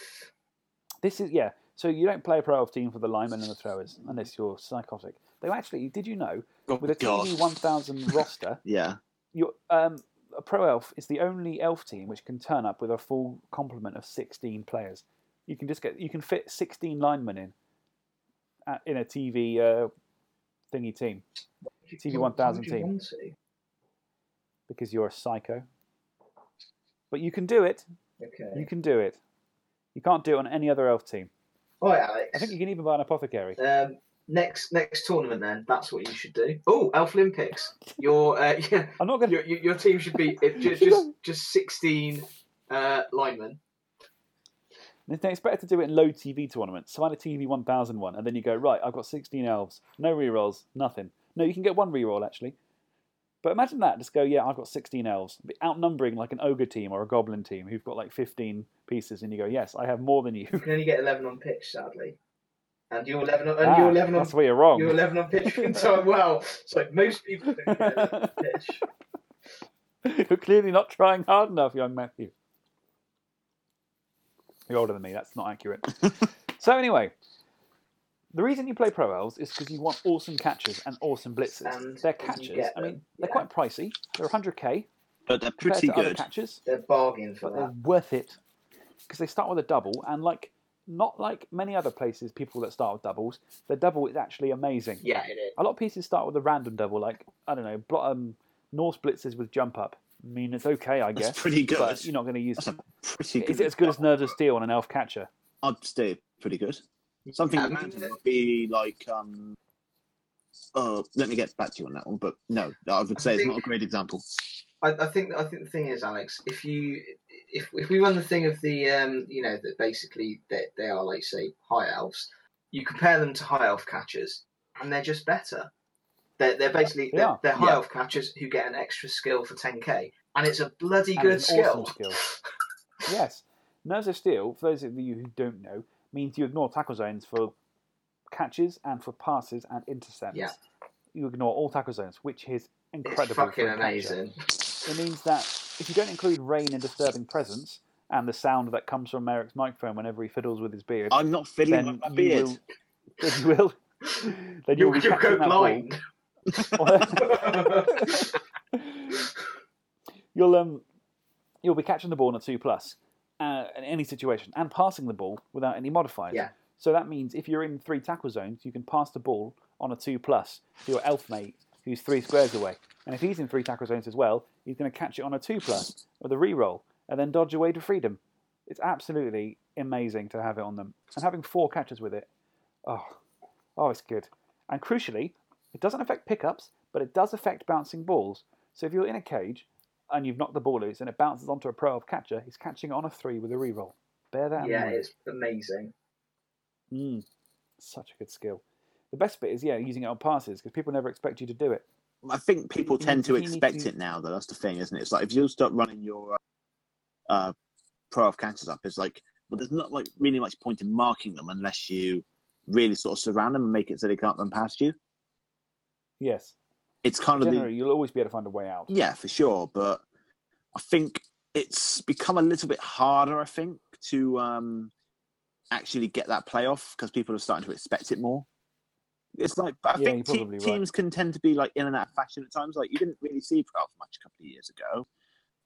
Speaker 1: This is yeah. So you don't play a pro elf team for the linemen and the throwers unless you're psychotic. They actually, did you know,
Speaker 4: Oh,
Speaker 1: with a
Speaker 4: God.
Speaker 1: TV 1000 roster,
Speaker 4: Yeah.
Speaker 1: your um, a pro elf is the only elf team which can turn up with a full complement of 16 players. You can just get you can fit 16 linemen in uh, in a TV uh, thingy team. TV
Speaker 3: Why would
Speaker 1: 1000
Speaker 3: you
Speaker 1: team.
Speaker 3: want to?
Speaker 1: because you're a psycho. But you can do it. You
Speaker 3: Okay.
Speaker 1: can do it. You can't do it on any other elf team.
Speaker 3: All right, Alex.
Speaker 1: I think you can even buy an apothecary.
Speaker 3: Um, next next tournament, then that's what you should do. Oh, Elf Olympics. Your uh, yeah,
Speaker 1: I'm not going to.
Speaker 3: your, your your team should be it, just just just sixteen uh, linemen.
Speaker 1: They expect to do it in low TV tournaments. So I had a TV 1001, and then you go, right, I've got 16 elves. No rerolls, nothing. No, you can get one reroll, actually. But imagine that. Just go, yeah, I've got 16 elves. Be Outnumbering like an ogre team or a goblin team who've got like 15 pieces, and you go, yes, I have more than you.
Speaker 3: You can only get eleven on pitch, sadly. And you're eleven on and
Speaker 1: Ah,
Speaker 3: you're eleven on
Speaker 1: that's where you're wrong.
Speaker 3: you're eleven on pitch can time well. So most people don't get 11 on pitch.
Speaker 1: You're clearly not trying hard enough, young Matthew. You're older than me, that's not accurate. so, anyway, the reason you play Pro Elves is because you want awesome catches and awesome blitzes.
Speaker 3: And
Speaker 1: They're
Speaker 3: you
Speaker 1: catches.
Speaker 3: get
Speaker 1: I mean,
Speaker 3: them,
Speaker 1: they're
Speaker 3: yeah.
Speaker 1: quite pricey. They're 100k
Speaker 4: But they're
Speaker 1: compared
Speaker 4: pretty
Speaker 1: to other
Speaker 4: good.
Speaker 1: catches,
Speaker 3: They're bargain for
Speaker 1: but they're
Speaker 3: that.
Speaker 1: worth it because they start with a double and, like, not like many other places, people that start with doubles, the double is actually amazing.
Speaker 3: Yeah, it is.
Speaker 1: A lot of pieces start with a random double, like I don't know, blo- um, Norse blitzes with jump up. I mean, it's okay, I
Speaker 4: That's
Speaker 1: guess.
Speaker 4: pretty good.
Speaker 1: But you're not going to use.
Speaker 4: That's a pretty good.
Speaker 1: Is it as good as Nerves of Steel on an elf catcher?
Speaker 4: I'd say pretty good. Something
Speaker 3: Yeah,
Speaker 4: like
Speaker 3: I mean,
Speaker 4: that would be like. Um, oh, let me get back to you on that one. But no, I would
Speaker 3: I
Speaker 4: say it's
Speaker 3: think-
Speaker 4: not a great example.
Speaker 3: I, I think I think the thing is, Alex, if you if if we run the thing of the um you know that basically they they are like say high elves, you compare them to high elf catchers, and they're just better. They're they're basically
Speaker 1: They
Speaker 3: they're,
Speaker 1: are,
Speaker 3: they're high
Speaker 4: yeah.
Speaker 3: elf catchers who get an extra skill for ten k, and it's a bloody
Speaker 1: And
Speaker 3: good
Speaker 1: it's an
Speaker 3: skill.
Speaker 1: awesome skill. Yes, Nerves of Steel. For those of you who don't know, means you ignore tackle zones for catches and for passes and intercepts.
Speaker 3: Yeah.
Speaker 1: You ignore all tackle zones, which is
Speaker 3: It's
Speaker 1: incredible. for
Speaker 3: fucking
Speaker 1: a catcher.
Speaker 3: amazing.
Speaker 1: It means that if you don't include rain and disturbing presence and the sound that comes from Merrick's microphone whenever he fiddles with his beard,
Speaker 4: I'm not fiddling
Speaker 1: then
Speaker 4: with my
Speaker 1: you
Speaker 4: beard.
Speaker 1: will. Then you will. Then you will
Speaker 3: You'll,
Speaker 1: be
Speaker 3: you'll go
Speaker 1: catching that ball.
Speaker 3: blind.
Speaker 1: you'll um, you'll be catching the ball on a two plus, uh, in any situation, and passing the ball without any modifiers.
Speaker 3: Yeah.
Speaker 1: So that means if you're in three tackle zones, you can pass the ball on a two plus to your elf mate who's three squares away, and if he's in three tackle zones as well, he's going to catch it on a two plus with a re-roll and then dodge away to freedom. It's absolutely amazing to have it on them, and having four catches with it, oh, oh, it's good. And crucially, it doesn't affect pickups, but it does affect bouncing balls. So if you're in a cage and you've knocked the ball loose and it bounces onto a pro elf catcher, he's catching it on a three with a reroll. Bear that in
Speaker 3: yeah,
Speaker 1: mind.
Speaker 3: it's amazing.
Speaker 1: Mm, such a good skill. The best bit is, yeah, using it on passes because people never expect you to do it.
Speaker 4: I think people
Speaker 1: You-
Speaker 4: tend to
Speaker 1: you need
Speaker 4: expect
Speaker 1: to-
Speaker 4: it now, though. That's the thing, isn't it? It's like if you start running your uh, uh, pro of cancers up, it's like, well, there's not like really much point in marking them unless you really sort of surround them and make it so they can't run past you.
Speaker 1: Yes.
Speaker 4: It's kind of the
Speaker 1: Generally, you'll always be able to find a way out.
Speaker 4: Yeah, for sure. But I think it's become a little bit harder, I think, to um, actually get that playoff because people are starting to expect it more. It's like, but I
Speaker 1: Yeah,
Speaker 4: think
Speaker 1: you're
Speaker 4: te-
Speaker 1: probably right.
Speaker 4: teams can tend to be like in and out of fashion at times. Like, you didn't really see Proud much a couple of years ago.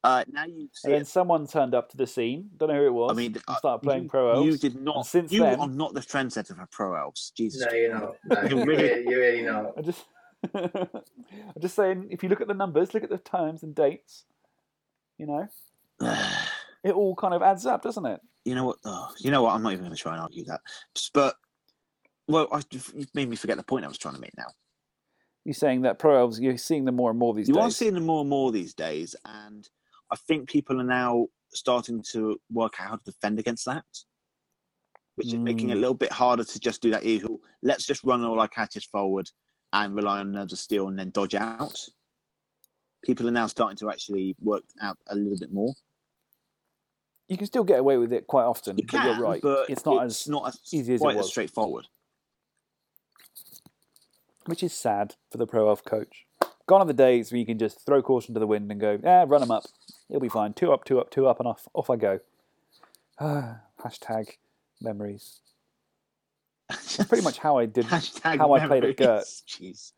Speaker 4: Uh, now you see
Speaker 1: And then
Speaker 4: it.
Speaker 1: someone turned up to the scene, don't know who it was,
Speaker 4: I mean,
Speaker 1: and
Speaker 4: uh,
Speaker 1: started playing
Speaker 4: you,
Speaker 1: pro elves.
Speaker 4: You did not.
Speaker 1: And since
Speaker 4: you
Speaker 1: then-
Speaker 4: are not the trendsetter for Pro Elves. Jesus.
Speaker 3: No, you're not. No,
Speaker 4: You're
Speaker 3: you're
Speaker 4: really-
Speaker 3: really, you're really not.
Speaker 1: I'm just, I'm just saying, if you look at the numbers, look at the times and dates, you know, it all kind of adds up, doesn't it?
Speaker 4: you know what? Oh, you know what? I'm not even going to try and argue that. But, well, I, you've made me forget the point I was trying to make now.
Speaker 1: You're saying that pro elves, you're seeing them more and more these
Speaker 4: you
Speaker 1: days.
Speaker 4: are seeing them more and more these days, and I think people are now starting to work out how to defend against that, which is making it a
Speaker 1: Mm.
Speaker 4: little bit harder to just do that usual. Let's just run all our catches forward and rely on nerves of steel and then dodge out. People are now starting to actually work out a little bit more.
Speaker 1: You can still get away with it quite often,
Speaker 4: You
Speaker 1: but
Speaker 4: can,
Speaker 1: you're right.
Speaker 4: but
Speaker 1: it's not as
Speaker 4: not as
Speaker 1: easy as it
Speaker 4: quite
Speaker 1: was.
Speaker 4: as straightforward.
Speaker 1: which is sad for the pro elf coach. Gone are the days where you can just throw caution to the wind and go, yeah, run them up. It'll be fine. Two up, two up, two up, and off, off I go. Ah, hashtag memories. That's pretty much how I did.
Speaker 4: Hashtag
Speaker 1: how I played at Gert.
Speaker 4: memories. Jeez.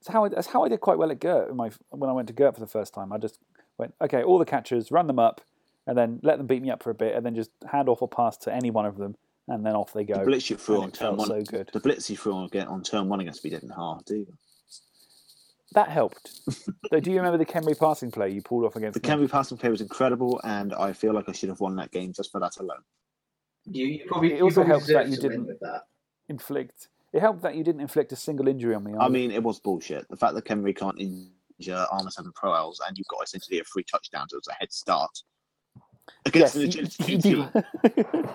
Speaker 1: That's how I, that's how I did quite well at Gert. in my, when I went to Gert for the first time, I just went, okay, all the catchers, run them up, and then let them beat me up for a bit, and then just hand off a pass to any one of them, and then off they
Speaker 4: The
Speaker 1: go.
Speaker 4: blitz you threw
Speaker 1: And
Speaker 4: on
Speaker 1: it
Speaker 4: turn
Speaker 1: felt
Speaker 4: one.
Speaker 1: so good.
Speaker 4: The blitz you threw on, on turn one against me didn't half, do you?
Speaker 1: That helped. Though, do you remember the Kenry passing play you pulled off against?
Speaker 4: The
Speaker 1: Norwich?
Speaker 4: Kenby passing play was incredible, and I feel like I should have won that game just for that alone.
Speaker 3: You, you probably
Speaker 1: It
Speaker 3: you
Speaker 1: also
Speaker 3: probably
Speaker 1: helps that
Speaker 3: deserve
Speaker 1: you
Speaker 3: to win
Speaker 1: didn't-
Speaker 3: with that.
Speaker 1: inflict. It helped that you didn't inflict a single injury on me.
Speaker 4: I mean, it was bullshit. The fact that Kenry can't injure Armour 7 Pro Ls and you've got essentially a free touchdown, so it's a head start against
Speaker 1: yes,
Speaker 4: an
Speaker 1: you-
Speaker 4: agility
Speaker 1: you-
Speaker 4: team.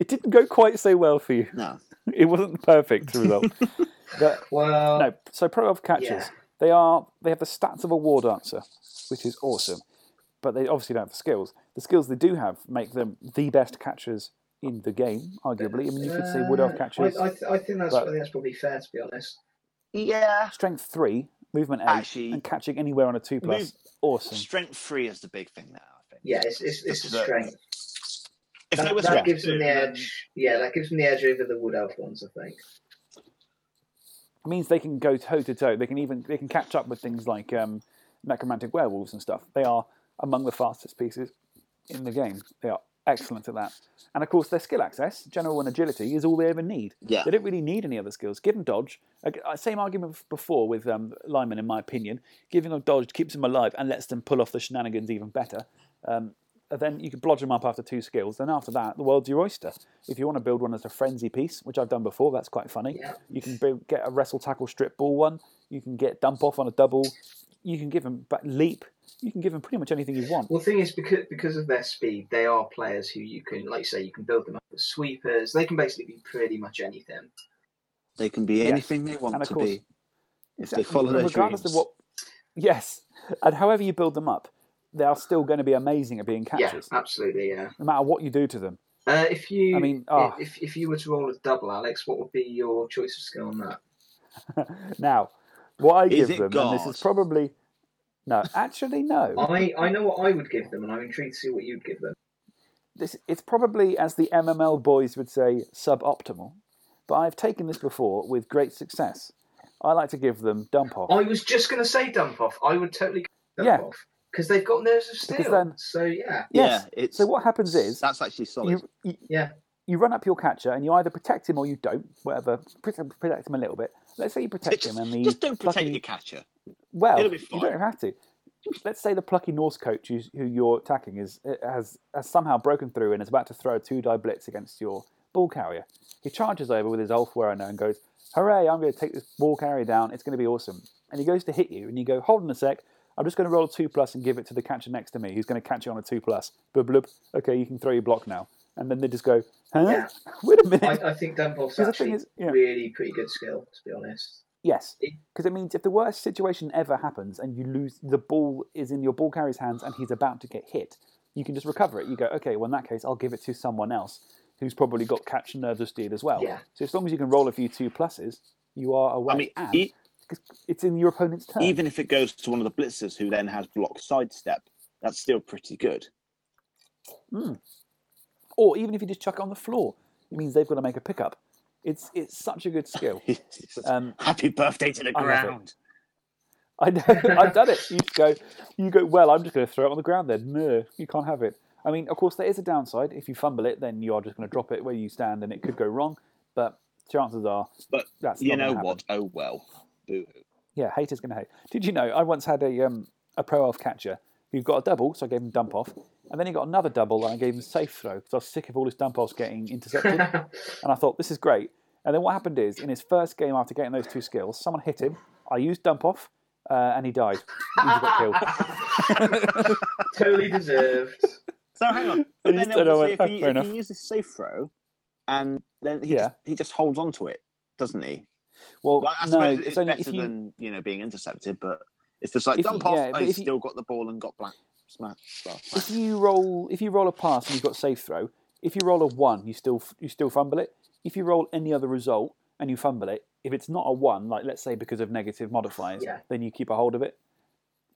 Speaker 1: it didn't go quite so well for you.
Speaker 4: No,
Speaker 1: It wasn't the perfect result. but
Speaker 3: Well,
Speaker 1: no, so Pro Elf catches.
Speaker 3: Yeah.
Speaker 1: They are they have the stats of a war dancer, which is awesome. But they obviously don't have the skills. The skills they do have make them the best catchers in the game, arguably. I mean, you could say Wood Elf
Speaker 3: Uh,
Speaker 1: catches
Speaker 3: I, I, th- I think that's
Speaker 1: but-
Speaker 3: I think that's probably fair to be honest.
Speaker 4: yeah,
Speaker 1: strength three, movement eight,
Speaker 4: Actually-
Speaker 1: and catching anywhere on a two plus.
Speaker 4: Move-
Speaker 1: awesome.
Speaker 4: strength three is the big thing now. I think.
Speaker 3: Yeah, it's it's, it's
Speaker 4: Just
Speaker 3: the
Speaker 4: that-
Speaker 3: strength.
Speaker 4: If
Speaker 3: That,
Speaker 4: there was
Speaker 3: that
Speaker 4: strength
Speaker 3: gives them
Speaker 4: two,
Speaker 3: the
Speaker 4: then-
Speaker 3: edge. Yeah, that gives them the edge over the wood elf ones, I think.
Speaker 1: means they can go toe to toe. They can even they can catch up with things like um, necromantic werewolves and stuff. They are among the fastest pieces in the game. They are excellent at that. And of course, their skill access, general and agility, is all they ever need.
Speaker 4: Yeah.
Speaker 1: They don't really need any other skills. Give them dodge. Like, uh, Same argument f- before with um, Lyman, in my opinion. Giving them dodge keeps them alive and lets them pull off the shenanigans even better. Um, and then you can blodge them up after two skills. Then after that, the world's your oyster. If you want to build one as a frenzy piece, which I've done before, that's quite funny.
Speaker 3: Yeah.
Speaker 1: You can build, get a wrestle tackle strip ball one. You can get dump off on a double. You can give them but leap. You can give them pretty much anything you want.
Speaker 3: Well, the thing is, because because of their speed, they are players who you can, like you say, you can build them up as sweepers. They can basically be pretty much anything.
Speaker 4: They can be
Speaker 1: Yeah.
Speaker 4: anything they want
Speaker 1: And of
Speaker 4: to
Speaker 1: course-
Speaker 4: be. If they
Speaker 1: Exactly.
Speaker 4: follow
Speaker 1: And
Speaker 4: their
Speaker 1: regardless
Speaker 4: dreams.
Speaker 1: of what, yes, and however you build them up, they are still going to be amazing at being catchers,
Speaker 3: Yeah, absolutely. Yeah.
Speaker 1: no matter what you do to them.
Speaker 3: Uh, if you,
Speaker 1: I mean,
Speaker 3: i-
Speaker 1: ah.
Speaker 3: if if you were to roll a double, Alex, what would be your choice of skill on that?
Speaker 1: Now, what I
Speaker 4: Is
Speaker 1: give
Speaker 4: it
Speaker 1: them, and this is
Speaker 4: God?
Speaker 1: probably no, actually no.
Speaker 3: I I know what I would give them, and I'm intrigued to see what you'd give them.
Speaker 1: This it's probably as the MML boys would say, suboptimal. But I've taken this before with great success. I like to give them dump off.
Speaker 3: I was just going to say dump off. I would totally go dump
Speaker 1: Yeah.
Speaker 3: off because they've got nerves of
Speaker 1: Because
Speaker 3: steel.
Speaker 1: then-
Speaker 3: so yeah,
Speaker 1: Yes.
Speaker 4: Yeah, it's
Speaker 1: So what happens is
Speaker 4: that's actually solid.
Speaker 1: you, you
Speaker 3: yeah,
Speaker 1: you run up your catcher and you either protect him or you don't, whatever. Protect, protect him a little bit. Let's say you protect
Speaker 4: just,
Speaker 1: him and the
Speaker 4: just don't protect
Speaker 1: plucky-
Speaker 4: your catcher.
Speaker 1: Well,
Speaker 4: It'll be
Speaker 1: you
Speaker 4: fine.
Speaker 1: don't have to. Let's say the plucky Norse coach who's, who you're attacking is uh, has, has somehow broken through and is about to throw a two-die blitz against your ball carrier. He charges over with his Ulf Werner and goes, "Hooray! I'm going to take this ball carrier down. It's going to be awesome." And he goes to hit you, and you go, "Hold on a sec. I'm just going to roll a two plus and give it to the catcher next to me, who's going to catch you on a two plus." Blub blub. Okay, you can throw your block now. And then they just go, "Huh?
Speaker 3: Yeah.
Speaker 1: Wait a minute."
Speaker 3: I, I think dump off's
Speaker 1: Because the thing
Speaker 3: actually
Speaker 1: is, yeah.
Speaker 3: really pretty good skill to be honest.
Speaker 1: Yes,
Speaker 3: It-
Speaker 1: because it means if the worst situation ever happens and you lose, the ball is in your ball carrier's hands and he's about to get hit, you can just recover it. You go, okay, well, in that case, I'll give it to someone else who's probably got catch nerves of steel as well.
Speaker 3: Yeah.
Speaker 1: So as long as you can roll a few two pluses, you are away.
Speaker 4: I mean,
Speaker 1: and
Speaker 4: e-
Speaker 1: 'cause it's in your opponent's turn.
Speaker 4: even if it goes to one of the blitzers who then has blocked sidestep, that's still pretty good.
Speaker 1: or even if you just chuck it on the floor, it means they've got to make a pickup. It's, it's such a good skill. Um,
Speaker 4: Happy birthday to the
Speaker 1: I love it.
Speaker 4: ground.
Speaker 1: I know. I've done it. You just go, you go. Well, I'm just going to throw it on the ground then. No, you can't have it. I mean, of course, there is a downside. If you fumble it, then you are just going to drop it where you stand, and it could go wrong. But chances are,
Speaker 4: But
Speaker 1: That's
Speaker 4: you
Speaker 1: not gonna
Speaker 4: know what? Oh well. Boo hoo.
Speaker 1: yeah, haters going to hate. Did you know? I once had a um, a pro elf catcher who got a double, so I gave him dump off, and then he got another double, and I gave him safe throw because I was sick of all his dump offs getting intercepted. And I thought, this is great. And then what happened is, in his first game after getting those two skills, someone hit him. I used dump off, uh, and he died. He just got killed.
Speaker 3: totally deserved.
Speaker 4: So hang on. But
Speaker 1: And he
Speaker 4: then
Speaker 1: just turned around
Speaker 4: obviously,
Speaker 1: and went,
Speaker 4: if, he,
Speaker 1: "Oh, fair
Speaker 4: if he
Speaker 1: enough."
Speaker 4: uses safe throw, and then he
Speaker 1: Yeah.
Speaker 4: just, he just holds on to it, doesn't he?
Speaker 1: Well,
Speaker 4: Well, I
Speaker 1: no,
Speaker 4: suppose
Speaker 1: it's
Speaker 4: it's
Speaker 1: only
Speaker 4: better
Speaker 1: if you,
Speaker 4: than you know being intercepted, but it's just like
Speaker 1: If you-
Speaker 4: dump off.
Speaker 1: yeah,
Speaker 4: I
Speaker 1: but if you-
Speaker 4: still got the ball and got black. Smash, smash,
Speaker 1: if you roll if you roll a pass and you've got safe throw. If you roll a one, you still you still fumble it. If you roll any other result and you fumble it, if it's not a one, like let's say because of negative modifiers,
Speaker 3: Yeah.
Speaker 1: then you keep a hold of it.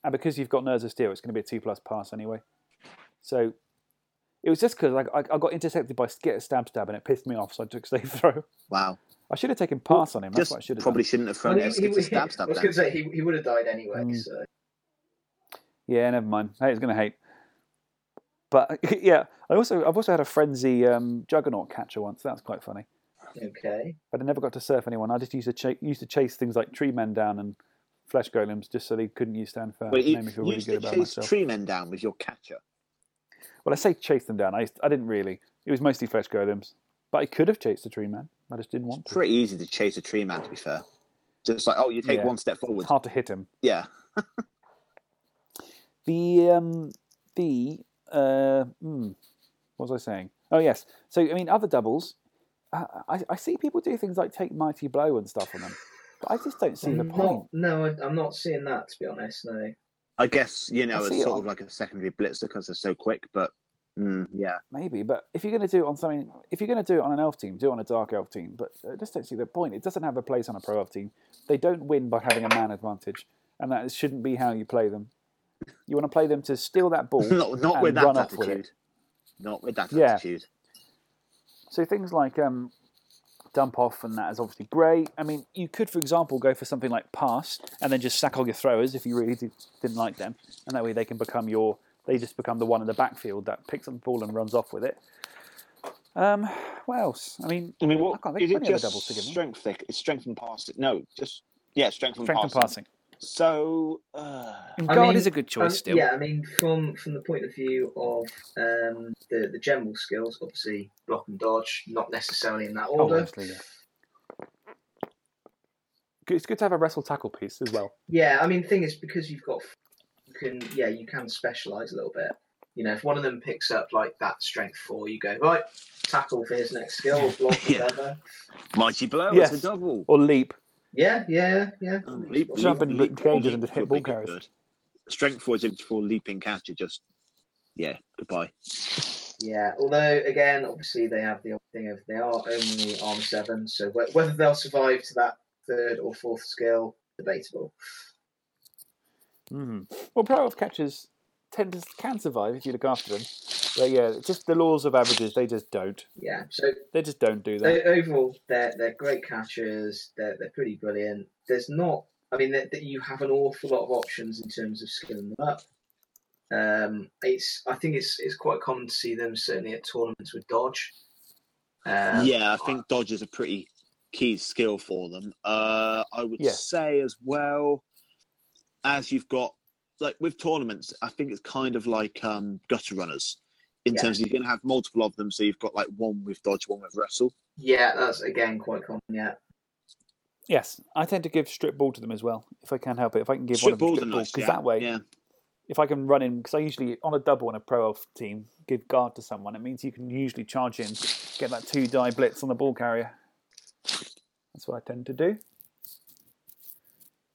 Speaker 1: And because you've got nerves of steel, it's going to be a two plus pass anyway. So it was just because I, I, I got intercepted by skit stab stab and it pissed me off, so I took safe throw.
Speaker 4: Wow.
Speaker 1: I should have taken pass on him. That's
Speaker 4: Just
Speaker 1: what I should have done.
Speaker 4: probably shouldn't have
Speaker 3: Well,
Speaker 4: thrown it.
Speaker 3: he- he-
Speaker 4: Skip a stab
Speaker 3: I
Speaker 4: stab
Speaker 3: was
Speaker 4: then.
Speaker 3: going to say he, he would have died anyway.
Speaker 1: Mm.
Speaker 3: So
Speaker 1: Yeah, never mind. Hate's gonna hate. But yeah, I also I've also had a frenzy um, juggernaut catcher once. That was quite funny.
Speaker 3: okay,
Speaker 1: But I never got to surf anyone. I just used to cha- used to chase things like tree men down and flesh golems just so they couldn't use stand fair.
Speaker 4: Wait,
Speaker 1: It
Speaker 4: you,
Speaker 1: made me feel
Speaker 4: you
Speaker 1: really
Speaker 4: used
Speaker 1: good
Speaker 4: to
Speaker 1: about
Speaker 4: chase
Speaker 1: myself.
Speaker 4: tree men down with your catcher.
Speaker 1: Well, I say chase them down. I, used, I didn't really. It was mostly flesh golems, but I could have chased the tree man. I just didn't want to.
Speaker 4: Pretty easy to chase a tree man, to be fair. Just like, oh, you take
Speaker 1: Yeah.
Speaker 4: one step
Speaker 1: It's
Speaker 4: forward.
Speaker 1: hard to hit him.
Speaker 4: Yeah.
Speaker 1: The um, the uh, hmm, what was I saying? Oh yes. So I mean, other doubles. I, I, I see people do things like take mighty blow and stuff on them, but I just don't see the
Speaker 3: I'm
Speaker 1: point.
Speaker 3: not, no, I, I'm not seeing that to be honest. No,
Speaker 4: I guess, you know,
Speaker 1: I see
Speaker 4: it's
Speaker 1: it
Speaker 4: sort
Speaker 1: on-
Speaker 4: of like a secondary blitzer because they're so quick, but mm, yeah.
Speaker 1: Maybe, but if you're going to do it on something, if you're going to do it on an elf team, do it on a dark elf team. But I just don't see the point. It doesn't have a place on a pro elf team. They don't win by having a man advantage, and that shouldn't be how you play them. You want to play them to steal that ball.
Speaker 4: not not
Speaker 1: and
Speaker 4: with that
Speaker 1: run off with it.
Speaker 4: attitude. not with that
Speaker 1: Yeah.
Speaker 4: attitude.
Speaker 1: So things like um, dump off and that is obviously great. I mean, you could, for example, go for something like pass and then just sack all your throwers if you really did, didn't like them, and that way they can become your. They just become the one in the backfield that picks up the ball and runs off with it. Um, what else? I mean,
Speaker 4: I mean,
Speaker 1: I
Speaker 4: what
Speaker 1: can't think
Speaker 4: is
Speaker 1: of
Speaker 4: it?
Speaker 1: any other
Speaker 4: Just
Speaker 1: doubles to give them.
Speaker 4: strength, thick, it's strength and passing. No, just yeah, strength and
Speaker 1: strength and
Speaker 4: passing.
Speaker 1: passing.
Speaker 4: So uh,
Speaker 1: And
Speaker 3: I
Speaker 1: guard
Speaker 3: mean,
Speaker 1: is a good choice
Speaker 3: Um,
Speaker 1: still.
Speaker 3: Yeah, I mean, from from the point of view of um, the the general skills, obviously block and dodge, not necessarily in that
Speaker 1: Oh,
Speaker 3: order.
Speaker 1: mostly, yeah. Good- It's good to have a wrestle tackle piece as well.
Speaker 3: yeah, I mean, thing is, because you've got, you can yeah, you can specialize a little bit. You know, if one of them picks up like that strength four, you go right tackle for his next skill, or block
Speaker 4: Yeah.
Speaker 3: whatever.
Speaker 4: mighty blow.
Speaker 1: Yes.
Speaker 4: It's a double.
Speaker 1: Or leap.
Speaker 3: Yeah, yeah, yeah.
Speaker 4: Um, leap-
Speaker 1: Jump in
Speaker 4: leap-
Speaker 1: the cages
Speaker 4: leap
Speaker 1: and just hit
Speaker 4: would
Speaker 1: ball
Speaker 4: be
Speaker 1: carriers.
Speaker 4: good. Strength four is in for leaping catcher. Just yeah, goodbye.
Speaker 3: Yeah, although again, obviously they have the odd thing of they are only arm seven, so whe- whether they'll survive to that third or fourth skill, debatable.
Speaker 1: Mm. Well, playoff catchers tend to can survive if you look after them. But yeah, just the laws of averages, they just don't.
Speaker 3: Yeah, so
Speaker 1: They just don't do
Speaker 3: O-
Speaker 1: that.
Speaker 3: overall, they're they're great catchers. They're they're pretty brilliant. There's not, I mean, that that you have an awful lot of options in terms of skilling them up. Um, it's I think it's it's quite common to see them certainly at tournaments with dodge. Um,
Speaker 4: yeah, I think dodge is a pretty key skill for them. Uh, I would
Speaker 1: Yes.
Speaker 4: say as well as you've got like with tournaments, I think it's kind of like um, gutter runners in
Speaker 3: Yeah.
Speaker 4: terms of you're going to have multiple of them, so you've got like one with dodge, one with wrestle.
Speaker 3: yeah, that's again quite common. Yeah,
Speaker 1: Yes, I tend to give strip ball to them as well if I can help it. If I can give
Speaker 4: Strip
Speaker 1: one of
Speaker 4: balls
Speaker 1: them
Speaker 4: are
Speaker 1: strip ball,
Speaker 4: nice.
Speaker 1: because
Speaker 4: yeah.
Speaker 1: that way,
Speaker 4: yeah,
Speaker 1: if I can run in, because I usually on a double on a pro elf team give guard to someone, it means you can usually charge in, get that two die blitz on the ball carrier. That's what I tend to do.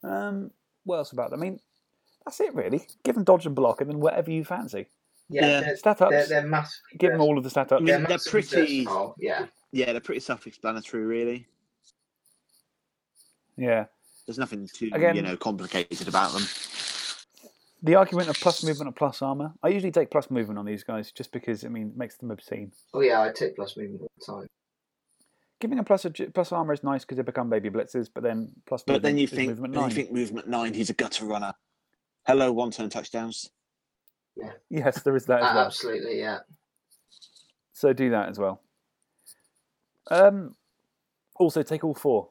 Speaker 1: Um, what else about them? I mean, that's it really. Give them dodge and block, and then whatever you fancy.
Speaker 3: yeah,
Speaker 4: Yeah.
Speaker 3: They're,
Speaker 1: Stat ups.
Speaker 3: they're they're massively
Speaker 1: give them
Speaker 3: vers-
Speaker 1: all of the stat ups.
Speaker 4: I mean,
Speaker 3: They're,
Speaker 4: they're
Speaker 3: massively
Speaker 4: pretty-
Speaker 3: versatile. Yeah,
Speaker 4: yeah, they're pretty self-explanatory, really.
Speaker 1: Yeah.
Speaker 4: There's nothing too
Speaker 1: Again-
Speaker 4: you know complicated about them.
Speaker 1: The argument of plus movement and plus armor. I usually take plus movement on these guys just because I mean it makes them obscene.
Speaker 3: oh yeah, I take plus movement all the time.
Speaker 1: Giving them plus ag- plus armor is nice because they become baby blitzers, but then plus
Speaker 4: But
Speaker 1: movement
Speaker 4: then you
Speaker 1: is
Speaker 4: think,
Speaker 1: movement
Speaker 4: then
Speaker 1: nine.
Speaker 4: you think movement nine. He's a gutter runner. Hello, one turn touchdowns.
Speaker 1: Yes, there is that as
Speaker 3: A-
Speaker 1: well.
Speaker 3: Absolutely, yeah.
Speaker 1: So do that as well. Um, also take all four.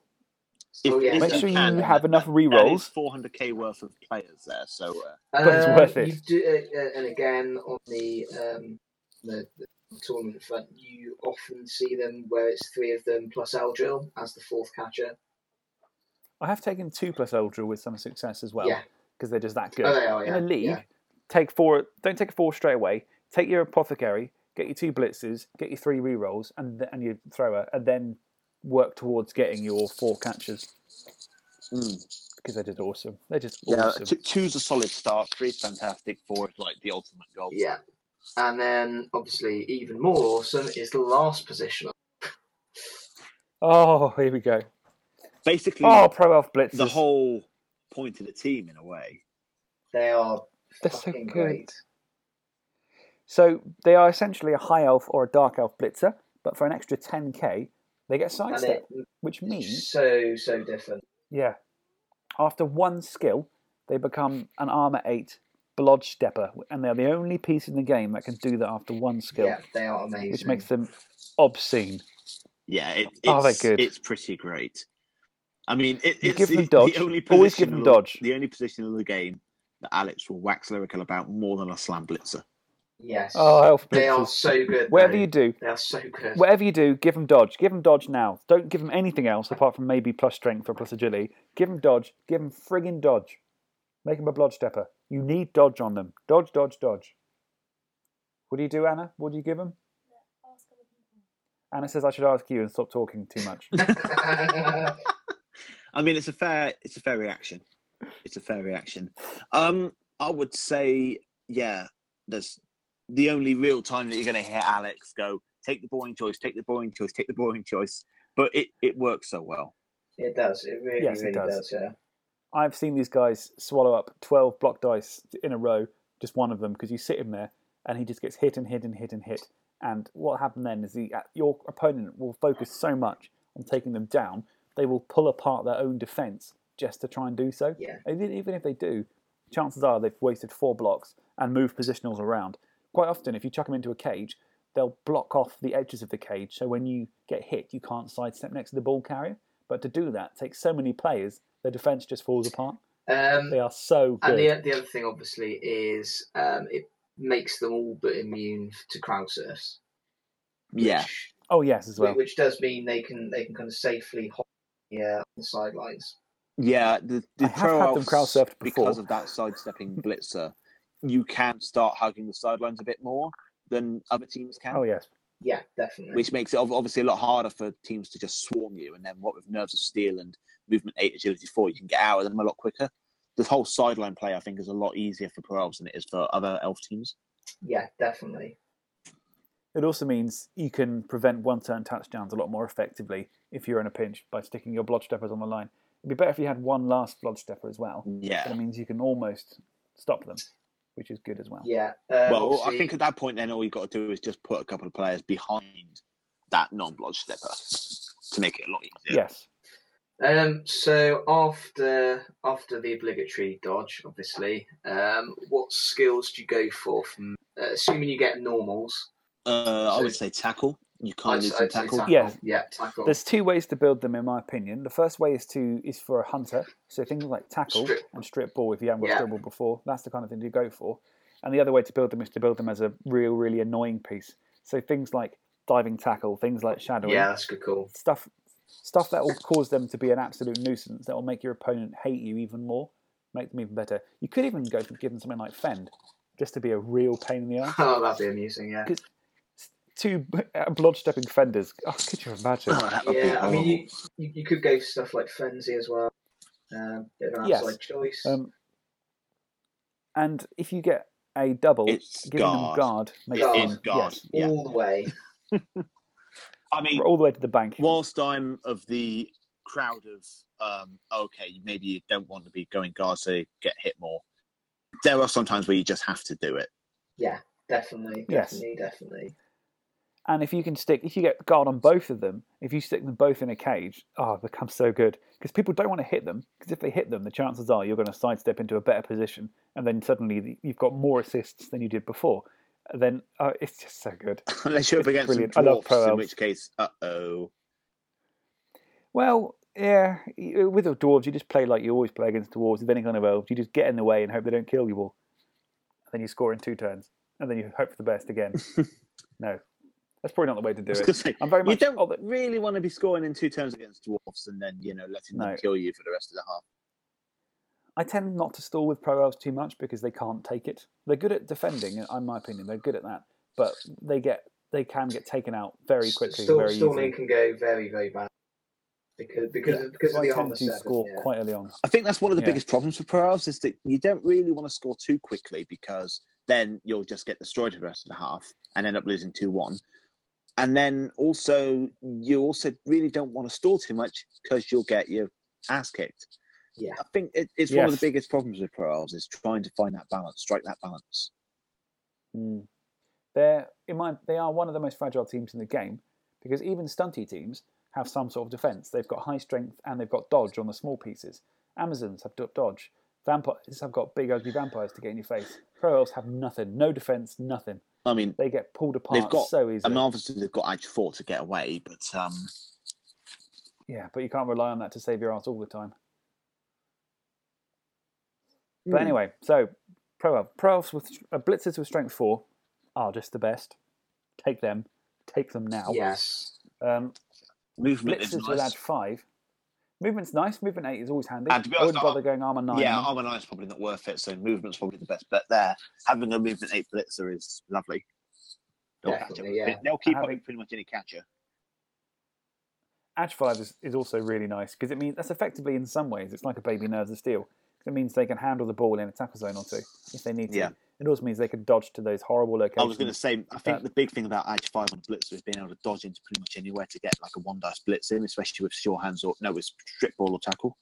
Speaker 4: If-
Speaker 3: oh yeah,
Speaker 4: if
Speaker 1: Make
Speaker 3: definitely.
Speaker 1: sure you
Speaker 4: can, then
Speaker 1: have
Speaker 4: that-
Speaker 1: enough
Speaker 4: that- That is
Speaker 1: rerolls.
Speaker 4: 400k worth of players there. So uh,
Speaker 1: But it's
Speaker 3: Um,
Speaker 1: worth it.
Speaker 3: You do, uh, uh, and again on the, um, the the tournament front, you often see them where it's three of them plus Eldrill as the fourth catcher.
Speaker 1: I have taken two plus Eldra with some success as well
Speaker 3: Yeah.
Speaker 1: because they're just that good.
Speaker 3: Oh, they are. Yeah.
Speaker 1: in a league,
Speaker 3: yeah.
Speaker 1: take four. Don't take four straight away. Take your apothecary, get your two blitzes, get your three rerolls, and th- and your thrower, and then work towards getting your four catches
Speaker 4: mm,
Speaker 1: because they're just awesome. They're just
Speaker 4: yeah,
Speaker 1: Hmm, awesome.
Speaker 4: two- two's a solid start. Three's fantastic. Four is like the ultimate goal.
Speaker 3: Yeah. And then obviously even more awesome is the last position.
Speaker 1: Oh, here we go.
Speaker 4: Basically,
Speaker 1: Oh, pro elf blitzes.
Speaker 4: the whole point of the team in a way.
Speaker 3: They are
Speaker 1: They're so
Speaker 3: fucking
Speaker 1: good.
Speaker 3: great.
Speaker 1: So they are essentially a high elf or a dark elf blitzer, but for an extra 10k, they get
Speaker 3: And it,
Speaker 1: sidestep, which means
Speaker 3: it's so so different.
Speaker 1: Yeah. After one skill, they become an armor eight blodge stepper, and they're the only piece in the game that can do that after one skill,
Speaker 3: Yeah, they are amazing.
Speaker 1: which makes them obscene.
Speaker 4: Yeah, it, it's
Speaker 1: Oh, they're good.
Speaker 4: it's pretty great. I mean, it,
Speaker 1: You
Speaker 4: it's
Speaker 1: give
Speaker 4: the,
Speaker 1: them dodge.
Speaker 4: the only
Speaker 1: Always give
Speaker 4: position
Speaker 1: them
Speaker 4: of-
Speaker 1: dodge.
Speaker 4: The only position in the game that Alex will wax lyrical about more than a slam blitzer.
Speaker 3: Yes.
Speaker 1: Oh, Alpha
Speaker 3: they are
Speaker 1: Blitzers.
Speaker 3: so good.
Speaker 1: Whatever
Speaker 3: though.
Speaker 1: you do,
Speaker 3: They are so good.
Speaker 1: whatever you do, give them dodge. Give them dodge now. Don't give them anything else apart from maybe plus strength or plus agility. Give them dodge. Give them friggin' dodge. Make them a blood stepper. You need dodge on them. Dodge, dodge, dodge. What do you do, Anna? What do you give them? Anna says I should ask you and stop talking too much.
Speaker 4: I mean, it's a fair, it's a fair reaction. It's a fair reaction. Um, I would say, yeah, there's the only real time that you're going to hear Alex go, take the boring choice, take the boring choice, take the boring choice. But it, it works so well.
Speaker 3: it does. It really,
Speaker 1: Yes, it
Speaker 3: really
Speaker 1: does.
Speaker 3: does. Yeah.
Speaker 1: I've seen these guys swallow up 12 block dice in a row, just one of them, because you sit him there and he just gets hit and hit and hit and hit. And what happened then is the, uh, your opponent will focus so much on taking them down, they will pull apart their own defense just to try and do so.
Speaker 3: Yeah.
Speaker 1: And Even, even if they do, chances are they've wasted four blocks and moved positionals around. Quite often, if you chuck them into a cage, they'll block off the edges of the cage so when you get hit, you can't sidestep next to the ball carrier. But to do that takes so many players, their defense just falls apart.
Speaker 3: Um,
Speaker 1: They are so
Speaker 3: and
Speaker 1: good.
Speaker 3: the the other thing, obviously, is um, it makes them all but immune to crowd surfs.
Speaker 4: Yeah.
Speaker 3: Which
Speaker 1: Oh yes, as well.
Speaker 3: which does mean they can they can kind of safely hop yeah, on the sidelines.
Speaker 4: Yeah, the, the
Speaker 1: I have had them
Speaker 4: Croats,
Speaker 1: crowd surfed
Speaker 4: because
Speaker 1: before.
Speaker 4: of that sidestepping blitzer. You can start hugging the sidelines a bit more than other teams can,
Speaker 1: Oh yes.
Speaker 3: Yeah, definitely.
Speaker 4: which makes it ob- obviously a lot harder for teams to just swarm you. And then, what with nerves of steel and movement eight agility four, you can get out of them a lot quicker. The whole sideline play, I think, is a lot easier for Pro Elves than it is for other Elf teams.
Speaker 3: yeah, definitely.
Speaker 1: It also means you can prevent one turn touchdowns a lot more effectively if you're in a pinch by sticking your blood steppers on the line. It'd be better if you had one last blood stepper as well. But
Speaker 4: Yeah.
Speaker 1: it means you can almost stop them, which is good as well.
Speaker 3: Yeah. Um,
Speaker 4: Well, I
Speaker 3: obviously-
Speaker 4: think at that point, then all you've got to do is just put a couple of players behind that non blood stepper to make it a lot easier.
Speaker 1: Yes.
Speaker 3: Um, so after after the obligatory dodge, obviously, um, what skills do you go for? From uh, assuming you get normals,
Speaker 4: Uh, I
Speaker 3: So-
Speaker 4: would say tackle. You can't
Speaker 3: I'd-
Speaker 4: lose
Speaker 3: I'd
Speaker 4: some
Speaker 3: say
Speaker 4: tackle.
Speaker 1: Yeah.
Speaker 3: yeah, tackle,
Speaker 1: There's two ways to build them, in my opinion. The first way is to is for a hunter, so things like tackle
Speaker 3: Strip.
Speaker 1: and strip ball. If you haven't got
Speaker 3: Yeah.
Speaker 1: strip ball before, that's the kind of thing you go for. And the other way to build them is to build them as a real, really annoying piece. So things like diving tackle, things like shadowing,
Speaker 3: yeah, that's a good call.
Speaker 1: stuff stuff that will cause them to be an absolute nuisance. That will make your opponent hate you even more, make them even better. You could even go for give them something like fend, just to be a real pain in the ass.
Speaker 3: Oh, that'd be amusing. Yeah,
Speaker 1: Two blood stepping fenders. Oh, could you imagine?
Speaker 4: Oh, that would be
Speaker 3: yeah. I mean,
Speaker 4: horrible.
Speaker 3: you, you you could go for stuff like frenzy as well. Um, bit of an
Speaker 1: Yes.
Speaker 3: outside choice.
Speaker 1: Um, and if you get a double,
Speaker 4: It's
Speaker 1: giving them
Speaker 4: guard.
Speaker 1: guard makes
Speaker 3: Guard.
Speaker 1: them
Speaker 4: It's guard.
Speaker 1: yes,
Speaker 4: Yeah.
Speaker 3: All the way.
Speaker 4: I mean,
Speaker 1: all the way to the bank.
Speaker 4: whilst I'm of the crowd of, um, okay, maybe you don't want to be going guard, so you get hit more. There are some times where you just have to do it.
Speaker 3: Yeah, definitely,
Speaker 1: Yes.
Speaker 3: definitely, definitely.
Speaker 1: And if you can stick, if you get guard on both of them, if you stick them both in a cage, oh, it becomes so good because people don't want to hit them because if they hit them, the chances are you're going to sidestep into a better position, and then suddenly the- you've got more assists than you did before. Then uh, it's just so good.
Speaker 4: Unless you're up
Speaker 1: It's
Speaker 4: against some
Speaker 1: brilliant. I love
Speaker 4: dwarfs,
Speaker 1: Pro
Speaker 4: in
Speaker 1: Elves.
Speaker 4: which case, uh oh.
Speaker 1: Well, yeah, y- with the dwarves, you just play like you always play against dwarves. With any kind of elves, you just get in the way and hope they don't kill you all. And then you score in two turns, and then you hope for the best again. no, that's probably not the way to do
Speaker 4: I was
Speaker 1: it.
Speaker 4: gonna say,
Speaker 1: I'm very
Speaker 4: you
Speaker 1: much.
Speaker 4: don't
Speaker 1: oh, but-
Speaker 4: really want to be scoring in two turns against dwarfs and then, you know, letting
Speaker 1: No.
Speaker 4: them kill you for the rest of the half.
Speaker 1: I tend not to stall with pro elves too much because they can't take it. They're good at defending, in in my opinion. They're good at that, but they get they can get taken out very
Speaker 3: S-
Speaker 1: quickly,
Speaker 3: stall-
Speaker 1: very
Speaker 3: stalling
Speaker 1: easily.
Speaker 3: can go very, very bad because because
Speaker 1: Yeah,
Speaker 3: of, because of
Speaker 1: I
Speaker 3: the
Speaker 1: tend
Speaker 3: armor
Speaker 1: to
Speaker 3: seven.
Speaker 1: score
Speaker 3: yeah.
Speaker 1: quite early on.
Speaker 4: I think that's one of the
Speaker 1: Yeah.
Speaker 4: biggest problems for pro elves is that you don't really want to score too quickly because then you'll just get destroyed for the rest of the half and end up losing 2 1. And then also, you also really don't want to stall too much because you'll get your ass kicked.
Speaker 3: Yeah.
Speaker 4: I think it, it's one of
Speaker 1: Yes.
Speaker 4: the biggest problems with pro elves is trying to find that balance, strike that balance.
Speaker 1: Mm. They're in my, they are one of the most fragile teams in the game because even stunty teams have some sort of defense. They've got high strength and they've got dodge on the small pieces. Amazons have got dodge. Vampires have got big ugly vampires to get in your face. Pro elves have nothing, no defense, nothing.
Speaker 4: I mean,
Speaker 1: They get pulled apart
Speaker 4: got
Speaker 1: so
Speaker 4: I
Speaker 1: easily.
Speaker 4: mean, obviously they've got edge four to get away, but um,
Speaker 1: Yeah, but you can't rely on that to save your ass all the time.
Speaker 3: Hmm.
Speaker 1: But anyway, so pro elf. Pro elves with uh, blitzers with strength four are just the best. Take them. Take them
Speaker 3: Mm.
Speaker 1: now.
Speaker 3: Yes.
Speaker 1: Um,
Speaker 4: movement is
Speaker 1: blitzers will
Speaker 4: nice.
Speaker 1: add five. Movement's nice. Movement eight is always handy.
Speaker 4: And to be
Speaker 1: I wouldn't
Speaker 4: honest,
Speaker 1: bother going armor nine.
Speaker 4: yeah,
Speaker 1: on them.
Speaker 4: armor nine's probably not worth it, so movement's probably the best bet there. Having a movement eight blitzer is lovely. They'll catch up
Speaker 3: Definitely,
Speaker 4: with-
Speaker 3: yeah.
Speaker 4: They'll keep
Speaker 1: And
Speaker 4: up
Speaker 1: having-
Speaker 4: with pretty much any catcher.
Speaker 1: Edge five is, is also really nice because it means that's effectively in some ways it's like a baby nerves of steel. It means they can handle the ball in a tackle zone or two if they need to.
Speaker 4: Yeah.
Speaker 1: It also means they can dodge to those horrible
Speaker 4: I
Speaker 1: locations.
Speaker 4: was going to say, I think
Speaker 1: that-
Speaker 4: the big thing about Edge 5 on Blitzer is being able to dodge into pretty much anywhere to get like a one dice blitz in, especially with sure hands or no, it's strip ball or tackle.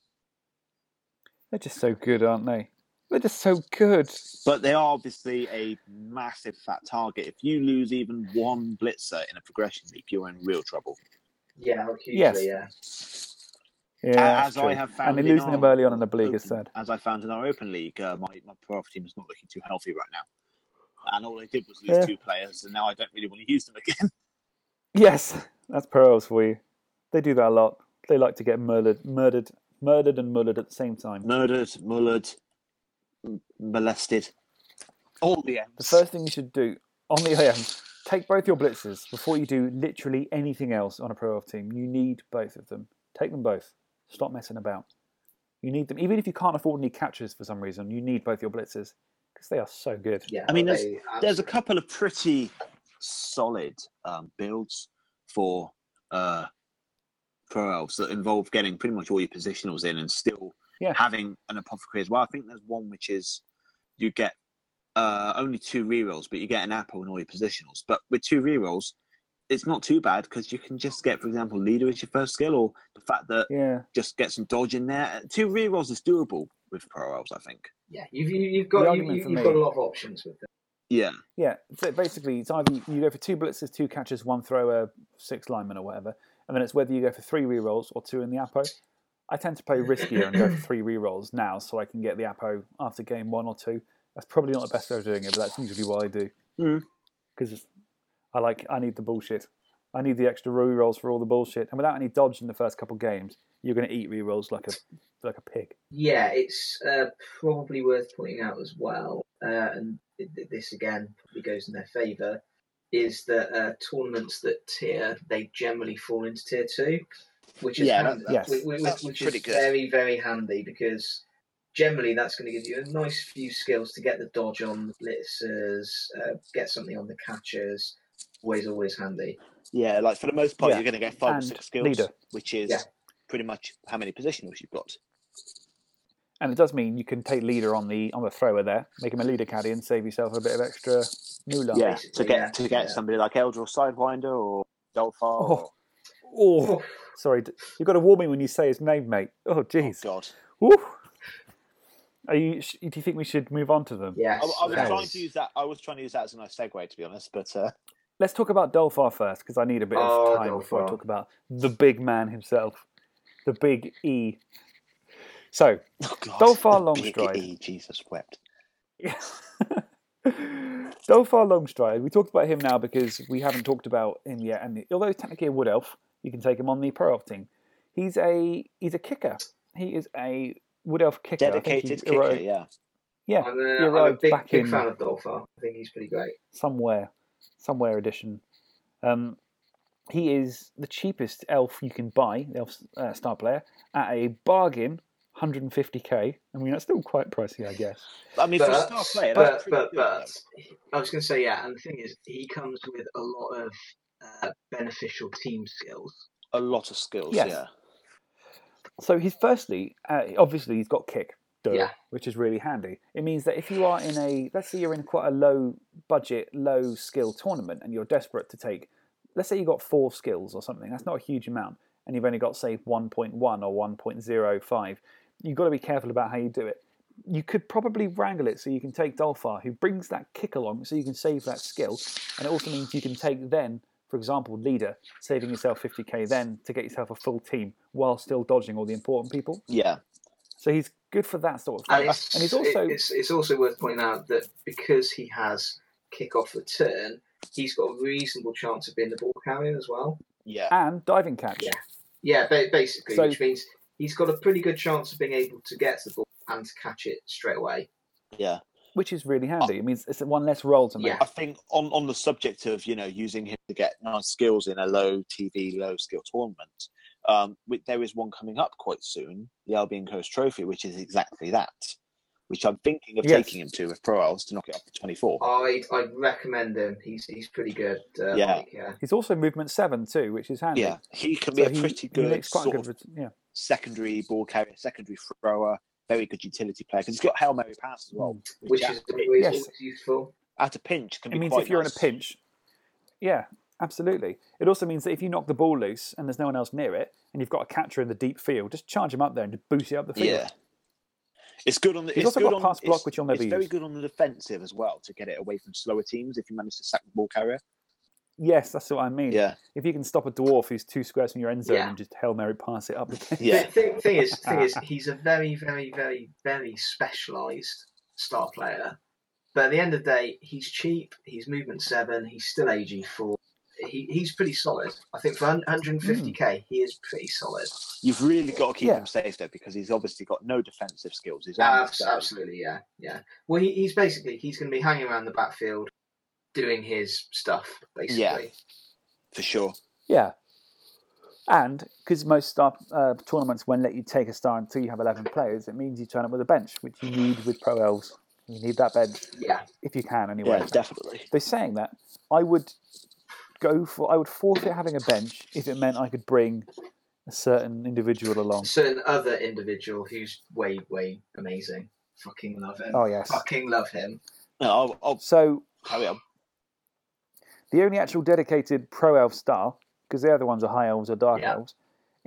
Speaker 1: They're just so good, aren't they? They're just so good.
Speaker 4: But they are obviously a massive fat target. If you lose even one blitzer in a progression leap, you're in real trouble.
Speaker 3: Yeah, hugely,
Speaker 1: Yes.
Speaker 3: yeah.
Speaker 1: Yeah,
Speaker 4: A-
Speaker 1: that's
Speaker 4: as I
Speaker 1: true.
Speaker 4: have
Speaker 1: and
Speaker 4: found,
Speaker 1: then
Speaker 4: in
Speaker 1: losing them
Speaker 4: our
Speaker 1: early on in the league is
Speaker 4: open-
Speaker 1: sad.
Speaker 4: As I found in our open league, uh, my my playoff team is not looking too healthy right now, and all they did was lose
Speaker 1: Yeah.
Speaker 4: two players, and now I don't really want to use them again.
Speaker 1: Yes, that's pearls for you. They do that a lot. They like to get murdered, murdered, murdered, and murdered at the same time.
Speaker 4: Murdered, mullered, m- molested, all the
Speaker 1: The
Speaker 4: M's.
Speaker 1: first thing you should do on the AM, take both your blitzers before you do literally anything else on a pro elf team. You need both of them. Take them both. Stop messing about. You need them, even if you can't afford any catches for some reason. You need both your blitzers because they are so good.
Speaker 3: Yeah.
Speaker 4: I mean,
Speaker 3: they
Speaker 4: There's a
Speaker 3: absolutely-
Speaker 4: couple of pretty solid um, builds for uh, pro elves that involve getting pretty much all your positionals in and still
Speaker 1: Yeah.
Speaker 4: having an apothecary as well. I think there's one which is you get uh, only two rerolls, but you get an apple in all your positionals. But with two rerolls, it's not too bad because you can just get, for example, leader as your first skill, or the fact that
Speaker 1: Yeah,
Speaker 4: just get some dodge in there. Two rerolls is doable with pro elves, I think.
Speaker 3: Yeah, you've, you- you've
Speaker 1: The
Speaker 3: got you,
Speaker 1: argument
Speaker 3: you-
Speaker 1: for
Speaker 3: you've
Speaker 1: me-
Speaker 3: got a lot of options with them.
Speaker 4: Yeah,
Speaker 1: yeah. So basically, it's either you go for two blitzers, two catches, one thrower, six linemen, or whatever, and then it's whether you go for three rerolls or two in the appo. I tend to play riskier and go for three rerolls now, so I can get the appo after game one or two. That's probably not the best way of doing it, but that's usually what I do.
Speaker 4: Mm.
Speaker 1: because I like I need the bullshit. I need the extra rerolls for all the bullshit, and without any dodge in the first couple games, you're going to eat rerolls like a like a pig.
Speaker 3: Yeah, it's uh, probably worth pointing out as well, uh, and th- th- this again probably goes in their favour, is that uh, tournaments that tier they generally fall into tier two, which is
Speaker 4: Yeah,
Speaker 3: hand-
Speaker 1: that- yes.
Speaker 3: whi- whi-
Speaker 4: That's
Speaker 3: which
Speaker 4: pretty
Speaker 3: is
Speaker 4: good.
Speaker 3: very very handy because generally that's going to give you a nice few skills to get the dodge on the blitzers, uh, get something on the catchers. Always always handy.
Speaker 4: yeah. Like for the most part,
Speaker 1: Yeah,
Speaker 4: you're going to get five
Speaker 1: and
Speaker 4: or six skills,
Speaker 1: leader.
Speaker 4: which is
Speaker 3: Yeah.
Speaker 4: pretty much how many positionals you've got.
Speaker 1: And it does mean you can take leader on the on the thrower there, make him a leader caddy, and save yourself a bit of extra moolah.
Speaker 4: yeah, to
Speaker 3: basically,
Speaker 4: get
Speaker 3: yeah,
Speaker 4: to get
Speaker 3: yeah.
Speaker 4: somebody like Eldor Sidewinder or Dolphar.
Speaker 1: Oh,
Speaker 4: or,
Speaker 1: Oh,
Speaker 3: Oh,
Speaker 1: sorry, d- you've got to warn me when you say his name, mate. Oh,
Speaker 4: oh
Speaker 1: jeez.
Speaker 4: God.
Speaker 1: Woo. Are you? sh- Do you think we should move on to them?
Speaker 4: I,
Speaker 3: yes,
Speaker 4: I was
Speaker 1: Yes.
Speaker 4: trying to use that. I was trying to use that as a nice segue, to be honest. But uh,
Speaker 1: Let's talk about Dolphar first, because I need a bit of
Speaker 3: Oh,
Speaker 1: time before I
Speaker 3: Dolphar.
Speaker 1: talk about the big man himself, the big E. So,
Speaker 4: oh God,
Speaker 1: Dolphar
Speaker 4: the
Speaker 1: long
Speaker 4: big
Speaker 1: stride.
Speaker 4: E, Jesus wept.
Speaker 1: Dolphar Longstride, we talked about him now because we haven't talked about him yet. And although he's technically a wood elf, you can take him on the pro elf team. He's a he's a kicker. He is a wood elf kicker. I think he
Speaker 4: Dedicated kicker.
Speaker 1: arri-
Speaker 4: Yeah.
Speaker 1: yeah,
Speaker 3: I'm a,
Speaker 1: he
Speaker 3: I'm a
Speaker 1: arrived
Speaker 3: big,
Speaker 1: back
Speaker 3: big
Speaker 1: in
Speaker 3: fan of Dolphar. I think he's pretty great.
Speaker 1: somewhere, somewhere edition. Um, he is the cheapest elf you can buy, the elf uh, star player, at a bargain, 150k. I mean, that's still quite pricey, I guess.
Speaker 4: I mean, for a
Speaker 3: But,
Speaker 4: star player,
Speaker 3: but,
Speaker 4: that's pretty
Speaker 3: but,
Speaker 4: good,
Speaker 3: but,
Speaker 4: though.
Speaker 3: I was going to say, yeah, and the thing is, he comes with a lot of uh, beneficial team skills.
Speaker 4: a lot of skills.
Speaker 1: Yes.
Speaker 4: Yeah.
Speaker 1: So he's firstly, uh, obviously, he's got kick, duh,
Speaker 3: Yeah.
Speaker 1: which is really handy. It means that if you are in a, let's say you're in quite a low budget, low skill tournament, and you're desperate to take, let's say you got four skills or something. That's not a huge amount, and you've only got say 1.1 or 1.05. You've got to be careful about how you do it. You could probably wrangle it so you can take Dolphar, who brings that kick along, so you can save that skill, and it also means you can take then for example, leader, saving yourself 50k then to get yourself a full team while still dodging all the important people.
Speaker 4: Yeah.
Speaker 1: So he's good for that sort of
Speaker 3: And
Speaker 1: thing.
Speaker 3: it's,
Speaker 1: and he's also-
Speaker 3: it's, it's also worth pointing out that because he has kick off return, he's got a reasonable chance of being the ball carrier as well.
Speaker 4: Yeah.
Speaker 1: And diving catch.
Speaker 3: Yeah. Yeah, ba- basically,
Speaker 1: So-
Speaker 3: which means he's got a pretty good chance of being able to get to the ball and to catch it straight away.
Speaker 4: Yeah.
Speaker 1: which is really handy. It means it's one less roll to make.
Speaker 3: Yeah.
Speaker 4: I think on, on the subject of you know using him to get nice skills in a low TV low skill tournament, um, we, there is one coming up quite soon, the Albion Coast Trophy, which is exactly that, which I'm thinking of
Speaker 1: Yes. Oh,
Speaker 4: taking him to with Pro Isles to knock it up to 24.
Speaker 3: I'd I'd recommend him. He's he's pretty good. Uh,
Speaker 4: Yeah.
Speaker 3: Mike, yeah.
Speaker 1: He's also movement seven too, which is handy.
Speaker 4: yeah, he can be
Speaker 1: So
Speaker 4: a
Speaker 1: he-
Speaker 4: pretty
Speaker 1: he
Speaker 4: good
Speaker 1: makes quite a
Speaker 4: sort
Speaker 1: good
Speaker 4: of
Speaker 1: ret- yeah.
Speaker 4: secondary ball carrier, secondary thrower, very good utility player because he's got hail mary pass as well,
Speaker 3: Which
Speaker 4: at
Speaker 3: is
Speaker 4: a
Speaker 3: always,
Speaker 1: Yes.
Speaker 3: always useful.
Speaker 4: at a pinch can
Speaker 1: Hmm. It
Speaker 4: be
Speaker 1: means
Speaker 4: quite
Speaker 1: if you're
Speaker 4: nice.
Speaker 1: in a pinch, yeah, absolutely. It also means that if you knock the ball loose and there's no one else near it, and you've got a catcher in the deep field, just charge him up there and just boost it up the field.
Speaker 4: Yeah. It's good on the.
Speaker 1: He's
Speaker 4: it's
Speaker 1: also
Speaker 4: good
Speaker 1: got
Speaker 4: on,
Speaker 1: pass block,
Speaker 4: it's-
Speaker 1: which you'll never
Speaker 4: It's very
Speaker 1: use.
Speaker 4: good on the defensive as well to get it away from slower teams if you manage to sack the ball carrier.
Speaker 1: Yes, that's what I mean.
Speaker 4: Yeah,
Speaker 1: If you can stop a dwarf who's two squares from your end zone
Speaker 3: Yeah.
Speaker 1: and just hail mary pass it up, the pitch.
Speaker 4: yeah,
Speaker 3: The thing, thing is, thing is, he's a very, very, very, very specialised star player. But at the end of the day, he's cheap. He's movement seven. He's still aging four. He, he's pretty solid. I think for 150k, he is pretty solid.
Speaker 4: you've really got to keep
Speaker 1: Yeah.
Speaker 4: him safe though because he's obviously got no defensive skills. He's
Speaker 3: Abs- absolutely, yeah, yeah. Well, he, he's basically he's going to be hanging around the backfield, doing his stuff. Basically,
Speaker 4: Yeah. for sure.
Speaker 1: Yeah. And because most star, uh, tournaments won't let you take a star until you have 11 players, it means you turn up with a bench, which you need with Pro Elves. You need that bench
Speaker 3: yeah.
Speaker 1: if you can, anyway.
Speaker 4: Yeah, definitely.
Speaker 1: They're saying that I would go for, I would forfeit having a bench if it meant I could bring a certain individual along.
Speaker 3: Certain other individual who's way, way amazing. Fucking love him.
Speaker 1: Oh, yes.
Speaker 3: Fucking love him.
Speaker 4: No, I'll, I'll
Speaker 1: So
Speaker 4: carry on.
Speaker 1: the only actual dedicated Pro Elf star, because the other ones are High Elves or Dark
Speaker 3: Yeah.
Speaker 1: Elves,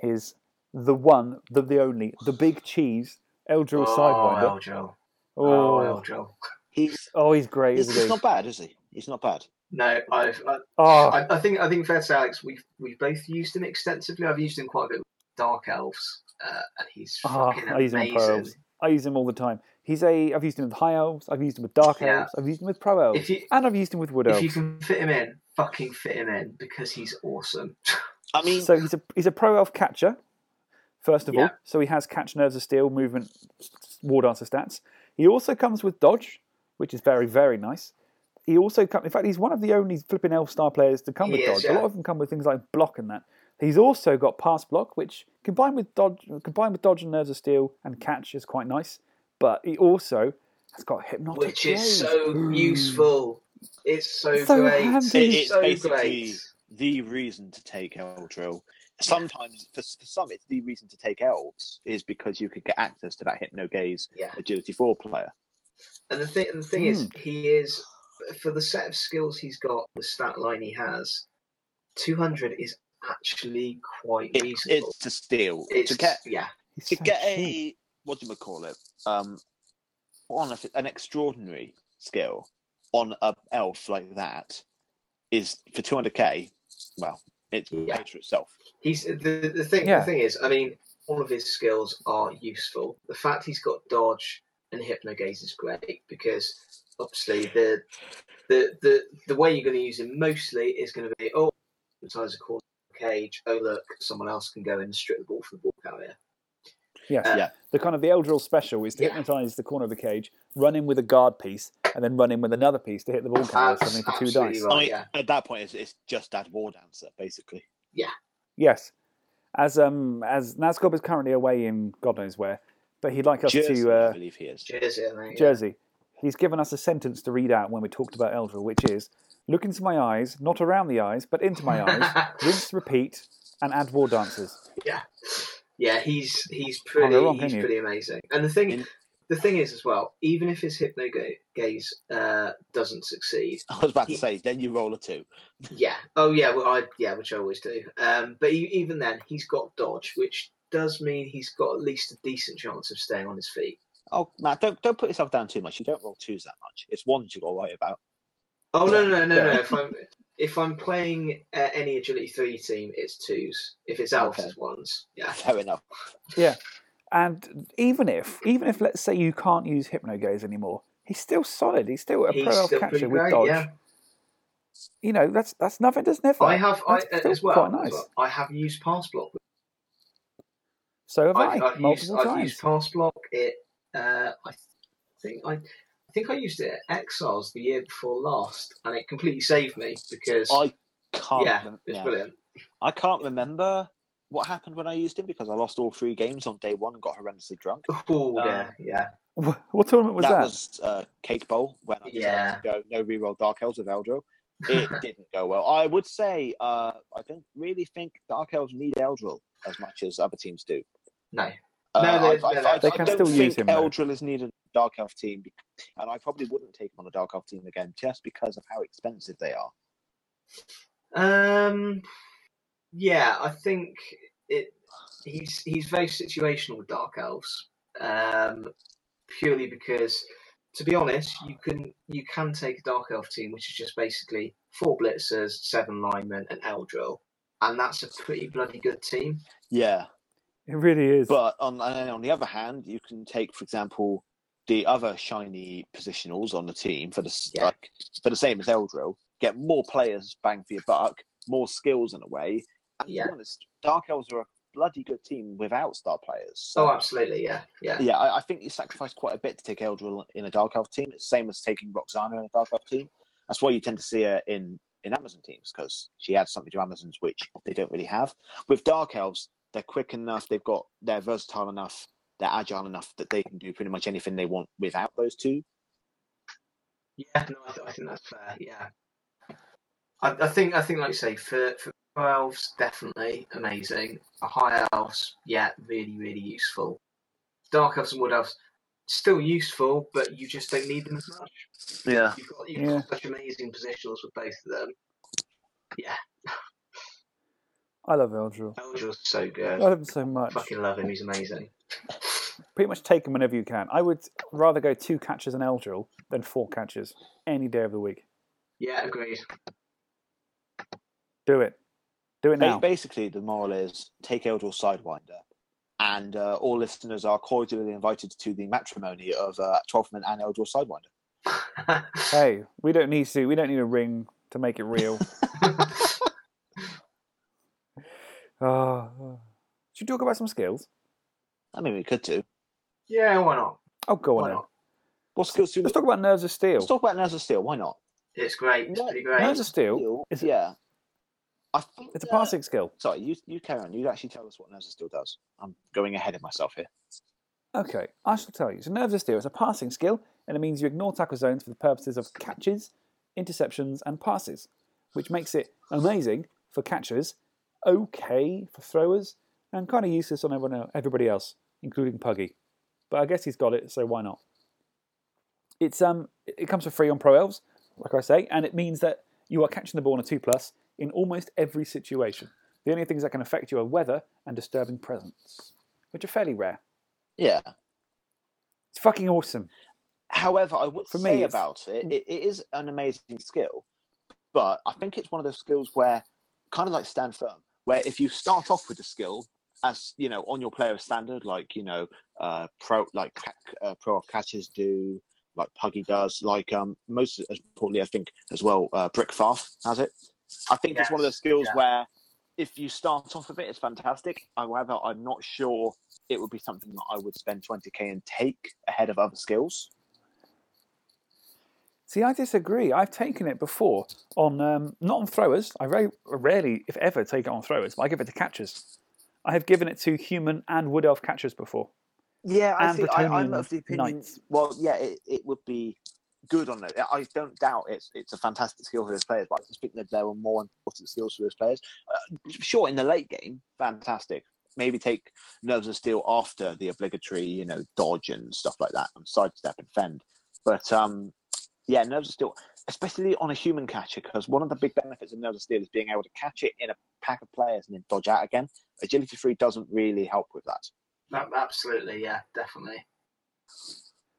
Speaker 1: is the one, the, the only, the big cheese, Eldril Sidewinder.
Speaker 3: Oh, Eljo.
Speaker 1: Oh,
Speaker 3: Oh,
Speaker 1: oh,
Speaker 3: Eljo.
Speaker 4: He's
Speaker 1: he's great,
Speaker 4: he's,
Speaker 1: isn't
Speaker 4: he's
Speaker 1: he?
Speaker 4: not bad, is he? He's not bad.
Speaker 3: No, I've, I,
Speaker 1: Oh,
Speaker 3: I, I think I think fair to say, Alex, we've we've both used him extensively. I've used him quite a bit with Dark Elves, uh, and he's
Speaker 1: Ah,
Speaker 3: fucking
Speaker 1: I use him on
Speaker 3: amazing.
Speaker 1: Pro Elves. I use him all the time. He's a. I've used him with high elves. I've used him with dark
Speaker 3: Yeah.
Speaker 1: elves. I've used him with pro elves,
Speaker 3: If you
Speaker 1: and I've used him with wood
Speaker 3: if you
Speaker 1: elves.
Speaker 3: can fit him in, fucking fit him in because he's awesome.
Speaker 4: I mean,
Speaker 1: So he's a he's a pro elf catcher. First of all,
Speaker 3: Yeah.
Speaker 1: so he has catch, nerves of steel, movement, war dancer stats. He also comes with dodge, which is very very nice. He also come, in fact he's one of the only flipping elf star players to come
Speaker 3: He
Speaker 1: with
Speaker 3: is,
Speaker 1: dodge. A
Speaker 3: yeah.
Speaker 1: lot of them come with things like block and that. He's also got pass block, which combined with dodge, combined with dodge and nerves of steel and catch is quite nice. But he also has got hypnotic,
Speaker 3: which is
Speaker 1: gaze. Mm.
Speaker 3: so useful. It's so,
Speaker 1: So
Speaker 3: great.
Speaker 1: handy.
Speaker 4: It-
Speaker 3: It's
Speaker 4: it's
Speaker 3: so
Speaker 4: basically-
Speaker 3: great.
Speaker 4: the reason to take Eldrill. Sometimes, for, for some, it's the reason to take Elves is because you could get access to that Hypno Gaze
Speaker 3: Yeah.
Speaker 4: Agility 4 player.
Speaker 3: And the thing, and the thing
Speaker 1: Hmm.
Speaker 3: is, he is for the set of skills he's got, the stat line he has, two hundred is actually quite
Speaker 4: It,
Speaker 3: reasonable.
Speaker 4: it's to steal.
Speaker 3: It's,
Speaker 4: to get
Speaker 3: yeah,
Speaker 1: He's
Speaker 4: to
Speaker 1: so
Speaker 4: get
Speaker 1: cheap.
Speaker 4: a what do we call it? Um, on a, an extraordinary skill on a elf like that is for 200k. Well, it
Speaker 3: Yeah.
Speaker 4: pays for itself.
Speaker 3: he's the, the thing.
Speaker 1: Yeah.
Speaker 3: The thing is, I mean, all of his skills are useful. The fact he's got dodge and hypnogaze is great because obviously the the the, the way you're going to use him mostly is going to be oh, hypnotize a corner of the cage. Oh look, someone else can go in and strip the ball from the ball carrier.
Speaker 1: Yes.
Speaker 3: Uh,
Speaker 4: Yeah.
Speaker 1: The kind of the Eldrill special is to
Speaker 3: Yeah.
Speaker 1: hypnotise the corner of the cage, run in with a guard piece, and then run in with another piece to hit the ball carrier
Speaker 3: Abs-
Speaker 1: suddenly for two
Speaker 3: absolutely
Speaker 1: dice.
Speaker 4: I
Speaker 3: Right,
Speaker 4: mean,
Speaker 3: Oh, yeah.
Speaker 4: at that point, it's, it's just that war dancer basically.
Speaker 1: Yes. As um as Nazgob is currently away in God knows where, but he'd like us
Speaker 4: Jersey,
Speaker 1: to
Speaker 4: I
Speaker 1: uh,
Speaker 4: believe he is.
Speaker 3: Cheers, yeah, mate. yeah.
Speaker 1: Jersey. He's given us a sentence to read out when we talked about Eldrill, which is look into my eyes, not around the eyes, but into my eyes, rinse, repeat, and add war dancers.
Speaker 3: yeah, yeah. He's he's
Speaker 1: Can't
Speaker 3: pretty
Speaker 1: go wrong,
Speaker 3: he's
Speaker 1: can you?
Speaker 3: pretty amazing. And the thing
Speaker 4: In-
Speaker 3: the thing is as well, even if his hypno ga- gaze uh, doesn't succeed,
Speaker 4: I was about to say, then you roll a two.
Speaker 3: yeah, oh yeah, well, I yeah, which I always do. Um, but e even then, he's got dodge, which does mean he's got at least a decent chance of staying on his feet.
Speaker 4: Oh, Matt, don't don't put yourself down too much. You don't roll twos that much. It's ones you're all right about.
Speaker 3: Oh no no no no!
Speaker 1: Yeah.
Speaker 3: no. if I'm if I'm playing uh, any agility three team, it's twos. If it's alphas,
Speaker 4: Okay.
Speaker 3: it's ones. Yeah,
Speaker 4: Fair enough.
Speaker 1: And even if, even if let's say you can't use hypnogaze anymore, he's still solid. He's still a
Speaker 3: he's
Speaker 1: pro elf
Speaker 3: still
Speaker 1: catcher
Speaker 3: pretty
Speaker 1: with
Speaker 3: great.
Speaker 1: dodge.
Speaker 3: Yeah.
Speaker 1: You know, that's that's nothing. That's never.
Speaker 3: I have I,
Speaker 1: That's still
Speaker 3: as well.
Speaker 1: quite
Speaker 3: as
Speaker 1: nice.
Speaker 3: well, I have used pass block.
Speaker 1: So have I,
Speaker 3: I've, I've used
Speaker 1: multiple
Speaker 3: I've
Speaker 1: times.
Speaker 3: used Pass Block. It uh, I think I, I think I used it at Exiles the year before last, and it completely saved me because
Speaker 4: I can't.
Speaker 3: yeah,
Speaker 4: remem-
Speaker 3: it's
Speaker 4: yeah.
Speaker 3: brilliant.
Speaker 4: I can't remember what happened when I used it because I lost all three games on day one and got horrendously drunk.
Speaker 3: Oh
Speaker 4: Uh,
Speaker 3: yeah, yeah,
Speaker 1: Wh- What tournament was that?
Speaker 4: was uh, Cake Bowl when I decided
Speaker 3: Yeah.
Speaker 4: to go no reroll Dark Elves with Eldro. It didn't go well. I would say uh, I don't really think Dark Elves need Eldril as much as other teams do.
Speaker 3: no,
Speaker 4: Uh,
Speaker 3: No,
Speaker 4: I-
Speaker 3: they-
Speaker 4: I,
Speaker 3: no,
Speaker 4: I-
Speaker 1: they
Speaker 4: I
Speaker 1: can
Speaker 4: don't
Speaker 1: still use
Speaker 4: think
Speaker 1: him, though.
Speaker 4: Eldril is needed in a Dark Elf team, be- and I probably wouldn't take him on a Dark Elf team again just because of how expensive they are.
Speaker 3: Um, yeah, I think it. He's he's very situational with dark elves, um, purely because, to be honest, you can you can take a dark elf team which is just basically four blitzers, seven linemen, and Eldrill, and that's a pretty bloody good team.
Speaker 4: Yeah,
Speaker 1: It really is.
Speaker 4: but on and on the other hand, you can take, for example, the other shiny positionals on the team for the s
Speaker 3: Yeah.
Speaker 4: like, for the same as Eldril, get more players bang for your buck, more skills in a way. And to
Speaker 3: Yeah.
Speaker 4: be honest, Dark Elves are a bloody good team without star players. So.
Speaker 3: Oh, absolutely, yeah, yeah,
Speaker 4: Yeah, I, I think you sacrifice quite a bit to take Eldrill in a Dark Elf team. It's the same as taking Roxana in a Dark Elf team. That's why you tend to see her in, in Amazon teams, because she adds something to Amazons which they don't really have. With Dark Elves, they're quick enough, they've got they're versatile enough, they're agile enough that they can do pretty much anything they want without those two.
Speaker 3: yeah. No, I, th- I think that's fair. Yeah, I, I think I think like you say for for elves definitely amazing. A high elves, yeah, really really useful. Dark elves and wood elves still useful, but you just don't need them as much.
Speaker 4: Yeah.
Speaker 3: You've got you've
Speaker 1: Yeah.
Speaker 3: got such amazing positionals with both of them.
Speaker 1: I love Eldrill.
Speaker 3: Eldrill's so
Speaker 1: I
Speaker 3: good.
Speaker 1: love him so much.
Speaker 3: Fucking love him. He's amazing.
Speaker 1: Pretty much take him whenever you can. I would rather go two catches an Eldrill than four catches any day of the week.
Speaker 3: Yeah, agreed.
Speaker 1: Do it. Do it
Speaker 4: Ba-
Speaker 1: now.
Speaker 4: basically, the moral is take Eldrill Sidewinder. And uh, all listeners are cordially invited to the matrimony of uh, Twelfthman and Eldrill Sidewinder.
Speaker 1: Hey, we don't need to. We don't need a ring to make it real. oh. Should we talk about some skills?
Speaker 4: I mean, we could do.
Speaker 3: yeah, why not?
Speaker 1: Oh, go on
Speaker 3: Why
Speaker 1: then.
Speaker 3: not?
Speaker 4: What skills do we
Speaker 1: Let's talk about Nerves of Steel.
Speaker 4: Let's talk about Nerves of Steel. Why not?
Speaker 3: It's great. It's
Speaker 4: No,
Speaker 3: pretty great.
Speaker 1: Nerves of Steel.
Speaker 4: Steel,
Speaker 1: Is it-
Speaker 4: yeah. I think
Speaker 1: It's a
Speaker 4: that-
Speaker 1: passing skill.
Speaker 4: Sorry, you you carry on. You actually tell us what Nerves of Steel does. I'm going ahead of myself here.
Speaker 1: Okay, I shall tell you. So, Nerves of Steel is a passing skill, and it means you ignore tackle zones for the purposes of catches, interceptions, and passes, which makes it amazing for catchers, okay for throwers, and kind of useless on everyone, el- everybody else, including Puggy. But I guess he's got it, so why not? It's um, it it comes for free on Pro Elves, like I say, and it means that you are catching the ball on a two plus in almost every situation. The only things that can affect you are weather and disturbing presence, which are fairly rare.
Speaker 4: Yeah.
Speaker 1: It's fucking awesome.
Speaker 4: However, I would
Speaker 1: For me,
Speaker 4: say
Speaker 1: it's-
Speaker 4: about it, it, it is an amazing skill, but I think it's one of those skills where, kind of like stand firm, where if you start off with a skill as you know on your player standard, like you know, uh, pro like ca- uh, pro off catchers do, like Puggy does, like um most as importantly, I think as well, uh, Brick Farth has it. I think it's one of
Speaker 3: Yes,
Speaker 4: those skills
Speaker 3: yeah.
Speaker 4: where if you start off with it, it's fantastic. However, I'm not sure it would be something that I would spend 20k and take ahead of other skills.
Speaker 1: See, I disagree. I've taken it before on um, not on throwers. I very rarely, if ever, take it on throwers. But I give it to catchers. I have given it to human and wood elf catchers before.
Speaker 4: Yeah, I
Speaker 1: and
Speaker 4: think I, I'm
Speaker 1: Bretonian
Speaker 4: of the opinion.
Speaker 1: knights.
Speaker 4: Well, yeah, it, it would be good on it. I don't doubt it's it's a fantastic skill for those players, but I just think that there are more important skills for those players. Uh, sure, in the late game, fantastic. Maybe take nerves of steel after the obligatory, you know, dodge and stuff like that, and sidestep and fend. But um, yeah, nerves of steel, especially on a human catcher, because one of the big benefits of nerves of steel is being able to catch it in a pack of players and then dodge out again. Agility three doesn't really help with that.
Speaker 3: Ab- Absolutely, yeah, definitely.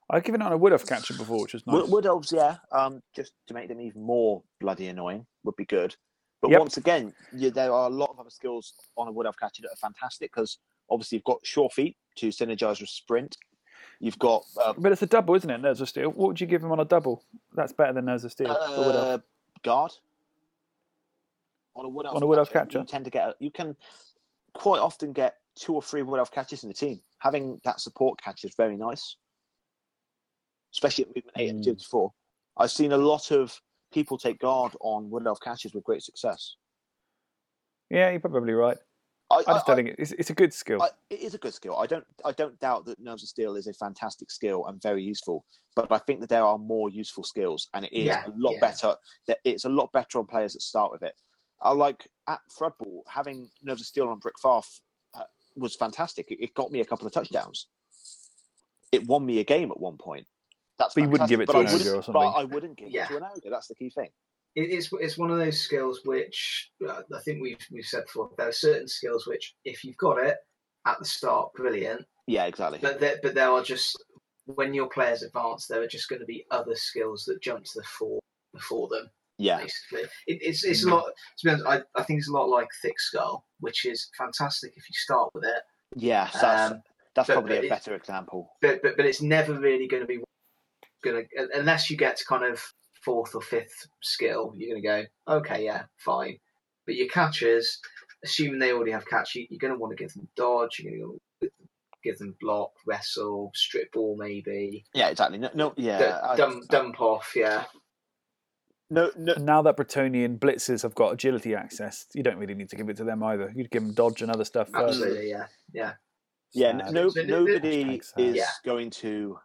Speaker 1: I've given it on a wood elf catcher before, which was nice.
Speaker 4: Wood, wood elves, yeah. Um, just to make them even more bloody annoying would be good. But
Speaker 1: Yep.
Speaker 4: once again, you, there are a lot of other skills on a wood elf catcher that are fantastic because obviously you've got sure feet to synergize with sprint. You've got uh,
Speaker 1: But it's a double, isn't it? Nerves of Steel. What would you give him on a double? That's better than Nerves of Steel. for wood elf.
Speaker 4: uh, guard on a wood elf
Speaker 1: On a wood elf
Speaker 4: catcher, You
Speaker 1: catcher.
Speaker 4: tend to get a- you can quite often get two or three wood elf catches in the team. Having that support catch is very nice, especially at movement eight and
Speaker 1: Mm.
Speaker 4: agility four. I've seen a lot of people take guard on wood elf catches with great success.
Speaker 1: Yeah, you're probably right.
Speaker 4: I,
Speaker 1: I just don't think it- it's, it's a good skill.
Speaker 4: I, it is a good skill. I don't I don't doubt that nerves of steel is a fantastic skill and very useful. But I think that there are more useful skills, and it is
Speaker 3: Yeah,
Speaker 4: a lot
Speaker 3: yeah.
Speaker 4: better. That it's a lot better on players that start with it. I like at Threadball having nerves of steel on Brick Farth uh, was fantastic. It, it got me a couple of touchdowns. It won me a game at one point. That's
Speaker 1: But you wouldn't
Speaker 4: fantastic,
Speaker 1: give it
Speaker 4: but
Speaker 1: to
Speaker 4: I
Speaker 1: an ogre
Speaker 4: wouldn't-
Speaker 1: or
Speaker 4: But
Speaker 1: something.
Speaker 4: I wouldn't give
Speaker 3: Yeah.
Speaker 4: it to an ogre. That's the key thing.
Speaker 3: It is it's one of those skills which uh, I think we've we've said before. There are certain skills which, if you've got it at the start, brilliant.
Speaker 4: Yeah, exactly.
Speaker 3: But there, but there are just when your players advance, there are just going to be other skills that jump to the fore before them.
Speaker 4: yeah,
Speaker 3: Basically, it, it's it's a
Speaker 1: Mm.
Speaker 3: lot. To be honest, I, I think it's a lot like thick skull, which is fantastic if you start with it.
Speaker 4: yeah. That's
Speaker 3: Um,
Speaker 4: that's
Speaker 3: but-
Speaker 4: probably
Speaker 3: but
Speaker 4: a
Speaker 3: it-
Speaker 4: better example.
Speaker 3: but but but it's never really going to be going to unless you get to kind of fourth or fifth skill, you're going to go okay, yeah, fine. But your catchers, assuming they already have catch, you, you're going to want to give them dodge. You're going to give them block, wrestle, strip ball, maybe
Speaker 4: Yeah, exactly. No, no yeah. I-
Speaker 3: dump dump off. Yeah,
Speaker 4: no, no,
Speaker 1: And now that Bretonian blitzers have got agility access, you don't really need to give it to them either. You'd give them dodge and other stuff
Speaker 4: Um,
Speaker 1: first.
Speaker 3: absolutely. Yeah,
Speaker 4: Yeah, n-
Speaker 1: Sad.
Speaker 4: no,
Speaker 3: So the- the-
Speaker 4: nobody
Speaker 1: Hashtag sad.
Speaker 4: is
Speaker 3: Yeah.
Speaker 4: going to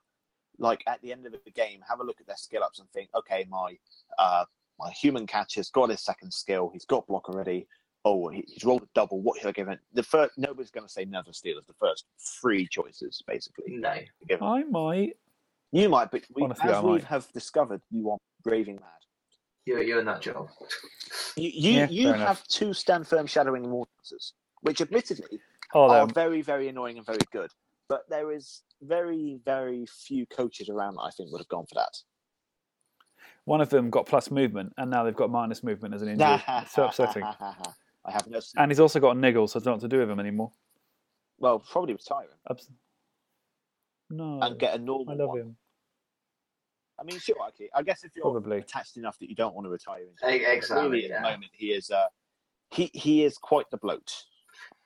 Speaker 4: like at the end of the game have a look at their skill ups and think, okay, my uh, my human catch has got his second skill, he's got block already. Oh, he- he's rolled a double. What should I give him? The first, nobody's going to say never steal as the first three choices, basically.
Speaker 3: no.
Speaker 4: to give him.
Speaker 1: I might.
Speaker 4: You might, but we,
Speaker 1: Honestly, I
Speaker 4: as we
Speaker 1: might.
Speaker 4: have discovered, you are raving mad.
Speaker 3: You're, you're in that job.
Speaker 4: You you,
Speaker 1: Yeah,
Speaker 4: you
Speaker 1: fair
Speaker 4: have
Speaker 1: enough.
Speaker 4: two stand firm shadowing immortals, which admittedly
Speaker 1: Oh,
Speaker 4: are
Speaker 1: they're
Speaker 4: very, very annoying and very good. But there is very, very few coaches around that I think would have gone for that.
Speaker 1: One of them got plus movement, and now they've got minus movement as an injury. It's so upsetting.
Speaker 4: I have no.
Speaker 1: And he's also got a niggle, so I don't know what to do with him anymore.
Speaker 4: Well, probably retire him
Speaker 1: Abs- no,
Speaker 4: and get a
Speaker 1: Oh, I
Speaker 4: normal
Speaker 1: love
Speaker 4: one.
Speaker 1: him.
Speaker 4: I mean, sure, okay. I guess if you're
Speaker 1: Probably.
Speaker 4: attached enough that you don't want to retire him.
Speaker 3: E-
Speaker 4: But really,
Speaker 3: Exactly.
Speaker 4: at the
Speaker 3: Yeah.
Speaker 4: moment, he is. Uh, he he is quite the bloat.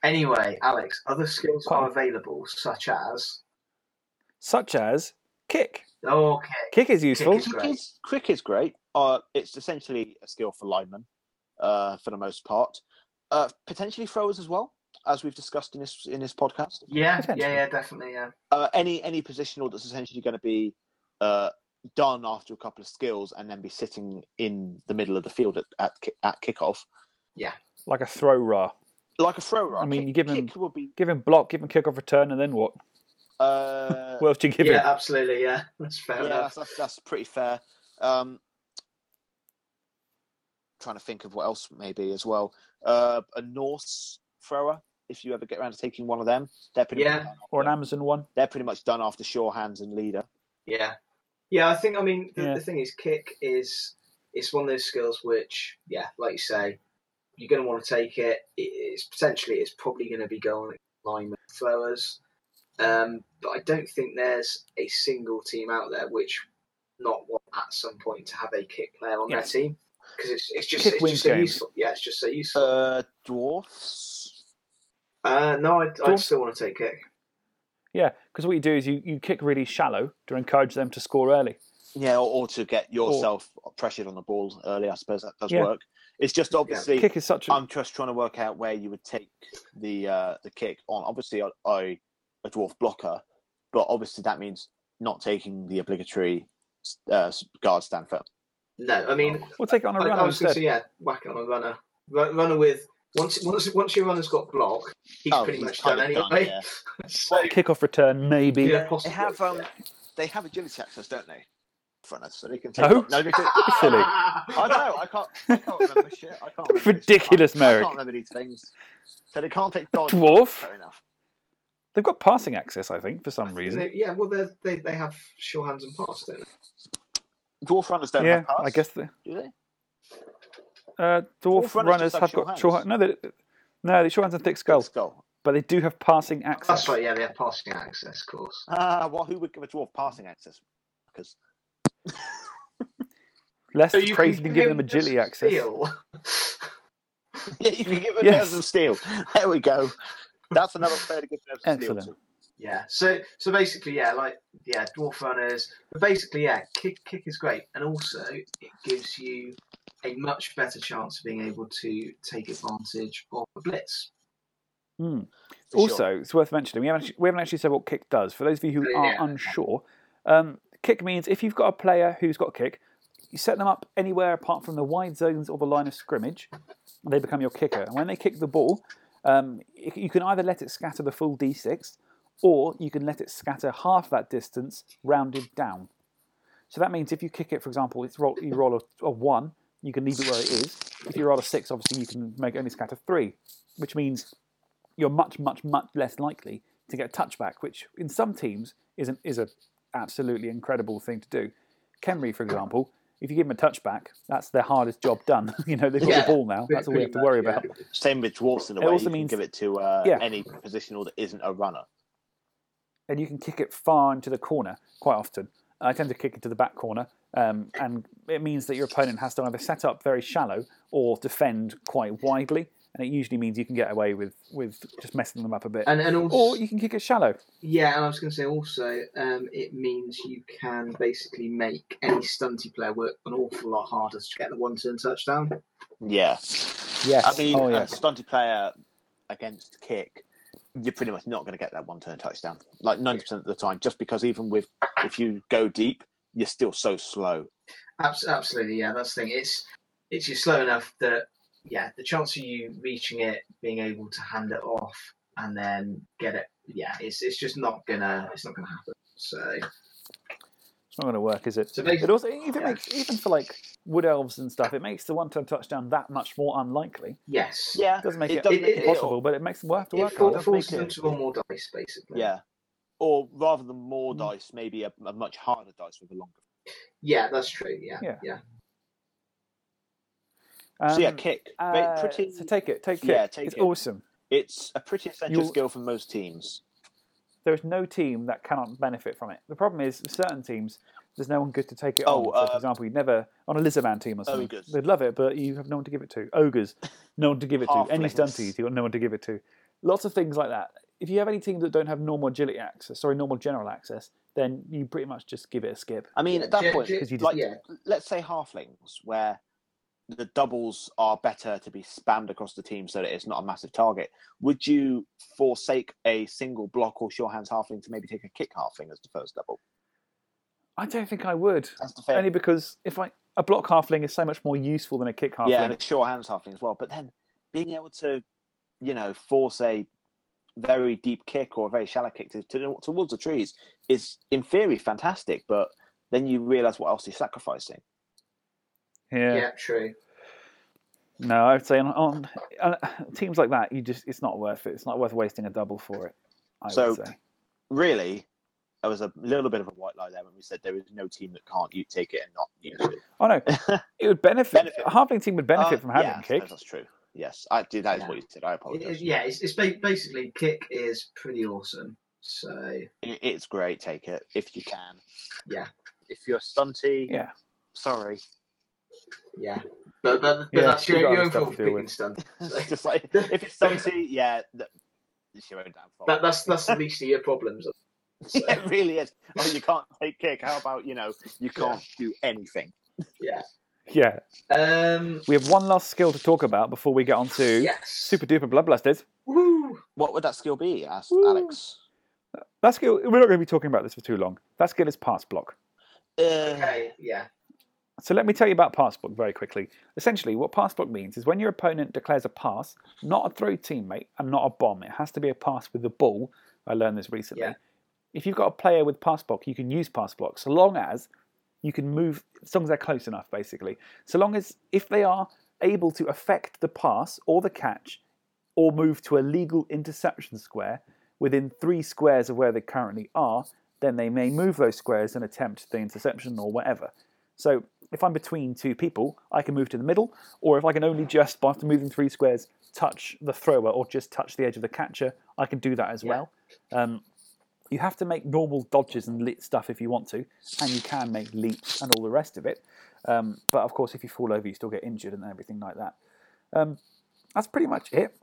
Speaker 3: Anyway, Alex, other skills
Speaker 1: Quite-
Speaker 3: are available, such as
Speaker 1: Such as kick.
Speaker 3: okay,
Speaker 1: Kick is useful.
Speaker 3: It's
Speaker 4: Quick
Speaker 3: great.
Speaker 4: is, quick is great. Uh, it's essentially a skill for linemen, uh, for the most part. Uh, potentially throwers as well, as we've discussed in this in this podcast.
Speaker 3: yeah, yeah,
Speaker 1: Potentially.
Speaker 3: yeah, definitely, yeah.
Speaker 4: uh, any any positional that's essentially going to be uh, done after a couple of skills and then be sitting in the middle of the field at at, ki- at kickoff,
Speaker 1: Like a throw ra.
Speaker 4: like a thrower.
Speaker 1: I mean,
Speaker 4: kick,
Speaker 1: you give him-
Speaker 4: kick would be.
Speaker 1: Give him block, give him kickoff return, and then what?
Speaker 4: Uh,
Speaker 1: What else do you give
Speaker 3: yeah,
Speaker 1: him?
Speaker 3: absolutely, yeah. That's fair
Speaker 4: yeah,
Speaker 3: enough.
Speaker 4: that's, that's that's pretty fair. Um, trying to think of what else maybe as well. Uh, a Norse thrower. If you ever get around to taking one of them, they're pretty
Speaker 3: Yeah.
Speaker 4: much done
Speaker 1: Or an
Speaker 4: after,
Speaker 1: Amazon one?
Speaker 4: they're pretty much done after sure hands and leader.
Speaker 3: Yeah. Yeah, I think I mean the,
Speaker 1: Yeah.
Speaker 3: the thing is kick is it's one of those skills which, yeah, like you say, you're gonna want to take it. It- It's potentially it's probably gonna be going line with throwers. Um, but I don't think there's a single team out there which not want at some point to have a kick player on
Speaker 1: Yeah.
Speaker 3: their team. Because it's, it's just
Speaker 1: Kick
Speaker 3: it's
Speaker 1: wins
Speaker 3: just so
Speaker 1: games.
Speaker 3: useful. Yeah, it's just so useful.
Speaker 4: Uh, dwarfs.
Speaker 3: Uh, no, I'd, I'd
Speaker 1: Dwarfs-
Speaker 3: still want to take kick.
Speaker 1: Yeah, because what you do is you, you kick really shallow to encourage them to score early.
Speaker 4: Yeah, or, or to get yourself pressured on the ball early, I suppose that does
Speaker 1: Yeah.
Speaker 4: work. It's just obviously
Speaker 1: Kick is such a.
Speaker 4: I'm just trying to work out where you would take the uh, the kick on. Obviously, I, I a dwarf blocker, but obviously that means not taking the obligatory uh, s- guard stand firm.
Speaker 3: No, I mean
Speaker 1: we'll take it on a
Speaker 3: I,
Speaker 1: run
Speaker 3: I was going
Speaker 1: instead.
Speaker 3: to say, yeah, whack it on a runner. Run, runner with once once once your runner's got block, he's
Speaker 4: Oh,
Speaker 3: pretty
Speaker 4: he's
Speaker 3: much done
Speaker 4: kind of done,
Speaker 3: anyway.
Speaker 4: yeah.
Speaker 3: so,
Speaker 1: Kickoff return, maybe.
Speaker 3: yeah, possibly.
Speaker 1: um,
Speaker 4: they have agility access, don't they? Fronters, so they can
Speaker 1: take- No?
Speaker 4: no they can,
Speaker 3: Ah!
Speaker 1: silly.
Speaker 4: I know. I can't. I can't remember shit. I can't. Remember this shit.
Speaker 1: Ridiculous,
Speaker 4: I, I
Speaker 1: Merrick.
Speaker 4: can't remember these things. So they can't take dodge.
Speaker 1: Dwarf?
Speaker 4: Fair enough.
Speaker 1: They've got passing access, I think, for some reason.
Speaker 3: They- yeah, well, they're- they they have sure hands and pass, don't they?
Speaker 4: Dwarf runners don't
Speaker 1: Yeah,
Speaker 4: have pass.
Speaker 1: I guess the
Speaker 4: Do they?
Speaker 1: uh, dwarf
Speaker 4: Dwarf runners just
Speaker 1: runners
Speaker 4: have
Speaker 1: have
Speaker 4: short
Speaker 1: got short.
Speaker 4: hands.
Speaker 1: No, they, no, they short hands and thick skulls,
Speaker 4: Skull.
Speaker 1: but they do have passing access.
Speaker 3: That's right. Yeah, they have passing access, of course.
Speaker 4: Ah, well, who would give a dwarf passing access? Because
Speaker 1: Less
Speaker 3: you
Speaker 1: crazy
Speaker 3: can
Speaker 1: than
Speaker 3: give
Speaker 1: giving
Speaker 3: him
Speaker 1: them agility
Speaker 3: just
Speaker 1: access.
Speaker 3: steal.
Speaker 4: yeah, you can give a
Speaker 1: Yes.
Speaker 4: yes. of steel. There we go.
Speaker 2: That's another fairly good service. to deal
Speaker 1: Excellent.
Speaker 2: with.
Speaker 3: Yeah. So so basically, yeah, like yeah, dwarf runners. But basically, yeah, kick kick is great, and also it gives you a much better chance of being able to take advantage of a blitz.
Speaker 1: Hmm.
Speaker 2: For
Speaker 1: Also,
Speaker 2: sure.
Speaker 1: it's worth mentioning we haven't, actu- we haven't actually said what kick does. For those of you who are
Speaker 3: Yeah.
Speaker 1: unsure, um, kick means if you've got a player who's got a kick, you set them up anywhere apart from the wide zones or the line of scrimmage, and they become your kicker. And when they kick the ball, um, y- you can either let it scatter the full d6, or you can let it scatter half that distance rounded down. So that means if you kick it, for example, it's roll, you roll a, a one, you can leave it where it is. If you roll a six, obviously you can make it only scatter three, which means you're much, much, much less likely to get a touchback, which in some teams is an, is a absolutely incredible thing to do. Kenry, for example, if you give him a touchback, that's their hardest job done. you know, they've got
Speaker 3: Yeah,
Speaker 1: the ball now. That's all we have to worry
Speaker 3: Pretty much,
Speaker 1: about.
Speaker 3: yeah.
Speaker 4: Same with dwarfs in a
Speaker 1: It
Speaker 4: way.
Speaker 1: also
Speaker 4: you can
Speaker 1: means-
Speaker 4: give it to uh,
Speaker 1: Yeah.
Speaker 4: any positional that isn't a runner.
Speaker 1: And you can kick it far into the corner quite often. I tend to kick it to the back corner, um, and it means that your opponent has to either set up very shallow or defend quite widely. And it usually means you can get away with, with just messing them up a bit.
Speaker 3: And and also,
Speaker 1: or you can kick it shallow.
Speaker 3: yeah, and I was going to say also, um, it means you can basically make any stunty player work an awful lot harder to get the one turn touchdown.
Speaker 4: Yeah.
Speaker 1: Yes.
Speaker 4: I mean, uh,
Speaker 1: oh,
Speaker 4: a
Speaker 1: yes.
Speaker 4: stunted player against kick, you're pretty much not going to get that one turn touchdown. Like 90% of the time, just because even with if you go deep, you're still so slow.
Speaker 3: Abs- absolutely, yeah. That's the thing. It's it's just slow enough that yeah, the chance of you reaching it, being able to hand it off, and then get it, yeah, it's it's just not gonna it's not gonna happen. So
Speaker 1: It's not going to work, is it?
Speaker 3: So basically-
Speaker 1: it also even
Speaker 3: yeah.
Speaker 1: makes even for like wood elves and stuff, it makes the one-turn touchdown that much more unlikely.
Speaker 3: yes,
Speaker 4: Yeah.
Speaker 1: It doesn't make it,
Speaker 3: doesn't- it-
Speaker 1: impossible, but it makes them have to
Speaker 3: it
Speaker 1: work
Speaker 3: for-
Speaker 1: harder.
Speaker 4: does
Speaker 3: forces
Speaker 4: make
Speaker 3: them
Speaker 4: it-
Speaker 3: to roll more dice, basically.
Speaker 4: Yeah. Or rather than more
Speaker 1: Mm.
Speaker 4: dice, maybe a, a much harder dice with a longer.
Speaker 3: yeah, that's true. Yeah,
Speaker 1: Yeah.
Speaker 3: yeah,
Speaker 1: Um,
Speaker 4: so yeah, kick. Ba-
Speaker 1: uh,
Speaker 4: pretty.
Speaker 1: So take it, take it.
Speaker 4: Yeah, take
Speaker 1: it's
Speaker 4: it.
Speaker 1: awesome.
Speaker 4: it's a pretty essential
Speaker 1: You'll-
Speaker 4: skill for most teams.
Speaker 1: There is no team that cannot benefit from it. The problem is with certain teams. There's no one good to take it
Speaker 4: Oh,
Speaker 1: on. So, for
Speaker 4: uh,
Speaker 1: example, you never on a Lizardman team or something.
Speaker 4: Ogres.
Speaker 1: They'd love it, but you have no one to give it to. Ogres, no one to give it to. Any
Speaker 4: Halflings.
Speaker 1: stunties, you've got no one to give it to. Lots of things like that. If you have any teams that don't have normal agility access, sorry, normal general access, then you pretty much just give it a skip.
Speaker 4: I mean,
Speaker 3: Yeah,
Speaker 4: at that
Speaker 3: gen-
Speaker 4: point,
Speaker 3: gen-
Speaker 1: 'cause you just-
Speaker 4: like,
Speaker 3: yeah.
Speaker 4: let's say halflings, where the doubles are better to be spammed across the team so that it's not a massive target. Would you forsake a single block or sure hands halfling to maybe take a kick halfling as the first double?
Speaker 1: I don't think I would.
Speaker 4: That's the fair.
Speaker 1: Only because if I a block halfling is so much more useful than a kick halfling.
Speaker 4: yeah, and a sure hands halfling as well. But then being able to, you know, force a very deep kick or a very shallow kick to, to, towards the trees is in theory fantastic, but then you realise what else you're sacrificing.
Speaker 1: yeah.
Speaker 3: yeah, true.
Speaker 1: No, I would say on, on uh, teams like that, you just it's not worth it. It's not worth wasting a double for it. I
Speaker 4: So-
Speaker 1: would say.
Speaker 4: really, there was a little bit of a white lie there when we said there is no team that can't you take it and not use it.
Speaker 1: Oh no, it would benefit.
Speaker 4: Benefit.
Speaker 1: A
Speaker 4: Uh,
Speaker 1: halfling team would benefit from having
Speaker 4: yeah, I
Speaker 1: a kick.
Speaker 4: suppose that's true. Yes, I did. That is
Speaker 3: Yeah.
Speaker 4: what you said. I
Speaker 3: It- it-
Speaker 4: apologize.
Speaker 3: yeah, it's, it's ba- basically kick is pretty awesome. So
Speaker 4: It's great. Take it if you can.
Speaker 3: Yeah.
Speaker 4: If you're stunty,
Speaker 1: Yeah.
Speaker 4: sorry.
Speaker 3: yeah, but but, but
Speaker 1: Yeah,
Speaker 3: that's
Speaker 1: you
Speaker 3: your,
Speaker 1: got
Speaker 3: your
Speaker 1: other
Speaker 3: own
Speaker 1: stuff
Speaker 3: fault
Speaker 1: to
Speaker 3: for
Speaker 1: deal
Speaker 3: picking
Speaker 1: with.
Speaker 3: stunt.
Speaker 4: It's just like if it's stunty, yeah, th- it's your own downfall.
Speaker 3: That, that's that's the least of your problems. So,
Speaker 4: Yeah, it really is. Oh, you can't take kick. How about you know you can't do anything?
Speaker 3: yeah.
Speaker 1: Yeah,
Speaker 3: Um.
Speaker 1: we have one last skill to talk about before we get on to
Speaker 3: Yes.
Speaker 1: super duper bloodblusters.
Speaker 3: Woo.
Speaker 4: What would that skill be? Asked
Speaker 1: Woo.
Speaker 4: Alex.
Speaker 1: That skill we're not going to be talking about this for too long. That skill is pass block.
Speaker 4: Uh,
Speaker 3: Okay. Yeah.
Speaker 1: So let me tell you about pass block very quickly. Essentially, what pass block means is when your opponent declares a pass, not a throw teammate and not a bomb. It has to be a pass with the ball. I learned this recently.
Speaker 3: Yeah.
Speaker 1: If you've got a player with pass block, you can use pass block so long as you can move, as long as they're close enough, basically. So long as if they are able to affect the pass or the catch or move to a legal interception square within three squares of where they currently are, then they may move those squares and attempt the interception or whatever. So if I'm between two people, I can move to the middle, or if I can only just, by moving three squares, touch the thrower or just touch the edge of the catcher, I can do that as
Speaker 3: Yeah.
Speaker 1: well. Um, you have to make normal dodges and lit stuff if you want to, and you can make leaps and all the rest of it. Um, but of course, if you fall over, you still get injured and everything like that. Um, that's pretty much it.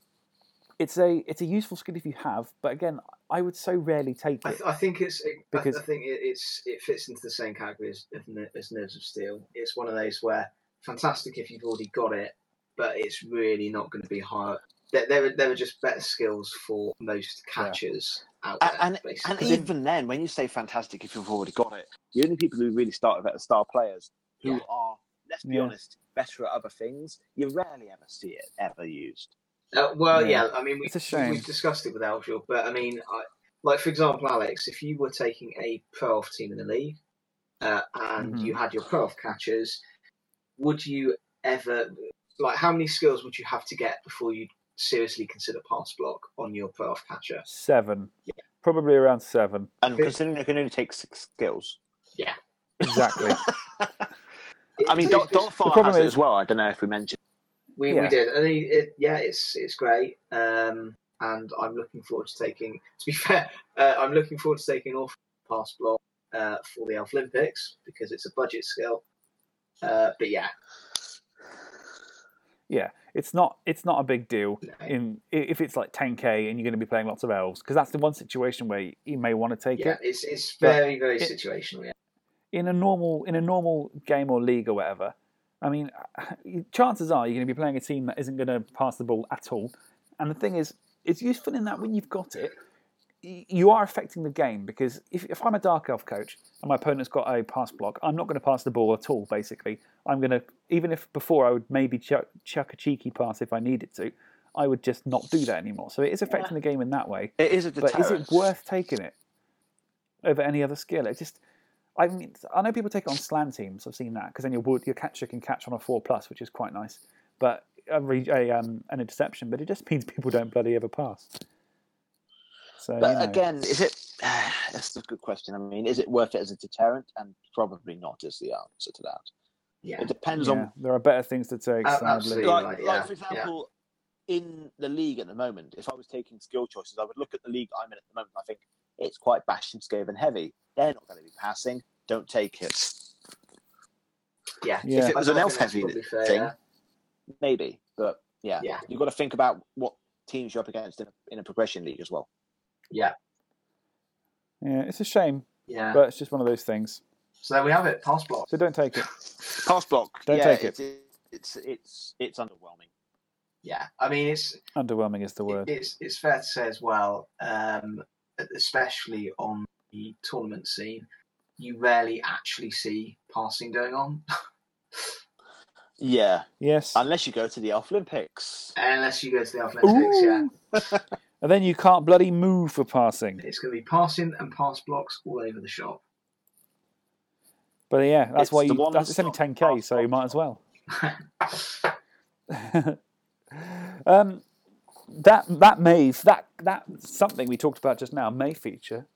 Speaker 1: It's a it's a useful skill if you have, but again, I would so rarely take
Speaker 3: I,
Speaker 1: it.
Speaker 3: th- I think it's it,
Speaker 1: Because-
Speaker 3: I, I think it, it's it fits into the same category as, as Ner- as Nerves of Steel. It's one of those where fantastic if you've already got it, but it's really not going to be high. There, there, are, there are just better skills for most catchers out there.
Speaker 4: A- and- And
Speaker 3: basically.
Speaker 4: even then, when you say fantastic, if you've already got it, the only people who really start with it are star players who
Speaker 3: Yeah.
Speaker 4: are, let's be
Speaker 1: Yeah.
Speaker 4: honest, better at other things. You rarely ever see it ever used.
Speaker 3: Uh, well,
Speaker 1: Yeah.
Speaker 3: yeah. I mean, we,
Speaker 1: It's a shame.
Speaker 3: we've discussed it with Aljo, but I mean, I, like for example, Alex, if you were taking a pro off team in the league uh, and
Speaker 1: Mhm.
Speaker 3: you had your pro off catchers, would you ever like how many skills would you have to get before you seriously consider pass block on your pro off catcher?
Speaker 1: Seven, probably around seven.
Speaker 4: And
Speaker 3: Who-
Speaker 4: considering they can only take six skills,
Speaker 1: Exactly.
Speaker 4: I mean,
Speaker 3: It-
Speaker 4: Dot
Speaker 3: it's-
Speaker 4: Dot Fire
Speaker 1: problem
Speaker 4: has it
Speaker 1: is-
Speaker 4: as well. I don't know if we mentioned.
Speaker 3: we,
Speaker 1: yeah.
Speaker 3: we did, and it, it, yeah, it's it's great. Um, and I'm looking forward to taking. To be fair, uh, I'm looking forward to taking off pass block uh, for the Elf Olympics because it's a budget skill. Uh, but yeah,
Speaker 1: yeah, it's not it's not a big deal
Speaker 3: no.
Speaker 1: in i- if it's like 10k and you're going to be playing lots of elves because that's the one situation where you may want to take
Speaker 3: yeah,
Speaker 1: it
Speaker 3: it's it's
Speaker 1: But
Speaker 3: very very
Speaker 1: it-
Speaker 3: situational. Yeah,
Speaker 1: in a normal in a normal game or league or whatever. I mean, chances are you're going to be playing a team that isn't going to pass the ball at all. And the thing is, it's useful in that when you've got it, y- you are affecting the game because if, if I'm a dark elf coach and my opponent's got a pass block, I'm not going to pass the ball at all. Basically, I'm going to even if before I would maybe chuck, chuck a cheeky pass if I needed to, I would just not do that anymore. So it is affecting the game in that way.
Speaker 4: It is a deterrent.
Speaker 1: But is it worth taking it over any other skill? It just, I mean, I know people take it on slam teams. I've seen that because then your wood, your catcher can catch on a four plus, which is quite nice. But a, re- a um, an interception, but it just means people don't bloody ever pass. So you
Speaker 4: But
Speaker 1: know,
Speaker 4: again, is it? that's a good question. I mean, is it worth it as a deterrent? And probably not is the answer to that.
Speaker 3: yeah,
Speaker 4: It depends on
Speaker 1: yeah, there are better things to take.
Speaker 3: Uh,
Speaker 1: Sadly,
Speaker 3: absolutely.
Speaker 4: like,
Speaker 3: Right,
Speaker 4: like
Speaker 3: yeah,
Speaker 4: for
Speaker 3: yeah.
Speaker 4: example, in the league at the moment, if I was taking skill choices, I would look at the league I'm in at the moment. and I think it's quite bash and scave and heavy. They're not going to be passing. Don't take it.
Speaker 3: yeah.
Speaker 1: yeah,
Speaker 4: If it was
Speaker 3: I
Speaker 4: an
Speaker 3: think
Speaker 4: elf
Speaker 3: that's
Speaker 4: heavy
Speaker 3: probably fair,
Speaker 4: E thing,
Speaker 3: yeah.
Speaker 4: maybe. But yeah,
Speaker 3: Yeah.
Speaker 4: you've got to think about what teams you're up against in a, in a progression league as well.
Speaker 1: yeah, it's a shame,
Speaker 3: Yeah.
Speaker 1: but it's just one of those things.
Speaker 3: so there we have it. Pass block.
Speaker 1: So don't take it.
Speaker 4: Pass block.
Speaker 1: Don't
Speaker 4: yeah,
Speaker 1: take it.
Speaker 4: It's, it's it's it's underwhelming.
Speaker 3: Yeah. I mean, it's
Speaker 1: Underwhelming is the
Speaker 3: it-
Speaker 1: word.
Speaker 3: It's it's fair to say as well, um, especially on the tournament scene, you rarely actually see passing going on
Speaker 4: Yeah,
Speaker 1: Yes,
Speaker 4: unless you go to the Elf Olympics.
Speaker 3: unless you go to the athletics. Yeah,
Speaker 1: Ooh. and then you can't bloody move for passing.
Speaker 3: it's going to be passing and pass blocks all over the shop.
Speaker 1: But yeah, that's
Speaker 4: It's
Speaker 1: why
Speaker 4: the
Speaker 1: you.
Speaker 4: one
Speaker 1: That's, it's only
Speaker 4: that's
Speaker 1: ten
Speaker 4: not
Speaker 1: k,
Speaker 4: fast
Speaker 1: so you
Speaker 4: ones.
Speaker 1: might as well. um, that that may that that something we talked about just now may feature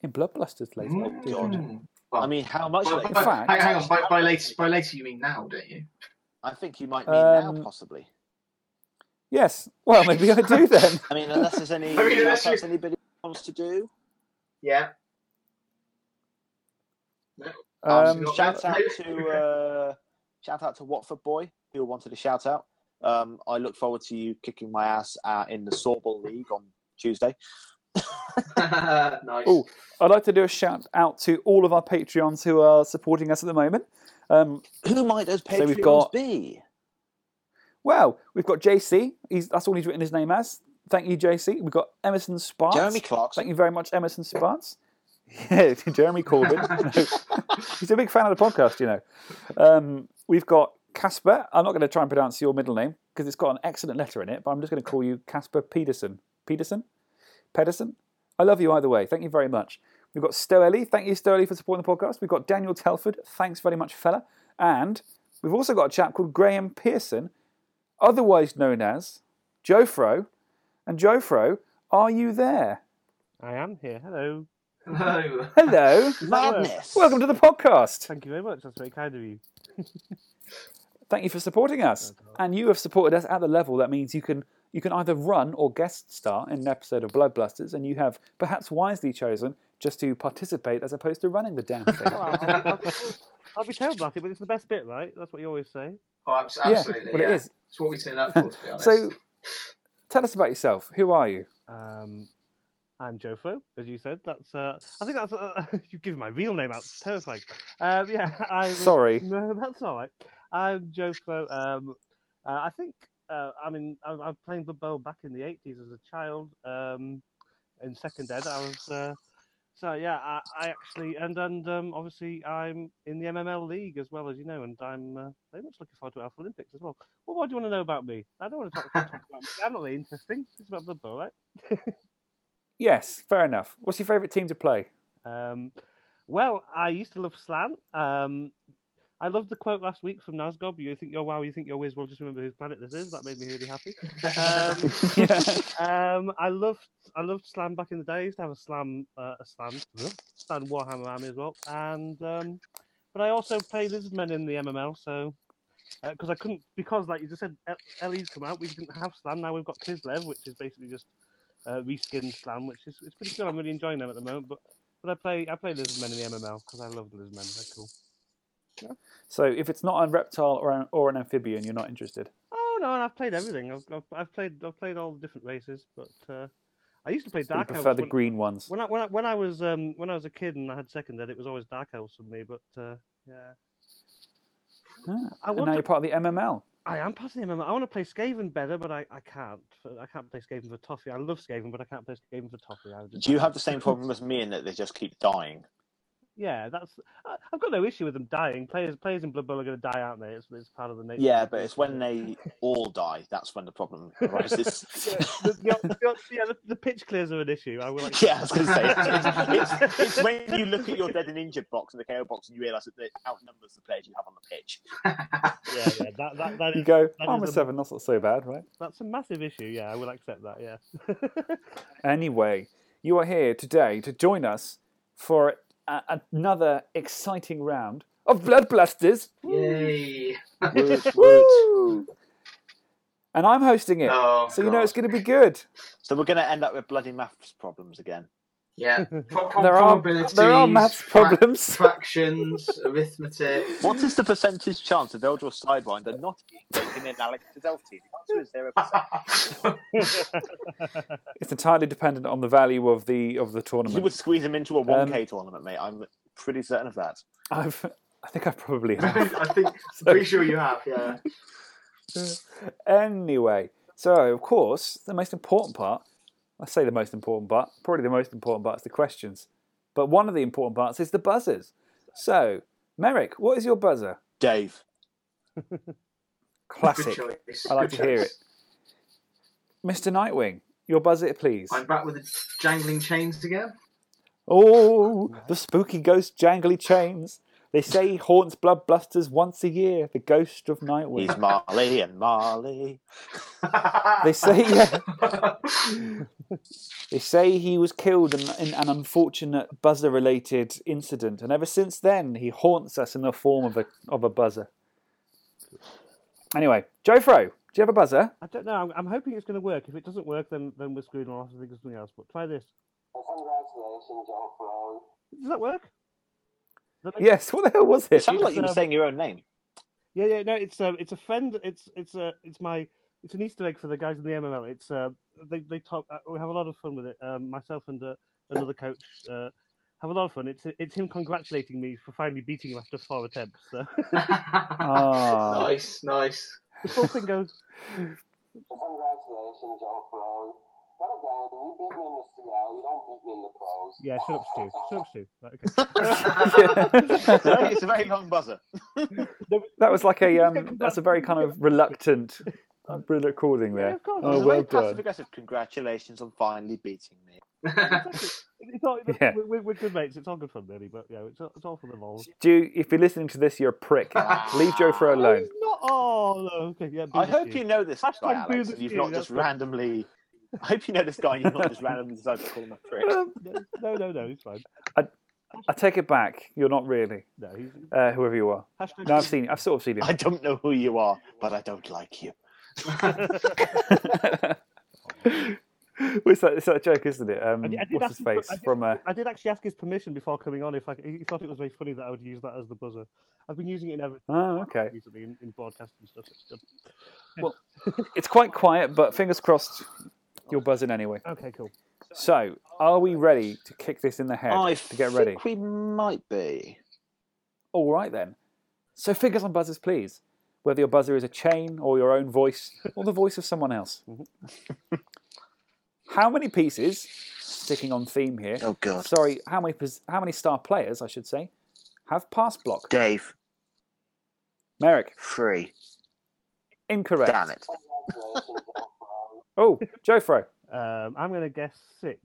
Speaker 1: in Blood Blusters later.
Speaker 3: Mm.
Speaker 1: dear.
Speaker 4: God.
Speaker 3: Well,
Speaker 4: I mean, how much?
Speaker 3: well,
Speaker 4: later?
Speaker 1: in
Speaker 3: by-
Speaker 1: Oh fact-
Speaker 3: hang, hang on. By, by later, by later, you mean now, don't you?
Speaker 4: I think you might mean
Speaker 1: Um,
Speaker 4: now, possibly.
Speaker 1: Yes. Well, maybe I do then.
Speaker 4: I mean, unless there's any
Speaker 3: I mean, unless
Speaker 4: shout outs
Speaker 3: you-
Speaker 4: anybody wants to do.
Speaker 3: Yeah.
Speaker 1: Um,
Speaker 3: Well,
Speaker 4: Shout out
Speaker 3: okay.
Speaker 4: to uh, shout out to Watford boy who wanted a shout out. Um, I look forward to you kicking my ass uh, in the Sorbel League on Tuesday.
Speaker 3: nice.
Speaker 1: Oh, I'd like to do a shout out to all of our Patreons who are supporting us at the moment. Um,
Speaker 4: Who might those
Speaker 1: So we've
Speaker 4: Patreons
Speaker 1: got-
Speaker 4: be?
Speaker 1: well, we've got JC. He's, that's all he's written his name as. Thank you, JC. We've got Emerson Sparks.
Speaker 4: Jeremy Clarkson.
Speaker 1: Thank you very much, Emerson Sparks. Yeah, Jeremy Corbyn. No. He's a big fan of the podcast, you know. Um, we've got Casper. I'm not going to try and pronounce your middle name because it's got an excellent letter in it, but I'm just going to call you Casper Peterson. Peterson? Pedersen? I love you either way. Thank you very much. We've got Stoeli. Thank you, Stoeli, for supporting the podcast. We've got Daniel Telford. Thanks very much, fella. And we've also got a chap called Graham Pearson, otherwise known as Jofro. And Jofro, are you there?
Speaker 5: I am here. Hello.
Speaker 3: Hello.
Speaker 1: Hello.
Speaker 5: Does that work?
Speaker 4: Madness.
Speaker 1: Welcome to the podcast.
Speaker 5: Thank you very much. That's very kind of you.
Speaker 1: Thank you for supporting us. And you have supported us at the level that means you can you can either run or guest star in an episode of Blood Blusters, and you have perhaps wisely chosen just to participate as opposed to running the damn thing.
Speaker 5: Well, I'll, I'll, I'll, I'll be terrible at it, but it's the best bit, right? That's what you always say.
Speaker 3: Oh, abs- absolutely.
Speaker 1: well,
Speaker 3: yeah.
Speaker 1: it is.
Speaker 3: It's what we turn up for, to be honest.
Speaker 1: So Tell us about yourself. Who are you?
Speaker 5: Um, I'm Joe Flo, as you said. That's uh, I think that's uh, you've given my real name out. It's terrifying. Um, yeah, I was-
Speaker 1: Sorry.
Speaker 5: No, that's all right. I'm Joe Flo. Um, uh, I think uh, I mean I, I played football back in the '80s as a child. Um, in second ed, I was. Uh, so yeah, I, I actually and and um, obviously I'm in the MML league as well as you know, and I'm uh, very much looking forward to Alpha Olympics as well. Well, what do you want to know about me? I don't want to talk, talk about me. I'm not really interesting. It's about football, right?
Speaker 1: Yes, fair enough. What's your favourite team to play?
Speaker 5: Um, well, I used to love Slan. Um, I loved the quote last week from Nazgob. You think you're wow, you think you're whiz. Well, just remember whose planet this is. That made me really happy. Um, um, I loved I loved Slam back in the day. I used to have a Slam uh, a Slam Slam Warhammer army as well, and um, but I also played Lizardmen in the MML. So because I couldn't because like you just said, El- Ellie's come out. We didn't have Slam. Now we've got Kislev, which is basically just uh, reskinned Slam, which is it's pretty good. I'm really enjoying them at the moment. But but I play I play Lizardmen in the MML because I love Lizardmen. They're cool.
Speaker 1: So if it's not a reptile or an, or an amphibian, you're not interested.
Speaker 5: Oh no, and I've played everything. I've, I've, I've played I've played all the different races, but uh, I used to play
Speaker 1: You
Speaker 5: Dark Elves.
Speaker 1: prefer the
Speaker 5: when-
Speaker 1: green ones.
Speaker 5: When I, when I when I was um when I was a kid and I had second ed, it was always Dark Elves for me. But uh, yeah,
Speaker 1: Ah,
Speaker 5: I
Speaker 1: and now
Speaker 5: wonder-
Speaker 1: you're part of the MML.
Speaker 5: I am passing him. I want to play Skaven better, but I, I can't. I can't play Skaven for Toffee. I love Skaven, but I can't play Skaven for Toffee. I just-
Speaker 6: Do you have the same problem as me in that they just keep dying?
Speaker 5: Yeah, that's. I, I've got no issue with them dying. Players players in Blood Bowl are going to die, aren't they? It's, it's part of the nature. of
Speaker 6: Yeah,
Speaker 5: the
Speaker 6: but
Speaker 5: beast,
Speaker 6: it's
Speaker 5: isn't
Speaker 6: when
Speaker 5: it?
Speaker 6: they all die that's when the problem arises.
Speaker 5: Yeah, the, the, the, yeah, the, the pitch clears are an issue. I will.
Speaker 6: yeah, I was going to say it's, it's, it's when you look at your dead and injured box and the KO box and you realise that it outnumbers the players you have on the pitch.
Speaker 5: yeah, yeah, that, that, that
Speaker 1: You
Speaker 5: is,
Speaker 1: go, "Oh,
Speaker 5: that
Speaker 1: I'm a
Speaker 5: is a-
Speaker 1: seven, that's not so bad, right?
Speaker 5: that's a massive issue. Yeah, I will accept that. Yeah.
Speaker 1: Anyway, you are here today to join us for a- another exciting round of Blood Blasters.
Speaker 3: Yay!
Speaker 6: Woot, woot.
Speaker 1: Woo! And I'm hosting it,
Speaker 3: Oh,
Speaker 1: so you know
Speaker 3: God.
Speaker 1: it's going to be good.
Speaker 6: So we're going to end up with bloody maths problems again.
Speaker 3: yeah. Pro- pro-
Speaker 1: There are
Speaker 3: probabilities,
Speaker 1: there are maths
Speaker 3: frac-
Speaker 1: problems.
Speaker 3: fractions, arithmetic.
Speaker 6: What is the percentage chance of Eldros Sidewinder not being taken in Alex Delty? The answer is zero percent.
Speaker 1: It's entirely dependent on the value of the of the tournament.
Speaker 6: You would squeeze him into a 1K tournament, mate. I'm pretty certain of that.
Speaker 1: I've I think I probably have.
Speaker 3: I think I'm pretty sure you have. Yeah.
Speaker 1: anyway, so of course the most important part. I say the most important part. Probably the most important part is the questions, but one of the important parts is the buzzers. So, Merrick, what is your buzzer?
Speaker 6: Dave.
Speaker 1: Classic.
Speaker 3: Good choice.
Speaker 1: I like
Speaker 3: Good
Speaker 1: to hear
Speaker 3: choice.
Speaker 1: it. Mr. Nightwing, your buzzer, please.
Speaker 3: I'm back with the jangling chains again.
Speaker 1: Oh, the spooky ghost jangly chains. They say he haunts blood blusters once a year, the ghost of
Speaker 6: He's
Speaker 1: Nightwing.
Speaker 6: Marley and Marley.
Speaker 1: They say yeah, they say he was killed in, in an unfortunate buzzer related incident, and ever since then he haunts us in the form of a of a buzzer. Anyway, Joe Fro, do you have a buzzer?
Speaker 5: I don't know. I'm, I'm hoping it's going to work. If it doesn't work, then then we're screwed and I'll have to think of something else. But try this.
Speaker 7: Congratulations, Joe Flo.
Speaker 5: Does that work? Does that make-
Speaker 1: Yes, what the hell was
Speaker 6: It
Speaker 1: it?
Speaker 6: sounds like you were
Speaker 5: um,
Speaker 6: saying your own name.
Speaker 5: Yeah, yeah. No, it's um, it's a friend. It's it's uh, it's my it's an Easter egg for the guys in the MML. It's uh, they they talk. Uh, we have a lot of fun with it. Um, myself and uh, another coach uh, have a lot of fun. It's it's him congratulating me for finally beating him after four attempts. So
Speaker 1: Ah,
Speaker 3: nice, nice.
Speaker 5: the full thing goes.
Speaker 7: Congratulations, Joe Flo. But again, you beat me in the CL, you don't beat
Speaker 5: Yeah,
Speaker 7: me in the pros.
Speaker 5: shut up, Stu. Shut up, Stu. Right, okay.
Speaker 1: Yeah.
Speaker 6: it's a very long buzzer.
Speaker 1: that was like a um, that's a very kind of reluctant recording
Speaker 5: Yeah,
Speaker 1: there.
Speaker 5: of course.
Speaker 1: Oh,
Speaker 6: It's a
Speaker 1: well
Speaker 6: very
Speaker 1: done.
Speaker 6: passive aggressive. Congratulations on finally beating me.
Speaker 5: It's all,
Speaker 1: Yeah.
Speaker 5: we're- we're, we're good mates. It's all good fun, really. But yeah, it's all, it's all for the balls.
Speaker 1: Stu, if you're listening to this, you're a prick. Leave Joe Fro
Speaker 5: No,
Speaker 1: alone.
Speaker 5: he's not. Oh, no. okay. Yeah,
Speaker 6: I
Speaker 5: boo
Speaker 6: hope
Speaker 5: this
Speaker 6: you know this guy,
Speaker 5: Hashtag do
Speaker 6: Alex.
Speaker 5: the
Speaker 6: and You've
Speaker 5: thing,
Speaker 6: not just
Speaker 5: that's what-
Speaker 6: randomly. I hope you know this guy. and You've not just randomly decided to call him a prick.
Speaker 1: Um,
Speaker 5: No, no, no, no. He's fine.
Speaker 1: I take it back. You're not really
Speaker 5: No, he's
Speaker 1: uh, whoever you are.
Speaker 5: hashtag.
Speaker 1: No, I've seen. I've sort of seen
Speaker 6: I don't know who you are, but I don't like you.
Speaker 1: him. it's, that, it's that joke, isn't it? Um,
Speaker 5: I did- I did
Speaker 1: what's his
Speaker 5: ask him for-
Speaker 1: face
Speaker 5: I did-
Speaker 1: from? Uh,
Speaker 5: I did actually ask his permission before coming on if I, he thought it was very funny that I would use that as the buzzer. I've been using it in everything
Speaker 1: uh, oh, okay.
Speaker 5: recently in, in broadcast and stuff. It's-
Speaker 1: It's quite quiet, but fingers crossed you're buzzing anyway.
Speaker 5: Okay, cool.
Speaker 1: So, are we ready to kick this in the head?
Speaker 4: I
Speaker 1: to get ready.
Speaker 4: think we might be.
Speaker 1: All right then. So, fingers on buzzers, please. Whether your buzzer is a chain or your own voice or the voice of someone else.
Speaker 4: Mm-hmm.
Speaker 1: How many pieces, sticking on theme here,
Speaker 4: Oh God,
Speaker 1: sorry, how many, pos- how many star players, I should say, have pass block?
Speaker 4: Dave,
Speaker 1: Merrick,
Speaker 4: free.
Speaker 1: incorrect.
Speaker 4: Damn it.
Speaker 1: Oh, Jofro,
Speaker 5: Um, I'm going to guess six.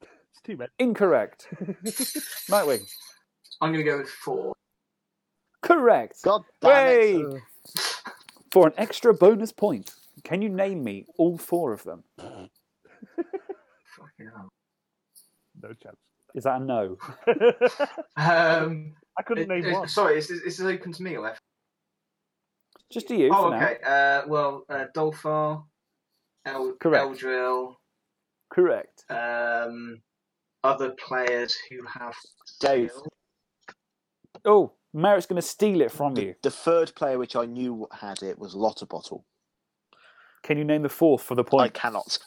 Speaker 5: It's too many.
Speaker 1: incorrect. Nightwing,
Speaker 3: I'm going to go with four.
Speaker 1: correct.
Speaker 4: God damn it.
Speaker 1: Way! For an extra bonus point, can you name me all four of them?
Speaker 3: Fucking
Speaker 5: No chance.
Speaker 1: Is that a no?
Speaker 3: hell. Um,
Speaker 5: I couldn't
Speaker 3: it-
Speaker 5: name
Speaker 3: it-
Speaker 5: one.
Speaker 3: Sorry, is this, is this open to me or left?
Speaker 1: Just to you
Speaker 3: Oh,
Speaker 1: for now.
Speaker 3: okay. Uh, well, uh, Dolphar, El,
Speaker 1: Correct.
Speaker 3: Eldrill,
Speaker 1: Correct.
Speaker 3: um, other players who have.
Speaker 4: Dave.
Speaker 1: Oh, Merrick's going to steal it from
Speaker 4: The,
Speaker 1: you.
Speaker 4: the third player which I knew had it was Lotter Bottle.
Speaker 1: Can you name the fourth for the
Speaker 4: I
Speaker 1: point?
Speaker 4: cannot.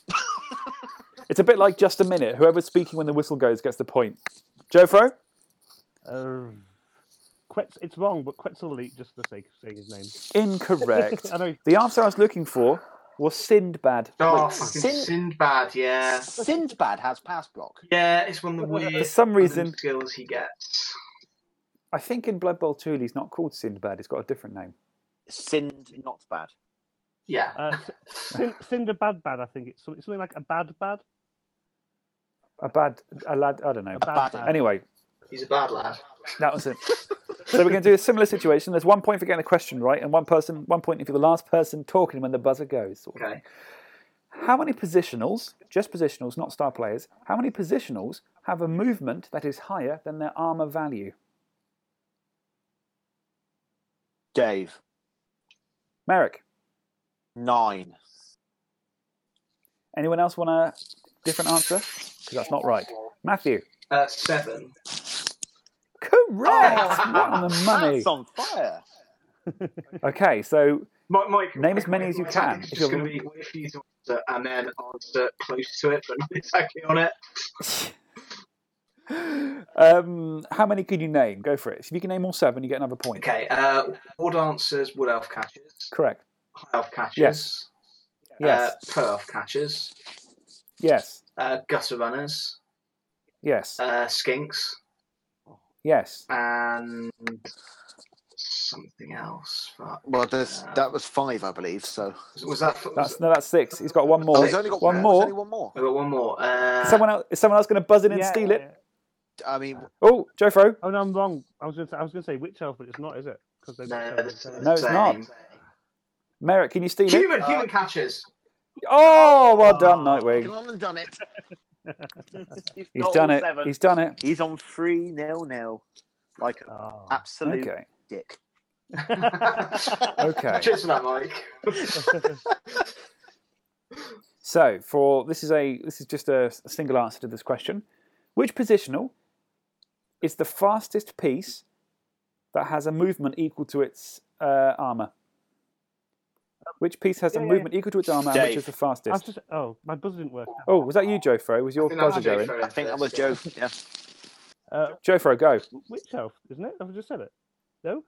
Speaker 1: It's a bit like just a minute. Whoever's speaking when the whistle goes gets the point. Jofro?
Speaker 5: Um, Quetz, it's wrong, but Quetzal Elite, just for the sake of saying his name.
Speaker 1: Incorrect.
Speaker 5: I know.
Speaker 1: the answer I was looking for was Sindbad.
Speaker 3: Oh,
Speaker 4: Wait,
Speaker 3: fucking
Speaker 4: Sin-
Speaker 3: Sindbad, yeah.
Speaker 4: Sindbad has pass block.
Speaker 3: Yeah, it's one of the
Speaker 1: For
Speaker 3: weird
Speaker 1: some reason,
Speaker 3: skills he gets.
Speaker 1: I think in Blood Bowl 2 he's not called Sindbad. He's got a different name.
Speaker 4: Sind not bad.
Speaker 3: Yeah.
Speaker 5: Uh, Cin- Cinder Bad Bad, I think it's something, something like a bad bad.
Speaker 1: A bad, a lad, I don't know.
Speaker 5: A bad
Speaker 4: bad-
Speaker 5: bad.
Speaker 1: Anyway,
Speaker 3: He's a bad lad.
Speaker 1: That was it. so we're going to do a similar situation. There's one point for getting the question right, and one person, one point if you're the last person talking when the buzzer goes. sort of
Speaker 3: Okay.
Speaker 1: thing. How many positionals, just positionals, not star players, how many positionals have a movement that is higher than their armor value?
Speaker 4: Dave.
Speaker 1: Merrick,
Speaker 4: Nine.
Speaker 1: anyone else want a different answer? Because that's not right. Matthew,
Speaker 3: Uh, seven.
Speaker 1: correct.
Speaker 3: Oh.
Speaker 1: right on the money.
Speaker 4: That's on fire.
Speaker 1: Okay, so
Speaker 3: Mike, Mike
Speaker 1: Name as many as you
Speaker 3: my
Speaker 1: can,
Speaker 3: tactic's
Speaker 1: if
Speaker 3: just
Speaker 1: you're-
Speaker 3: going to be wait for you to answer and then answer close to it, but not exactly on it.
Speaker 1: um, how many could you name? Go for it. If you can name all seven, you get another point.
Speaker 3: Okay. Uh, Ward answers Wood Elf catches,
Speaker 1: Correct.
Speaker 3: High Elf catches,
Speaker 1: Yes. Yes.
Speaker 3: uh, Per Elf catches,
Speaker 1: yes.
Speaker 3: uh, Gutter Runners,
Speaker 1: Yes.
Speaker 3: uh, Skinks,
Speaker 1: yes.
Speaker 3: and something else. Fuck.
Speaker 4: Well, there's, that was five, I believe. So
Speaker 3: Was, was that.
Speaker 1: That's
Speaker 3: Was,
Speaker 1: no, that's six. He's got one
Speaker 4: oh,
Speaker 1: more.
Speaker 4: he's only got
Speaker 1: one
Speaker 4: there's
Speaker 1: more.
Speaker 4: Only one more.
Speaker 3: I got one more. Uh,
Speaker 1: Is someone else is someone else going to buzz in and steal it?
Speaker 4: I mean,
Speaker 1: Oh, Jofro.
Speaker 5: Oh no, I'm wrong. I was going to I was going to say witch elf, but it's not, is it? Because they
Speaker 3: No,
Speaker 5: witch
Speaker 3: that's,
Speaker 5: elf.
Speaker 1: No, it's not.
Speaker 3: same.
Speaker 1: Merrick, can you steal it?
Speaker 3: Human, human catches.
Speaker 1: Oh, well done,
Speaker 5: Ah,
Speaker 1: Nightwing.
Speaker 4: on and done it.
Speaker 1: He's done it.
Speaker 6: Seven.
Speaker 1: He's done it.
Speaker 4: He's on three nil nil, like an
Speaker 5: Ah.
Speaker 4: absolute
Speaker 1: Okay.
Speaker 4: dick.
Speaker 1: Okay.
Speaker 3: Cheers for that, Mike.
Speaker 1: So, for this is a this is just a, s- a single answer to this question. Which positional is the fastest piece that has a movement equal to its uh, armor? Which piece has
Speaker 5: Yeah,
Speaker 1: a
Speaker 5: yeah,
Speaker 1: movement equal to its armor, and which
Speaker 4: Dave.
Speaker 1: is the
Speaker 5: I was
Speaker 1: fastest?
Speaker 5: just oh my buzzer didn't work.
Speaker 1: Oh, was that you, Jofro? Was your
Speaker 3: I think that was
Speaker 1: buzzer
Speaker 3: Joe
Speaker 1: going?
Speaker 3: Ferrer
Speaker 4: I think that
Speaker 3: first,
Speaker 4: was
Speaker 3: yeah.
Speaker 4: Joe. Yeah.
Speaker 5: Uh,
Speaker 1: Jofro, go.
Speaker 5: witch elf, isn't it? I've just said it. No.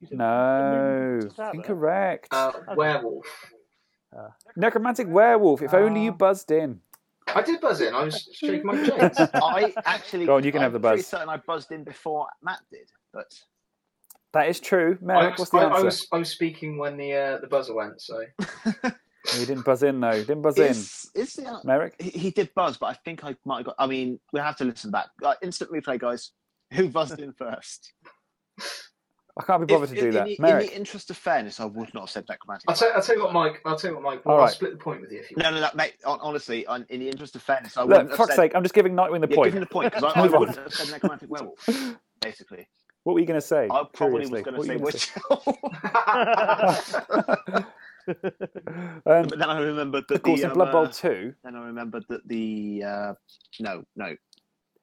Speaker 5: You said-
Speaker 1: No,
Speaker 5: Is that it?
Speaker 1: incorrect.
Speaker 3: Uh, werewolf.
Speaker 1: Necromantic werewolf. If only
Speaker 3: uh,
Speaker 1: you
Speaker 5: Ah.
Speaker 1: buzzed in.
Speaker 3: I did buzz in. I was shaking my chains.
Speaker 4: I actually.
Speaker 1: Go on, you can
Speaker 4: I'm
Speaker 1: have the
Speaker 4: pretty
Speaker 1: buzz.
Speaker 4: certain I buzzed in before Matt did, but
Speaker 1: That is true.
Speaker 3: I,
Speaker 1: Merrick, what's
Speaker 3: was,
Speaker 1: the
Speaker 3: I- I
Speaker 1: answer?
Speaker 3: was, I was speaking when the uh, the buzzer went. So
Speaker 1: You didn't buzz in though. Didn't buzz
Speaker 4: is, is the
Speaker 1: in. Merrick.
Speaker 4: He, he did buzz, but I think I might have got. I mean, we have to listen back. Like, instant replay, guys. Who buzzed in first?
Speaker 1: I can't be bothered
Speaker 4: If-
Speaker 1: to do
Speaker 4: in,
Speaker 1: that.
Speaker 4: In the, in
Speaker 1: Merrick.
Speaker 4: the interest of fairness, I would not have said necromantic.
Speaker 3: I'll tell, I'll tell you what, Mike. I'll tell you what, Mike.
Speaker 1: All
Speaker 3: I'll
Speaker 1: right.
Speaker 3: split the point with you if you.
Speaker 4: no, no, no, mate. hon- Honestly, on, in the interest of fairness, I wouldn't
Speaker 1: Look,
Speaker 4: have
Speaker 1: fuck's
Speaker 4: said.
Speaker 1: sake, I'm just giving Nightwing the
Speaker 4: yeah,
Speaker 1: point.
Speaker 4: give him the point because I, I
Speaker 1: Move on.
Speaker 4: wouldn't have said necromantic werewolf. Basically,
Speaker 1: What were you going to say?
Speaker 4: I probably
Speaker 1: Curiously,
Speaker 4: was going
Speaker 1: what
Speaker 4: to say
Speaker 1: were you gonna
Speaker 4: witch elf,
Speaker 1: um,
Speaker 4: but then I remembered that
Speaker 1: of course,
Speaker 4: the
Speaker 1: in Blood Bowl
Speaker 4: um, uh,
Speaker 1: 2,
Speaker 4: Then I remembered that the uh, no, no,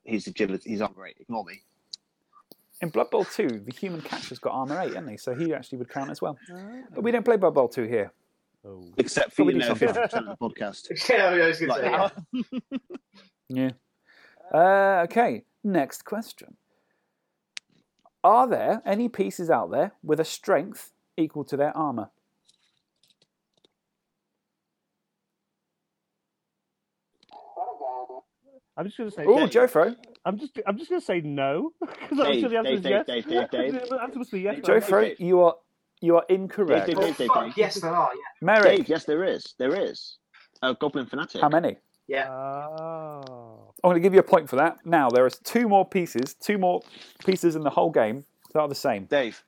Speaker 4: he's agility. He's on great. Ignore me.
Speaker 1: in Blood Bowl
Speaker 4: Oh.
Speaker 1: 2, the human catcher's got armor 8, hasn't he? So he actually would count as well. But we don't play Blood Bowl 2 here.
Speaker 5: Oh.
Speaker 4: Except for
Speaker 1: Probably
Speaker 4: you know,
Speaker 1: something.
Speaker 4: 50% of the podcast.
Speaker 3: yeah, I was going
Speaker 4: Like
Speaker 3: to say. yeah.
Speaker 4: that.
Speaker 1: Yeah. Uh, okay, next question. Are there any pieces out there with a strength equal to their armor?
Speaker 5: I'm just going to say.
Speaker 1: Oh, Jofro.
Speaker 5: I'm just. I'm just going to say no because I'm
Speaker 6: Dave,
Speaker 5: sure the answer
Speaker 6: Dave,
Speaker 5: is
Speaker 6: Dave,
Speaker 5: yes.
Speaker 6: Dave, Dave, Dave.
Speaker 5: The answer must be yes. but I'm like,
Speaker 1: Jofro, you are you are incorrect.
Speaker 6: Dave,
Speaker 3: Oh,
Speaker 6: Dave,
Speaker 3: fuck,
Speaker 6: Dave.
Speaker 3: yes, there are. Yeah.
Speaker 1: Merrick,
Speaker 6: Dave, yes, there is. There is.
Speaker 4: Uh,
Speaker 6: A goblin fanatic.
Speaker 1: how many?
Speaker 3: Yeah.
Speaker 5: Oh.
Speaker 1: I'm going to give you a point for that. Now there are two more pieces, two more pieces in the whole game that are the same.
Speaker 4: Dave,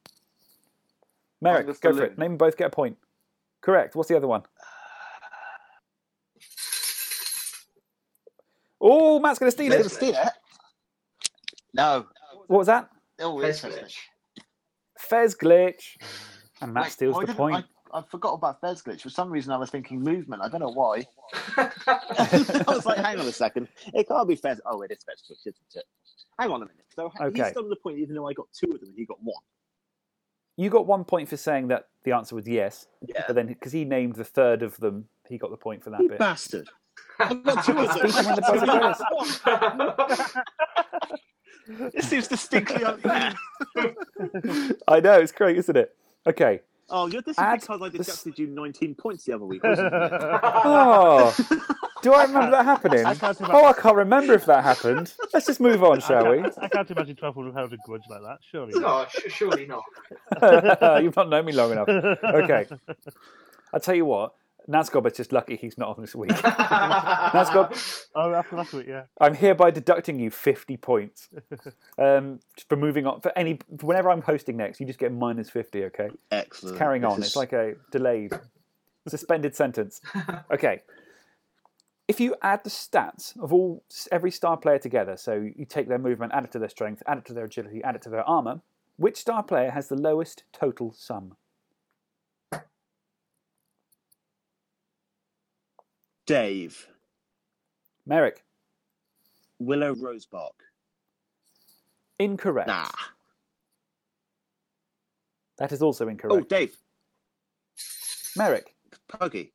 Speaker 1: Merrick,
Speaker 4: Angus
Speaker 1: go
Speaker 4: the
Speaker 1: for it.
Speaker 4: Loon.
Speaker 1: Name them both, get a point. Correct. What's the other one? Oh, Matt's going to steal
Speaker 4: Dave
Speaker 1: it.
Speaker 4: steal it. No.
Speaker 1: What was that?
Speaker 4: Oh,
Speaker 3: Fez
Speaker 4: interesting.
Speaker 3: glitch.
Speaker 1: Fez glitch. And Matt
Speaker 6: Wait,
Speaker 1: steals
Speaker 6: why
Speaker 1: the
Speaker 6: didn't
Speaker 1: point.
Speaker 6: I, I forgot about Fez glitch. For some reason, I was thinking movement. I don't know why. I was like, hang on a second. It can't be Fez. Oh, it is Fez glitch, isn't it? Hang on a minute. So
Speaker 1: Okay.
Speaker 6: he's done the point, even though I got two of them and he got one.
Speaker 1: You got one point for saying that the answer was yes, but then because he named the third of them, he got the point for that
Speaker 4: You
Speaker 1: bit.
Speaker 4: bastard. I've got two of
Speaker 1: Beat him when the
Speaker 4: them.
Speaker 1: buzzer goes.
Speaker 4: It seems distinctly unfair.
Speaker 1: I know it's great, isn't it? Okay.
Speaker 6: Oh, you're this is
Speaker 1: Add
Speaker 6: because I
Speaker 1: the s-
Speaker 6: deducted you 19 points the other week, wasn't it?
Speaker 1: Oh, do I remember that happening?
Speaker 5: I can't remember.
Speaker 1: Oh, I can't remember if that happened. Let's just move on,
Speaker 5: I
Speaker 1: shall we?
Speaker 5: can't- I can't imagine 12 would have held a grudge like that. Surely.
Speaker 3: oh, sh- surely not.
Speaker 1: You've not known me long enough. Okay. I tell you what, Nazgob is just lucky he's not on this week.
Speaker 3: That's
Speaker 1: got-
Speaker 5: Oh, after last week, yeah.
Speaker 1: I'm hereby deducting you 50 points um, for moving on. For any, whenever I'm hosting next, you just get minus 50. Okay.
Speaker 4: Excellent.
Speaker 1: carrying
Speaker 4: This
Speaker 1: on.
Speaker 4: is-
Speaker 1: It's like a delayed, suspended sentence. Okay. If you add the stats of all every star player together, so you take their movement, add it to their strength, add it to their agility, add it to their armor, which star player has the lowest total sum?
Speaker 4: Dave,
Speaker 1: Merrick,
Speaker 4: Willow Rosebach.
Speaker 1: incorrect.
Speaker 4: Nah.
Speaker 1: That is also
Speaker 4: Oh,
Speaker 1: incorrect.
Speaker 4: Dave,
Speaker 1: Merrick,
Speaker 4: Puggy.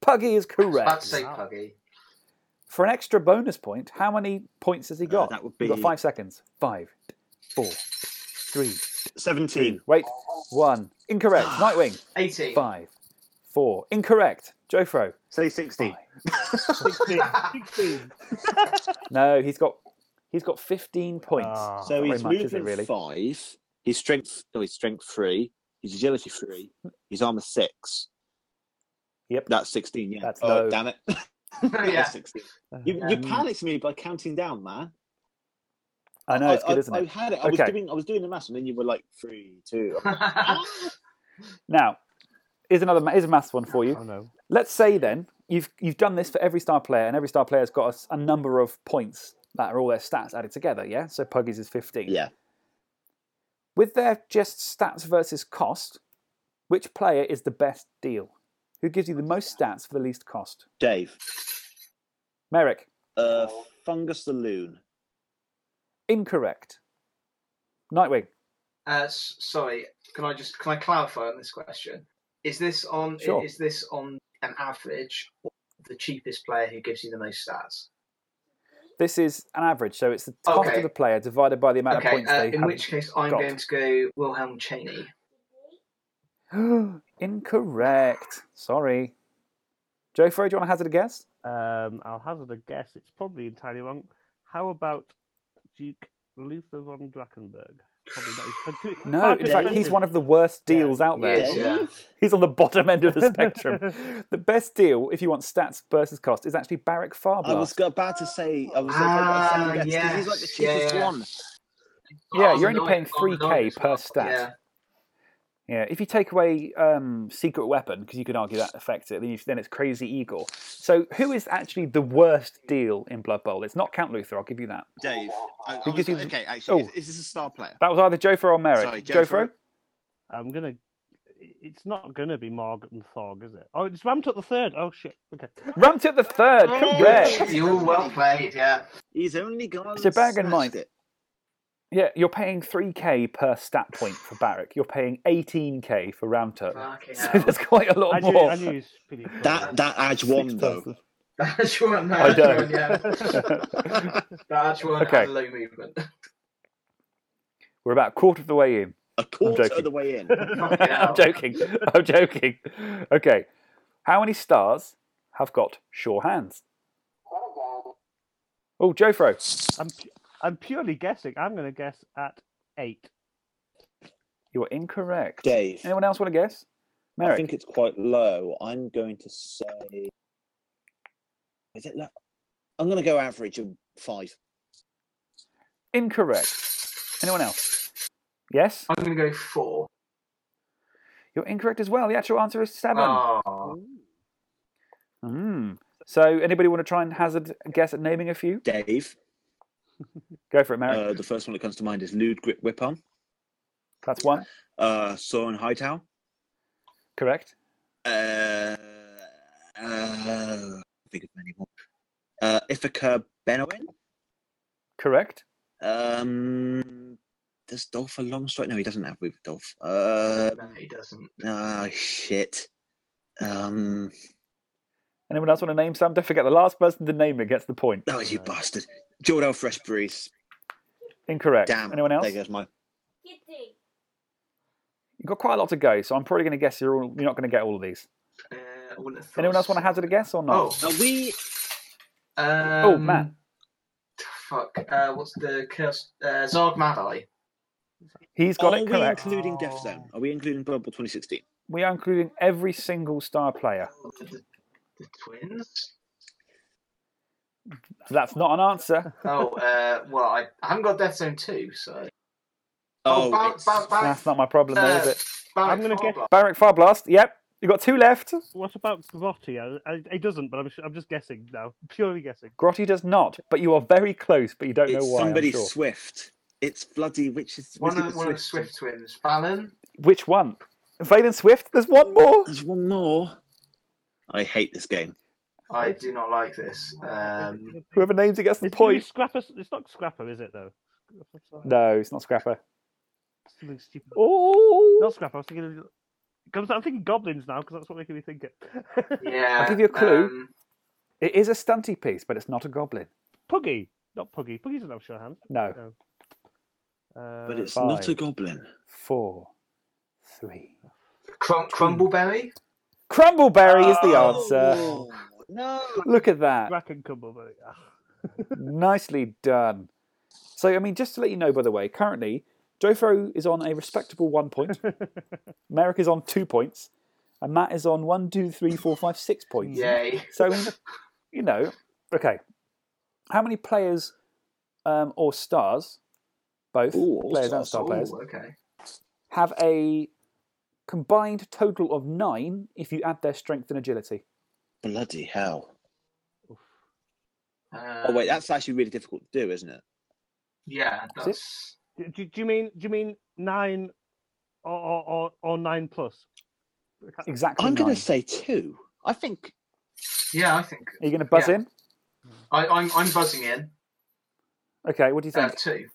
Speaker 1: Puggy is
Speaker 3: about
Speaker 1: correct.
Speaker 3: to say
Speaker 5: Wow.
Speaker 3: Puggy.
Speaker 1: For an extra bonus point, how many points has he
Speaker 4: Uh,
Speaker 1: got?
Speaker 4: that would
Speaker 1: You've got
Speaker 4: be-
Speaker 1: five seconds. Five, four, three,
Speaker 4: 17.
Speaker 1: two, wait, one. Incorrect. Nightwing.
Speaker 3: 18.
Speaker 1: Five, four. Incorrect. Jofro.
Speaker 6: Say 16.
Speaker 1: No, he's got he's got fifteen points.
Speaker 5: Ah.
Speaker 4: So
Speaker 1: Not
Speaker 4: he's
Speaker 1: very much, is it,
Speaker 4: movement
Speaker 1: really?
Speaker 4: five. He's strength. Oh, he's strength three. He's agility three. He's armor six.
Speaker 1: Yep.
Speaker 4: That's sixteen. Yeah.
Speaker 1: That's
Speaker 4: oh,
Speaker 1: low. Uh, um,
Speaker 4: Damn it.
Speaker 3: Yeah.
Speaker 4: That's 16. You, you panicked me by counting down, man.
Speaker 1: I know it's good,
Speaker 4: I,
Speaker 1: isn't
Speaker 4: I
Speaker 1: it?
Speaker 4: had it. I was
Speaker 1: Okay.
Speaker 4: doing. I was doing the maths, and then you were like three, two.
Speaker 1: Now, here's another ma- here's a maths one for
Speaker 5: Oh
Speaker 4: Uh-huh.
Speaker 1: you.
Speaker 5: no.
Speaker 1: Let's say then you've you've done this for every star player, and every star player has got a s- a, number of points that are all their stats added together. Yeah. So Puggies is fifteen.
Speaker 4: Yeah.
Speaker 1: With their just stats versus cost, which player is the best deal? Who gives you the most stats for the least cost?
Speaker 4: Dave.
Speaker 1: Merrick.
Speaker 4: Uh, fungus the loon.
Speaker 1: Incorrect. Nightwing.
Speaker 3: Uh, s- sorry, can I just can I clarify on this question? Is this on i-
Speaker 1: Sure.
Speaker 3: is this on an average or the cheapest player who gives you the most stats?
Speaker 1: This is an average, so it's the cost
Speaker 3: Okay.
Speaker 1: of the player divided by the amount of
Speaker 3: Okay,
Speaker 1: points
Speaker 3: uh,
Speaker 1: they
Speaker 3: in
Speaker 1: have.
Speaker 3: which case I'm
Speaker 1: got.
Speaker 3: going to go Wilhelm Cheney.
Speaker 1: Incorrect. Sorry. Joe Fro, do you want to hazard a guess?
Speaker 5: Um, I'll hazard a guess. It's probably entirely wrong. How about Duke Luther von Drakenberg? Probably not. He's far too-
Speaker 1: No,
Speaker 5: far
Speaker 1: in
Speaker 5: too
Speaker 1: fact, he's
Speaker 5: expensive.
Speaker 1: one of the worst
Speaker 5: Yeah.
Speaker 1: deals out there.
Speaker 3: Yes, yeah.
Speaker 1: He's on the bottom end of the spectrum. the best deal, if you want stats versus cost, is actually Barrack
Speaker 4: I was
Speaker 1: Farblast.
Speaker 4: about to say. I was like,
Speaker 3: Ah,
Speaker 4: I got a second guess, 'cause he's like the
Speaker 3: yes, yeah,
Speaker 4: cheapest
Speaker 3: yeah.
Speaker 4: one.
Speaker 1: Yeah,
Speaker 3: Oh,
Speaker 1: you're only
Speaker 3: Lloyd-
Speaker 1: paying
Speaker 3: oh, Lloyd
Speaker 1: 3k
Speaker 3: as
Speaker 1: per
Speaker 3: well,
Speaker 1: stat.
Speaker 3: Yeah.
Speaker 1: Yeah, if you take away um, Secret Weapon, because you could argue that affects it, then, you, then it's Crazy Eagle. So, who is actually the worst deal in Blood Bowl? It's not Count Luther, I'll give you that.
Speaker 4: Dave. I, I
Speaker 1: Who
Speaker 4: was,
Speaker 1: gives you the-
Speaker 4: okay, actually,
Speaker 1: Oh.
Speaker 4: is, is this a star player?
Speaker 1: That was either Jofro or Merrick.
Speaker 4: Sorry,
Speaker 1: Jofro?
Speaker 4: Jofro.
Speaker 5: I'm gonna. It's not gonna be Margaret and Thorg, is it? Oh, it's ramped up the third. Oh shit. Okay.
Speaker 1: Ramped at the third, correct.
Speaker 3: You all well played, yeah.
Speaker 4: He's only gone.
Speaker 1: So bear in
Speaker 4: smashed
Speaker 1: mind-
Speaker 4: it.
Speaker 1: Yeah, you're paying 3k per stat point for Barrack. You're paying 18k for Round Turtle.
Speaker 3: Fucking
Speaker 1: So
Speaker 3: hell.
Speaker 1: that's quite a lot
Speaker 5: I knew,
Speaker 1: more.
Speaker 5: I knew he was pretty close.
Speaker 4: That that adds one though.
Speaker 3: That's one.
Speaker 1: I
Speaker 3: That's
Speaker 1: don't.
Speaker 3: one, yeah. That's one.
Speaker 1: Okay.
Speaker 3: And low movement.
Speaker 1: We're about a quarter of the way in.
Speaker 4: A quarter
Speaker 1: joking.
Speaker 4: of the way in.
Speaker 3: Fucking hell.
Speaker 1: I'm joking. I'm joking. Okay. How many stars have got sure hands? Oh, Jofro,
Speaker 5: I'm, pu- I'm purely guessing. I'm going to guess at eight.
Speaker 1: you are incorrect.
Speaker 4: Dave,
Speaker 1: Anyone else want to guess?
Speaker 4: I
Speaker 1: Merrick.
Speaker 4: think it's quite low. I'm going to say, is it? Low? I'm going to go average of five.
Speaker 1: Incorrect. Anyone else? Yes?
Speaker 3: I'm going to go four.
Speaker 1: You're incorrect as well. The actual answer is seven.
Speaker 3: Oh,
Speaker 1: Mm. So, anybody want to try and hazard a guess at naming a few?
Speaker 4: Dave,
Speaker 1: Go for it, Merrick.
Speaker 4: uh, the first one that comes to mind is Lude Grip Whipon,
Speaker 1: That's one.
Speaker 4: uh, Soren Hightown.
Speaker 1: Correct.
Speaker 4: Uh, uh, I think of many more. Uh, Ithaca Benowin.
Speaker 1: Correct.
Speaker 4: Um, does Dolph have a long strike? No, he doesn't have with Dolph. Uh,
Speaker 3: no, he doesn't.
Speaker 4: ah, shit. Um,
Speaker 1: Anyone else want to name some? Don't forget, the last person to name it gets the point.
Speaker 4: oh, you bastard. Jordan Fresh Breeze.
Speaker 1: Incorrect.
Speaker 4: Damn.
Speaker 1: Anyone else?
Speaker 4: There goes my.
Speaker 1: You've got quite a lot to go, so I'm probably going to guess you're, all, you're not going to get all of these.
Speaker 3: Uh, I wouldn't have
Speaker 1: Anyone
Speaker 3: thought
Speaker 1: else want to
Speaker 3: so.
Speaker 1: hazard a guess or
Speaker 3: Oh,
Speaker 1: not?
Speaker 4: Are we.
Speaker 3: um,
Speaker 1: Oh, Matt.
Speaker 3: Fuck. Uh, what's the curse? Uh, Zard Mad Eye.
Speaker 1: He's got
Speaker 4: are
Speaker 1: it
Speaker 4: we
Speaker 1: correct.
Speaker 4: including Death Zone? Are we including Blood Bowl 2016?
Speaker 1: We are including every single star player.
Speaker 4: Oh,
Speaker 3: The, the, the twins?
Speaker 1: That's not an answer.
Speaker 3: Oh, uh, well, I, I haven't got Death Zone 2, so.
Speaker 4: Oh,
Speaker 3: Bar-
Speaker 4: it's-
Speaker 3: Bar- Bar-
Speaker 1: That's not my problem, though, is
Speaker 3: uh,
Speaker 1: it?
Speaker 3: Barrack
Speaker 5: I'm gonna
Speaker 3: Farber.
Speaker 5: guess-
Speaker 1: Barrack Farblast. Yep. You've got two left.
Speaker 5: What about Grotti? I, I, he doesn't, but I'm, su- I'm just guessing now. Purely guessing.
Speaker 1: Grotty does not, but you are very close, but you don't know
Speaker 4: it's
Speaker 1: why. I'm
Speaker 4: somebody
Speaker 1: sure.
Speaker 4: Swift. It's bloody which is
Speaker 3: One of, one of the Swift twins. Fallon?
Speaker 1: Which one? Valen Swift? There's one more.
Speaker 4: There's one more. I hate this game.
Speaker 3: I do not like this. Um,
Speaker 5: Is-
Speaker 1: Whoever names it gets the
Speaker 5: is it
Speaker 1: point.
Speaker 5: Scrapper? It's not Scrapper, is it, though?
Speaker 1: No, it's not Scrapper.
Speaker 5: Something stupid.
Speaker 1: Oh.
Speaker 5: Not Scrapper. I was thinking. of- 'cause I'm thinking goblins now because that's what making me think it.
Speaker 3: yeah.
Speaker 1: give you a clue.
Speaker 3: Um,
Speaker 1: It is a stunty piece, but it's not a goblin.
Speaker 5: Puggy, not Puggy. Puggy doesn't have sure hands.
Speaker 1: No.
Speaker 5: Uh,
Speaker 4: But it's
Speaker 1: five.
Speaker 4: not a goblin.
Speaker 1: Four, three.
Speaker 3: Crum- Crumbleberry?
Speaker 1: Crumbleberry is the
Speaker 4: Oh,
Speaker 1: answer.
Speaker 4: no.
Speaker 1: Look at that.
Speaker 5: Rack and Cumble. But, ah.
Speaker 1: Nicely done. So, I mean, just to let you know, by the way, currently, Jofro is on a respectable one point. Merrick is on two points. And Matt is on one, two, three, four, five, six points.
Speaker 3: Yay.
Speaker 1: So, you know, okay. How many players um, or stars, both
Speaker 4: Ooh, or
Speaker 1: players and
Speaker 4: stars.
Speaker 1: star
Speaker 3: Oh,
Speaker 1: players,
Speaker 3: okay.
Speaker 1: have a combined total of nine if you add their strength and agility?
Speaker 4: Bloody hell.
Speaker 3: Uh,
Speaker 4: Oh, wait, that's actually really difficult to do, isn't it?
Speaker 3: Yeah, that's.
Speaker 5: do, do, do you mean do you mean nine or or, or, or nine plus?
Speaker 1: Exactly.
Speaker 4: I'm going
Speaker 1: nine.
Speaker 4: to say two. I think.
Speaker 3: Yeah, I think.
Speaker 1: Are you going to buzz
Speaker 3: yeah.
Speaker 1: in?
Speaker 3: I, I'm, I'm buzzing in.
Speaker 1: Okay, what do you
Speaker 3: Uh,
Speaker 1: think?
Speaker 3: two. Oh,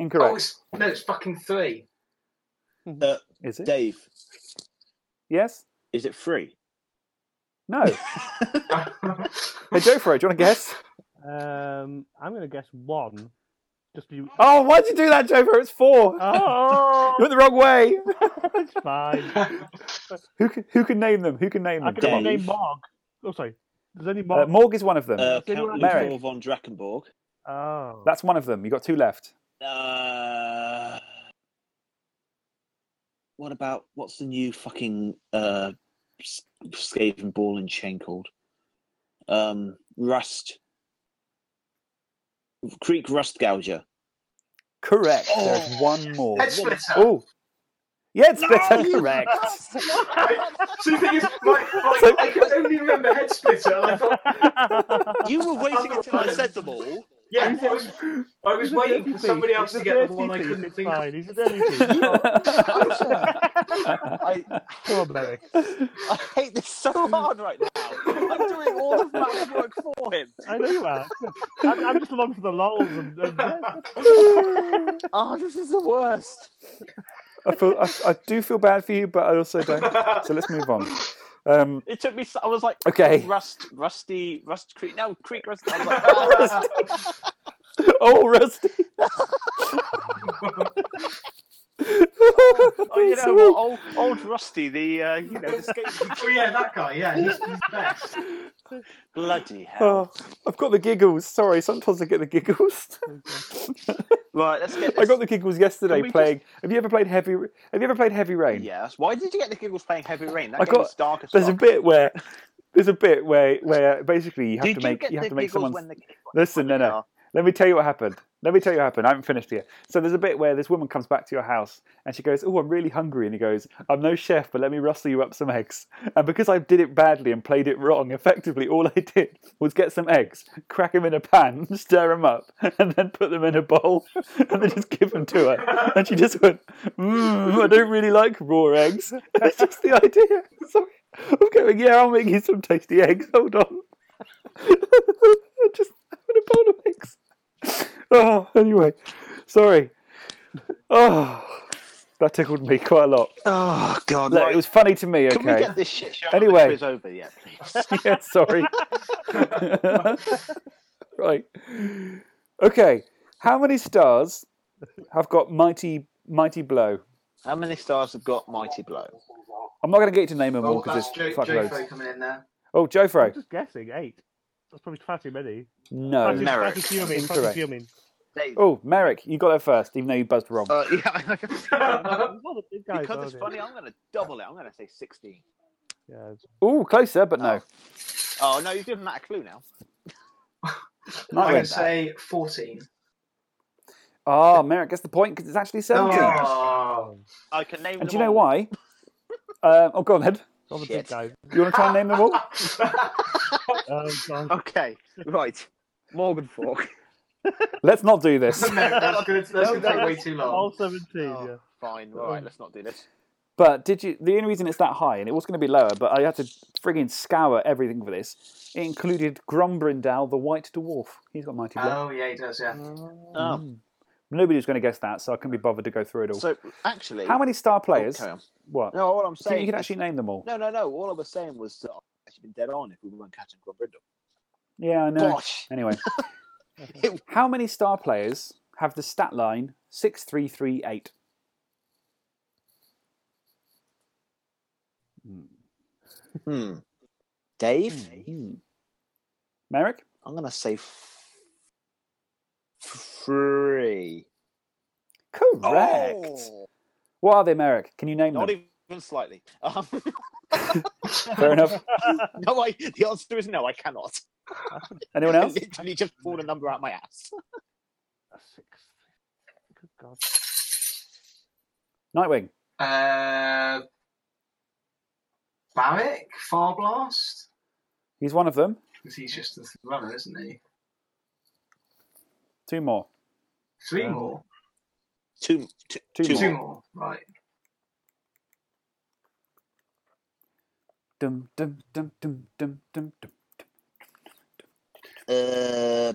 Speaker 1: Incorrect.
Speaker 3: it's, no, it's fucking three.
Speaker 4: Uh,
Speaker 1: Is it?
Speaker 4: Dave,
Speaker 1: Yes?
Speaker 4: is it free?
Speaker 1: No. hey, Jofro, do you want to guess?
Speaker 5: Um, I'm gonna guess one. Just you.
Speaker 1: Oh, why'd you do that, Jofro? It's four.
Speaker 5: Oh,
Speaker 1: You went the wrong way.
Speaker 5: it's fine.
Speaker 1: Who can, who can name them? Who can name
Speaker 5: I
Speaker 1: them?
Speaker 5: can
Speaker 1: Come on.
Speaker 5: only name Morg. Oh, sorry. There's only
Speaker 1: Uh,
Speaker 5: Morg.
Speaker 1: Morg is one of them.
Speaker 4: Uh,
Speaker 5: Does anyone
Speaker 4: Count
Speaker 1: Merrick.
Speaker 4: Luthor von Drakenborg.
Speaker 5: oh,
Speaker 1: That's one of them. you got two left.
Speaker 4: Uh, what about. What's the new fucking uh, s- Skaven ball and chain called? Um, Rust. Creek Rust Gouger.
Speaker 1: Correct.
Speaker 6: Oh.
Speaker 1: There's one more.
Speaker 3: Head splitter.
Speaker 1: Oh. Yeah, it's
Speaker 4: No,
Speaker 1: better.
Speaker 4: you-
Speaker 1: Correct.
Speaker 3: So the thing is, like, like, I can only remember head splitter. and I thought,
Speaker 4: You were waiting until I said them all.
Speaker 3: Yeah,
Speaker 5: He's
Speaker 3: I was, I was
Speaker 5: He's a
Speaker 3: waiting
Speaker 5: dirty
Speaker 3: for somebody
Speaker 5: thief.
Speaker 3: else
Speaker 5: He's
Speaker 3: to
Speaker 5: a
Speaker 3: get the
Speaker 5: dirty
Speaker 3: one I
Speaker 5: thief.
Speaker 3: couldn't
Speaker 5: It's
Speaker 3: think of.
Speaker 5: fine. He's a dirty thief. Come on, Merrick.
Speaker 6: I hate this so hard right now. I'm doing all the math work for him.
Speaker 5: I know you are. I'm, I'm just along for the lols. And, and yeah.
Speaker 6: Oh, this is the worst.
Speaker 1: I feel I, I do feel bad for you, but I also don't. So let's move on. Um,
Speaker 6: It took me. So, I was like,
Speaker 1: okay.
Speaker 6: Rust, Rusty, Rust Creek. No, Creek Rust. I was like, ah.
Speaker 1: Rusty. oh, Rusty.
Speaker 6: oh, you know what? Old, old Rusty, the uh, you know, the skate.
Speaker 3: oh yeah, that guy. Yeah, he's, he's best.
Speaker 6: Bloody hell!
Speaker 1: Oh, I've got the giggles. Sorry, sometimes I get the giggles.
Speaker 6: Right, let's get.
Speaker 1: I
Speaker 6: This.
Speaker 1: got the giggles yesterday
Speaker 6: Can we
Speaker 1: playing. Have you ever played heavy? Have you ever played Heavy Rain?
Speaker 6: Yes. Why did you get the giggles playing Heavy Rain? That
Speaker 1: I
Speaker 6: game
Speaker 1: got-
Speaker 6: was dark as
Speaker 1: There's a
Speaker 6: fuck.
Speaker 1: bit where there's a bit where where basically you have
Speaker 6: Did
Speaker 1: to make
Speaker 6: you get
Speaker 1: you have
Speaker 6: the
Speaker 1: to make
Speaker 6: giggles
Speaker 1: someone
Speaker 6: when the
Speaker 1: Listen, no, no.
Speaker 6: car.
Speaker 1: Let me tell you what happened. Let me tell you what happened. I haven't finished yet. So there's a bit where this woman comes back to your house and she goes, "Oh, I'm really hungry," and he goes, "I'm no chef, but let me rustle you up some eggs." And because I did it badly and played it wrong, effectively all I did was get some eggs, crack them in a pan, stir them up, and then put them in a bowl, and then just give them to her. And she just went, "Mmm, I don't really like raw eggs." That's just the idea. So I'm going, "Yeah, I'll make you some tasty eggs. Hold on." I just having a bowl of eggs. Oh, anyway, sorry. Oh, that tickled me quite a lot.
Speaker 4: Oh God!
Speaker 1: Look, it was funny to me. Okay.
Speaker 4: Can we get this shit show
Speaker 1: Anyway.
Speaker 4: is over yet, please?
Speaker 1: yeah, sorry. right. Okay. How many stars have got mighty mighty blow?
Speaker 4: How many stars have got Mighty Blow?
Speaker 1: I'm not going to get you to name them all
Speaker 3: Oh,
Speaker 1: because
Speaker 3: that's
Speaker 1: there's
Speaker 3: Joe,
Speaker 1: fuck
Speaker 3: Joe
Speaker 1: loads.
Speaker 3: Fay coming in there.
Speaker 1: Oh,
Speaker 5: I'm
Speaker 1: Jofro.
Speaker 5: just guessing. Eight. That's probably far too many.
Speaker 1: No.
Speaker 5: far too, far too
Speaker 4: Merrick.
Speaker 5: fuming. Far too
Speaker 1: Incorrect.
Speaker 5: fuming.
Speaker 1: Oh, Merrick, you got there first, even though you buzzed wrong.
Speaker 4: Uh, yeah, I know.
Speaker 5: Well, the big guys,
Speaker 4: because
Speaker 5: aren't
Speaker 4: it's
Speaker 5: it?
Speaker 4: funny. I'm going to double it. I'm going to say 16.
Speaker 5: Yeah.
Speaker 1: Oh, closer, but no.
Speaker 4: Oh no, you've given Matt a clue now.
Speaker 3: I'm
Speaker 1: Nightwing.
Speaker 3: gonna say fourteen.
Speaker 1: Ah, Merrick gets the point because it's actually 17.
Speaker 3: Oh,
Speaker 4: I can name.
Speaker 1: And do
Speaker 4: them
Speaker 1: you know
Speaker 4: all.
Speaker 1: why? Uh, oh, go on, Ed.
Speaker 5: All the
Speaker 4: Shit.
Speaker 5: big guys.
Speaker 1: You want to try and name them all?
Speaker 5: Um, so-
Speaker 4: Okay, right. Morgan Fork.
Speaker 1: Let's not do this.
Speaker 3: no, that's gonna, that's
Speaker 5: No,
Speaker 3: gonna take way
Speaker 5: that's
Speaker 3: too
Speaker 5: All
Speaker 3: long.
Speaker 5: 17, yeah.
Speaker 4: Oh, fine. All right, let's not do this.
Speaker 1: But did you? The only reason it's that high, and it was going to be lower, but I had to frigging scour everything for this. It included Grumbrindal, the White Dwarf. He's got mighty blow.
Speaker 3: Oh yeah, he does. Yeah.
Speaker 4: Oh,
Speaker 1: Nobody was going to guess that, so I couldn't be bothered to go through it all.
Speaker 4: so actually,
Speaker 1: How many star
Speaker 4: Oh,
Speaker 1: players?
Speaker 4: carry on.
Speaker 1: what?
Speaker 4: No, all I'm
Speaker 1: So you
Speaker 4: saying.
Speaker 1: can
Speaker 4: is-
Speaker 1: actually name them all.
Speaker 4: No, no, no. All I was saying was that I've actually been dead on if we weren't catching Grumbrindle.
Speaker 1: Yeah, I know.
Speaker 4: Bosh.
Speaker 1: Anyway, how many star players have the stat line six three three eight?
Speaker 4: Hmm. Dave, Hmm.
Speaker 1: Merrick,
Speaker 4: I'm going to say f- three.
Speaker 1: correct.
Speaker 4: Oh,
Speaker 1: What are they, Merrick? Can you name
Speaker 4: not
Speaker 1: them?
Speaker 4: even slightly. Um,
Speaker 1: Fair enough.
Speaker 4: no, I, the answer is no. I cannot.
Speaker 1: Anyone else?
Speaker 4: I literally just pulled a number out my ass.
Speaker 5: A six. Good God.
Speaker 1: Nightwing.
Speaker 3: Uh, Barrick, Farblast.
Speaker 1: He's one of them.
Speaker 3: Because he's just the runner, isn't he?
Speaker 1: Two more.
Speaker 3: Three
Speaker 5: Um,
Speaker 3: more.
Speaker 4: Two, two,
Speaker 1: Two,
Speaker 4: Two
Speaker 1: more.
Speaker 3: Two more. Right.
Speaker 1: Dum, dum, dum, dum, dum, dum, dum.
Speaker 4: uh,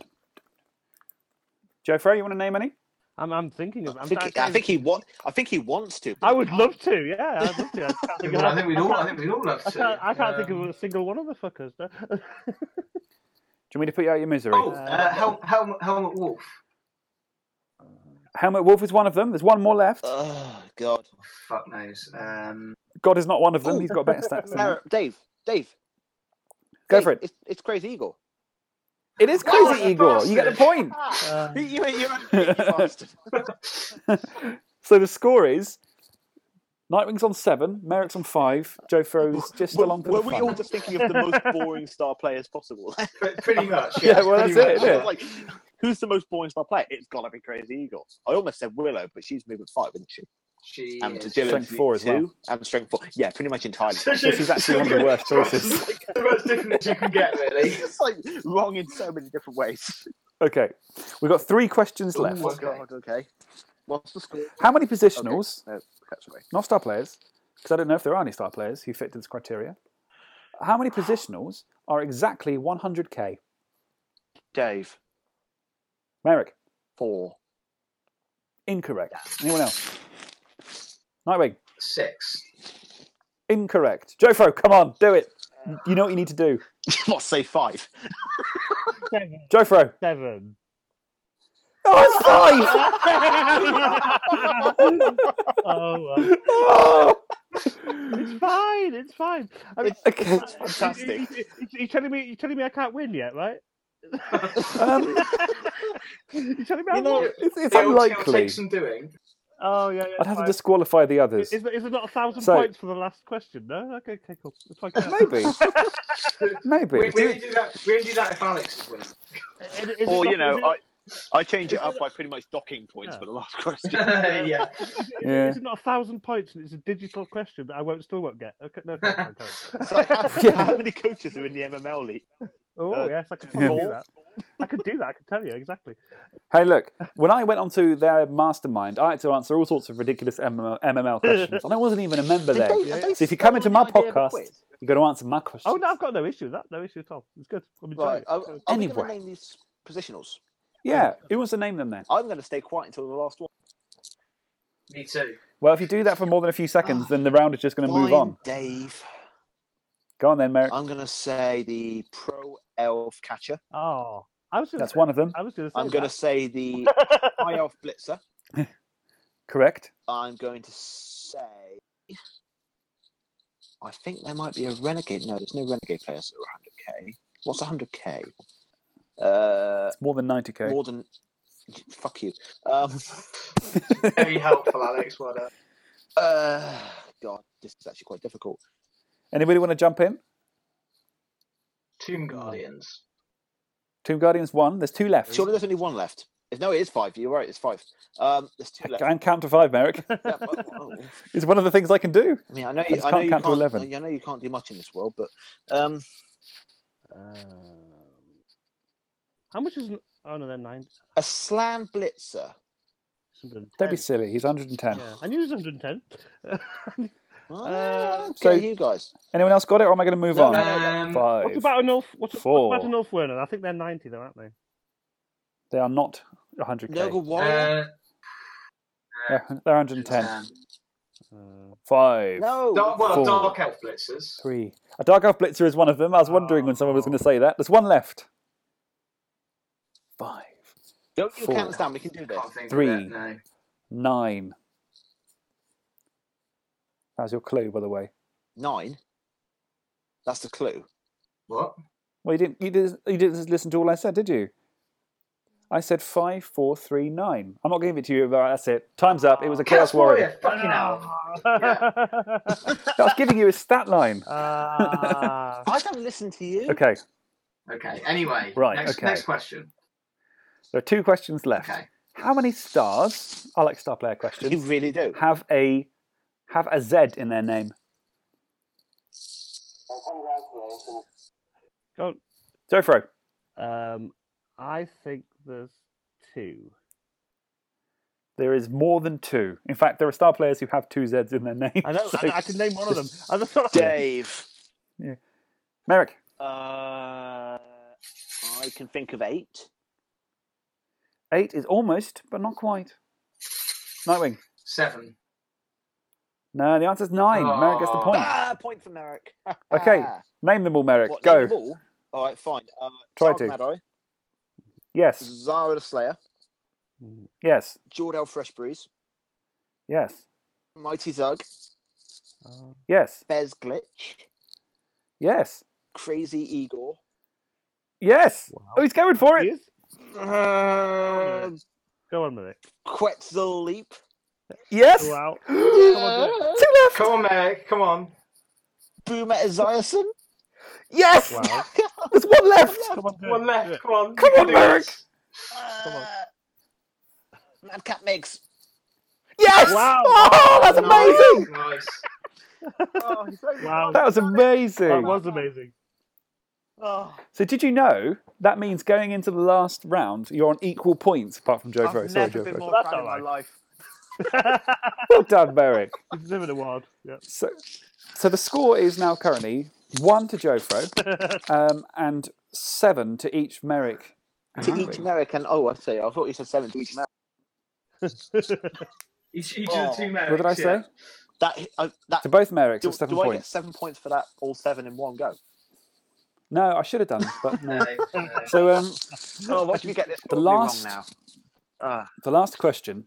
Speaker 1: Joe Frey, you want to name any?
Speaker 5: I'm, I'm thinking of. I'm
Speaker 4: I think,
Speaker 5: I'm
Speaker 4: he, I
Speaker 5: trying-
Speaker 4: think he wa- I think he wants to.
Speaker 5: I would love to. Yeah, I'd love to. I can't think of-
Speaker 3: I think we'd all. I
Speaker 5: can't-
Speaker 3: think we'd all love
Speaker 5: I
Speaker 3: to.
Speaker 5: can't, I can't think
Speaker 3: Um,
Speaker 5: of a single one of the fuckers. No.
Speaker 1: Do you want me to put you out of your misery?
Speaker 3: Oh, uh, Hel- Hel- Helmut Wolf.
Speaker 1: Helmet Wolf is one of them. There's one more left.
Speaker 4: Oh God.
Speaker 3: Fuck knows. Um,
Speaker 1: God is not one of them.
Speaker 4: Oh.
Speaker 1: He's got better stats than that.
Speaker 4: Sarah, Dave, Dave,
Speaker 1: Go
Speaker 4: Dave,
Speaker 1: for it.
Speaker 4: It's, it's Crazy Eagle.
Speaker 1: It is
Speaker 3: Oh,
Speaker 1: crazy,
Speaker 3: you
Speaker 1: Igor. You get the point.
Speaker 5: Uh,
Speaker 4: You, you, you, you bastard.
Speaker 1: So the score is Nightwing's on seven, Merrick's on five, Joe Fro's just
Speaker 4: Were-
Speaker 1: along for
Speaker 4: were
Speaker 1: the
Speaker 4: we
Speaker 1: fun.
Speaker 4: all just thinking of the most boring star players possible?
Speaker 3: pre- pretty much.
Speaker 1: Yeah,
Speaker 3: Yeah,
Speaker 1: well,
Speaker 3: pretty
Speaker 1: that's it,
Speaker 3: much.
Speaker 1: isn't it?
Speaker 4: like, who's the most boring star player? It's got to be Crazy Eagle. I almost said Willow, but she's moving five, isn't she?
Speaker 3: She
Speaker 4: And to
Speaker 3: is.
Speaker 4: Dylan,
Speaker 1: Strength four as
Speaker 4: two,
Speaker 1: well.
Speaker 4: and strength four. Yeah, pretty much entirely.
Speaker 1: This is actually one of the worst choices.
Speaker 5: Oh
Speaker 3: the most different you can get, really.
Speaker 4: it's like wrong in so many different ways.
Speaker 1: Okay, we've got three questions left.
Speaker 4: Oh, God, okay. What's the score?
Speaker 1: How many positionals,
Speaker 4: No, catch away.
Speaker 1: not star players, because I don't know if there are any star players who fit this criteria. How many positionals are exactly 100k?
Speaker 8: Dave.
Speaker 1: Merrick,
Speaker 4: Four.
Speaker 1: incorrect. Anyone else? Nightwing,
Speaker 3: Six.
Speaker 1: incorrect. Jofo, come on, do it. You know what you need to do.
Speaker 8: what, say five?
Speaker 5: Seven.
Speaker 1: Jofro.
Speaker 5: Seven.
Speaker 1: Oh,
Speaker 5: oh,
Speaker 1: it's five!
Speaker 5: well.
Speaker 1: Oh!
Speaker 5: it's fine. It's fine. I mean,
Speaker 1: Okay.
Speaker 8: Fantastic.
Speaker 5: You, you, you telling me? You telling me I can't win yet, right?
Speaker 1: Um,
Speaker 5: you telling me? I'm not?
Speaker 1: it's it's
Speaker 3: It'll- it'll
Speaker 1: unlikely.
Speaker 3: take some doing.
Speaker 5: Oh yeah. yeah
Speaker 1: I'd have to
Speaker 5: fine.
Speaker 1: disqualify the others.
Speaker 5: Is, is there- is there not a thousand
Speaker 1: So-
Speaker 5: points for the last question? No. Okay. Okay. Cool. If I can.
Speaker 1: Maybe.
Speaker 3: We,
Speaker 1: Maybe.
Speaker 3: we only do that. We only do that if Alex is winning.
Speaker 5: Is it- is it
Speaker 8: Or,
Speaker 5: not-
Speaker 8: you know,
Speaker 5: is it-
Speaker 8: I, I change it up by pretty much docking points
Speaker 5: Yeah.
Speaker 8: for the last question.
Speaker 3: yeah.
Speaker 5: Is it-
Speaker 1: Yeah.
Speaker 5: Is it not a thousand points and it's a digital question that I won't still won't get? Okay, no, fine, fine, fine.
Speaker 8: It's like, how,
Speaker 1: Yeah.
Speaker 8: how many coaches are in the MML league?
Speaker 5: Oh
Speaker 8: Uh,
Speaker 5: yes, I could
Speaker 1: yeah.
Speaker 5: do that. I could do that. I could tell you exactly.
Speaker 1: Hey, look, when I went onto their mastermind, I had to answer all sorts of ridiculous MML, MML questions, and I wasn't even a member there.
Speaker 4: Did they- did they
Speaker 1: So if you come
Speaker 4: steal
Speaker 1: into
Speaker 4: the
Speaker 1: my
Speaker 4: idea of a
Speaker 1: podcast-
Speaker 4: quiz?
Speaker 1: You've got to answer my questions.
Speaker 5: Oh no, I've got no issue with that. No issue at all. It's good. I'm enjoying
Speaker 4: Right.
Speaker 5: it.
Speaker 4: Are, are we
Speaker 1: Anyway.
Speaker 4: going to name these positionals?
Speaker 1: Yeah, who wants to name them then?
Speaker 4: I'm going to stay quiet until the last one.
Speaker 3: Me too.
Speaker 1: Well, if you do that for more than a few seconds, then the round is just going to move
Speaker 4: Fine,
Speaker 1: on.
Speaker 4: Dave.
Speaker 1: Go on then, Merrick.
Speaker 4: I'm going to say the pro elf catcher.
Speaker 5: Oh, I was gonna.
Speaker 1: That's
Speaker 5: say-
Speaker 1: one of them.
Speaker 5: I was gonna. Say
Speaker 4: I'm going to
Speaker 5: that.
Speaker 4: say the high elf blitzer.
Speaker 1: Correct.
Speaker 4: I'm going to say. I think there might be a renegade. No, there's no renegade players that are 100k. What's 100k? Uh,
Speaker 1: It's more than 90k.
Speaker 4: More than. Fuck you. Um,
Speaker 3: Very helpful, Alex. Well done.
Speaker 4: uh, God, this is actually quite difficult.
Speaker 1: Anybody want to jump in?
Speaker 3: Tomb Guardians.
Speaker 1: Tomb Guardians one. There's two left.
Speaker 4: Surely there's only one left. No, it is five. You're right. It's five. Um, there's two left.
Speaker 1: And count to five, Merrick.
Speaker 4: Yeah, but- oh.
Speaker 1: It's one of the things I can do.
Speaker 4: I mean, I know
Speaker 1: I
Speaker 4: you,
Speaker 1: just
Speaker 4: I
Speaker 1: can't
Speaker 4: know you
Speaker 1: count
Speaker 4: can't.
Speaker 1: to 11.
Speaker 4: I know you can't do much in this world, but um,
Speaker 5: How much is? an- Oh no, they're nine.
Speaker 4: a slam blitzer.
Speaker 1: Don't be
Speaker 5: 110.
Speaker 1: silly. He's 110.
Speaker 5: Yeah, I knew it was 110.
Speaker 4: Ah, okay,
Speaker 1: Uh, so-
Speaker 4: you guys.
Speaker 1: Anyone else got it, or am I going to move
Speaker 4: No,
Speaker 1: on?
Speaker 4: no,
Speaker 3: Um,
Speaker 1: Five.
Speaker 5: what about an Ulf? What, what about
Speaker 1: Four.
Speaker 5: an Ulf Werner? I think they're 90 though, aren't they?
Speaker 1: They are not 100k.
Speaker 4: Nurgle Warrior.
Speaker 3: uh,
Speaker 1: They're they're 110.
Speaker 3: um,
Speaker 1: Five.
Speaker 4: no.
Speaker 3: dark, well,
Speaker 1: Four.
Speaker 3: Dark Elf Blitzers.
Speaker 1: Three. A Dark Elf Blitzer is one of them. I was wondering when someone was going to say that. There's one left. Five.
Speaker 4: Don't you
Speaker 1: four.
Speaker 4: count us down. We can do this.
Speaker 3: Can't think of
Speaker 1: Three.
Speaker 3: it, no.
Speaker 1: Nine. That was your clue, by the way.
Speaker 4: Nine. That's the clue.
Speaker 3: What?
Speaker 1: Well, you didn't. You didn't. You didn't listen to all I said, did you? I said five, four, three, nine. I'm not giving it to you. But that's it. Time's up. It was a chaos
Speaker 3: Chaos
Speaker 1: warrior.
Speaker 3: Warrior. Fucking hell.
Speaker 1: I was giving you a stat line.
Speaker 5: Ah.
Speaker 4: I don't listen to you.
Speaker 1: Okay,
Speaker 3: Okay. Anyway.
Speaker 1: Right,
Speaker 3: Next,
Speaker 1: okay.
Speaker 3: next question.
Speaker 1: there are two questions left.
Speaker 3: Okay.
Speaker 1: How many stars? I like star player
Speaker 4: You
Speaker 1: questions.
Speaker 4: really do.
Speaker 1: Have a have a Z in their name.
Speaker 7: And congratulations.
Speaker 5: Go
Speaker 1: Jofro,
Speaker 5: on. Um, I think there's two.
Speaker 1: there is more than two. In fact, there are star players who have two Zs in their name.
Speaker 5: I know.
Speaker 1: So-
Speaker 5: I, I can name one of them. I just thought
Speaker 8: Dave.
Speaker 1: Merrick,
Speaker 4: Uh, I can think of eight.
Speaker 1: eight is almost, but not quite. Nightwing.
Speaker 3: Seven.
Speaker 1: No, the answer's nine. Merrick gets the
Speaker 3: Aw.
Speaker 1: point.
Speaker 4: Ah, point for Merrick.
Speaker 1: Okay,
Speaker 4: Ah.
Speaker 1: name them all, Merrick.
Speaker 4: What, name
Speaker 1: Go.
Speaker 4: them all? All right, fine. Uh,
Speaker 1: Try to.
Speaker 4: Sarah Maddow,
Speaker 1: Yes,
Speaker 4: Zara the Slayer,
Speaker 1: yes,
Speaker 4: Jordel Freshbreeze,
Speaker 1: yes,
Speaker 4: Mighty Zug,
Speaker 5: Oh,
Speaker 1: yes,
Speaker 4: Bez Glitch,
Speaker 1: yes,
Speaker 4: Crazy Igor,
Speaker 1: yes.
Speaker 5: Wow.
Speaker 1: Oh, he's going for it.
Speaker 5: Yes?
Speaker 4: uh,
Speaker 5: Go on, Merrick.
Speaker 4: Quetzal Leap.
Speaker 1: Yes.
Speaker 5: Go out.
Speaker 1: Two
Speaker 5: Come on, do it.
Speaker 1: left.
Speaker 3: Come on, Merrick. Come on.
Speaker 4: Boomer Esiason?
Speaker 1: Yes.
Speaker 5: Wow.
Speaker 1: There's one left.
Speaker 5: Come on, do
Speaker 3: One
Speaker 5: it. Do
Speaker 3: left.
Speaker 5: it.
Speaker 3: Come on.
Speaker 1: Come
Speaker 3: You can
Speaker 1: on,
Speaker 3: do
Speaker 1: Merrick.
Speaker 3: this.
Speaker 5: on.
Speaker 4: Uh, Madcap Mix.
Speaker 1: Yes.
Speaker 5: Wow.
Speaker 1: Oh, that's
Speaker 3: Nice,
Speaker 1: amazing.
Speaker 3: Nice.
Speaker 5: Wow.
Speaker 1: That was amazing.
Speaker 5: That was amazing. Oh,
Speaker 1: So did you know that means going into the last round, you're on equal points apart from Joe
Speaker 9: I've
Speaker 1: Furry.
Speaker 9: never
Speaker 1: Sorry, Joe
Speaker 9: been
Speaker 1: Furry.
Speaker 9: more
Speaker 5: That's
Speaker 9: proud in my
Speaker 5: alright.
Speaker 9: life.
Speaker 1: Well done, Merrick.
Speaker 5: you deserve an award. Yeah.
Speaker 1: So, so the score is now currently one to Jofro um, and seven to each Merrick. and
Speaker 4: To
Speaker 1: Harry.
Speaker 4: each American. Oh, I see. I thought you said seven to each American.
Speaker 3: Each, each
Speaker 4: Oh.
Speaker 3: of the two men.
Speaker 1: What did I say?
Speaker 4: That, I that,
Speaker 1: To both Merricks,
Speaker 4: do,
Speaker 1: it's seven
Speaker 4: do I get
Speaker 1: points.
Speaker 4: seven points for that? All seven in one go.
Speaker 1: No, I should have done, but no.
Speaker 3: No, no.
Speaker 1: So um,
Speaker 4: Oh, why did we get this
Speaker 1: The
Speaker 4: all wrong
Speaker 1: last-
Speaker 4: now? Uh,
Speaker 1: the last question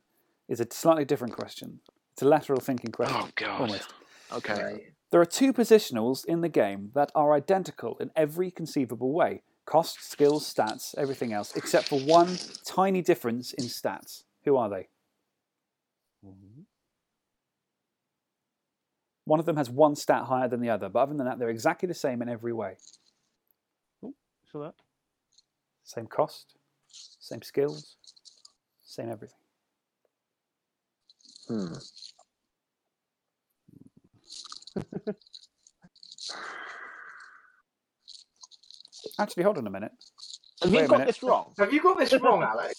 Speaker 1: is a slightly different question. It's a lateral thinking question.
Speaker 10: Oh, God.
Speaker 1: Almost.
Speaker 4: okay.
Speaker 3: Right.
Speaker 1: There are two positionals in the game that are identical in every conceivable way cost, skills, stats, everything else, except for one tiny difference in stats. Who are they? One of them has one stat higher than the other, but other than that, they're exactly the same in every way.
Speaker 5: Sure that.
Speaker 1: Same cost, same skills, same everything.
Speaker 4: Hmm.
Speaker 1: Actually, hold on a minute.
Speaker 4: Have
Speaker 1: Wait a
Speaker 4: you got
Speaker 1: minute.
Speaker 4: this wrong?
Speaker 3: Have you got this wrong, Alex?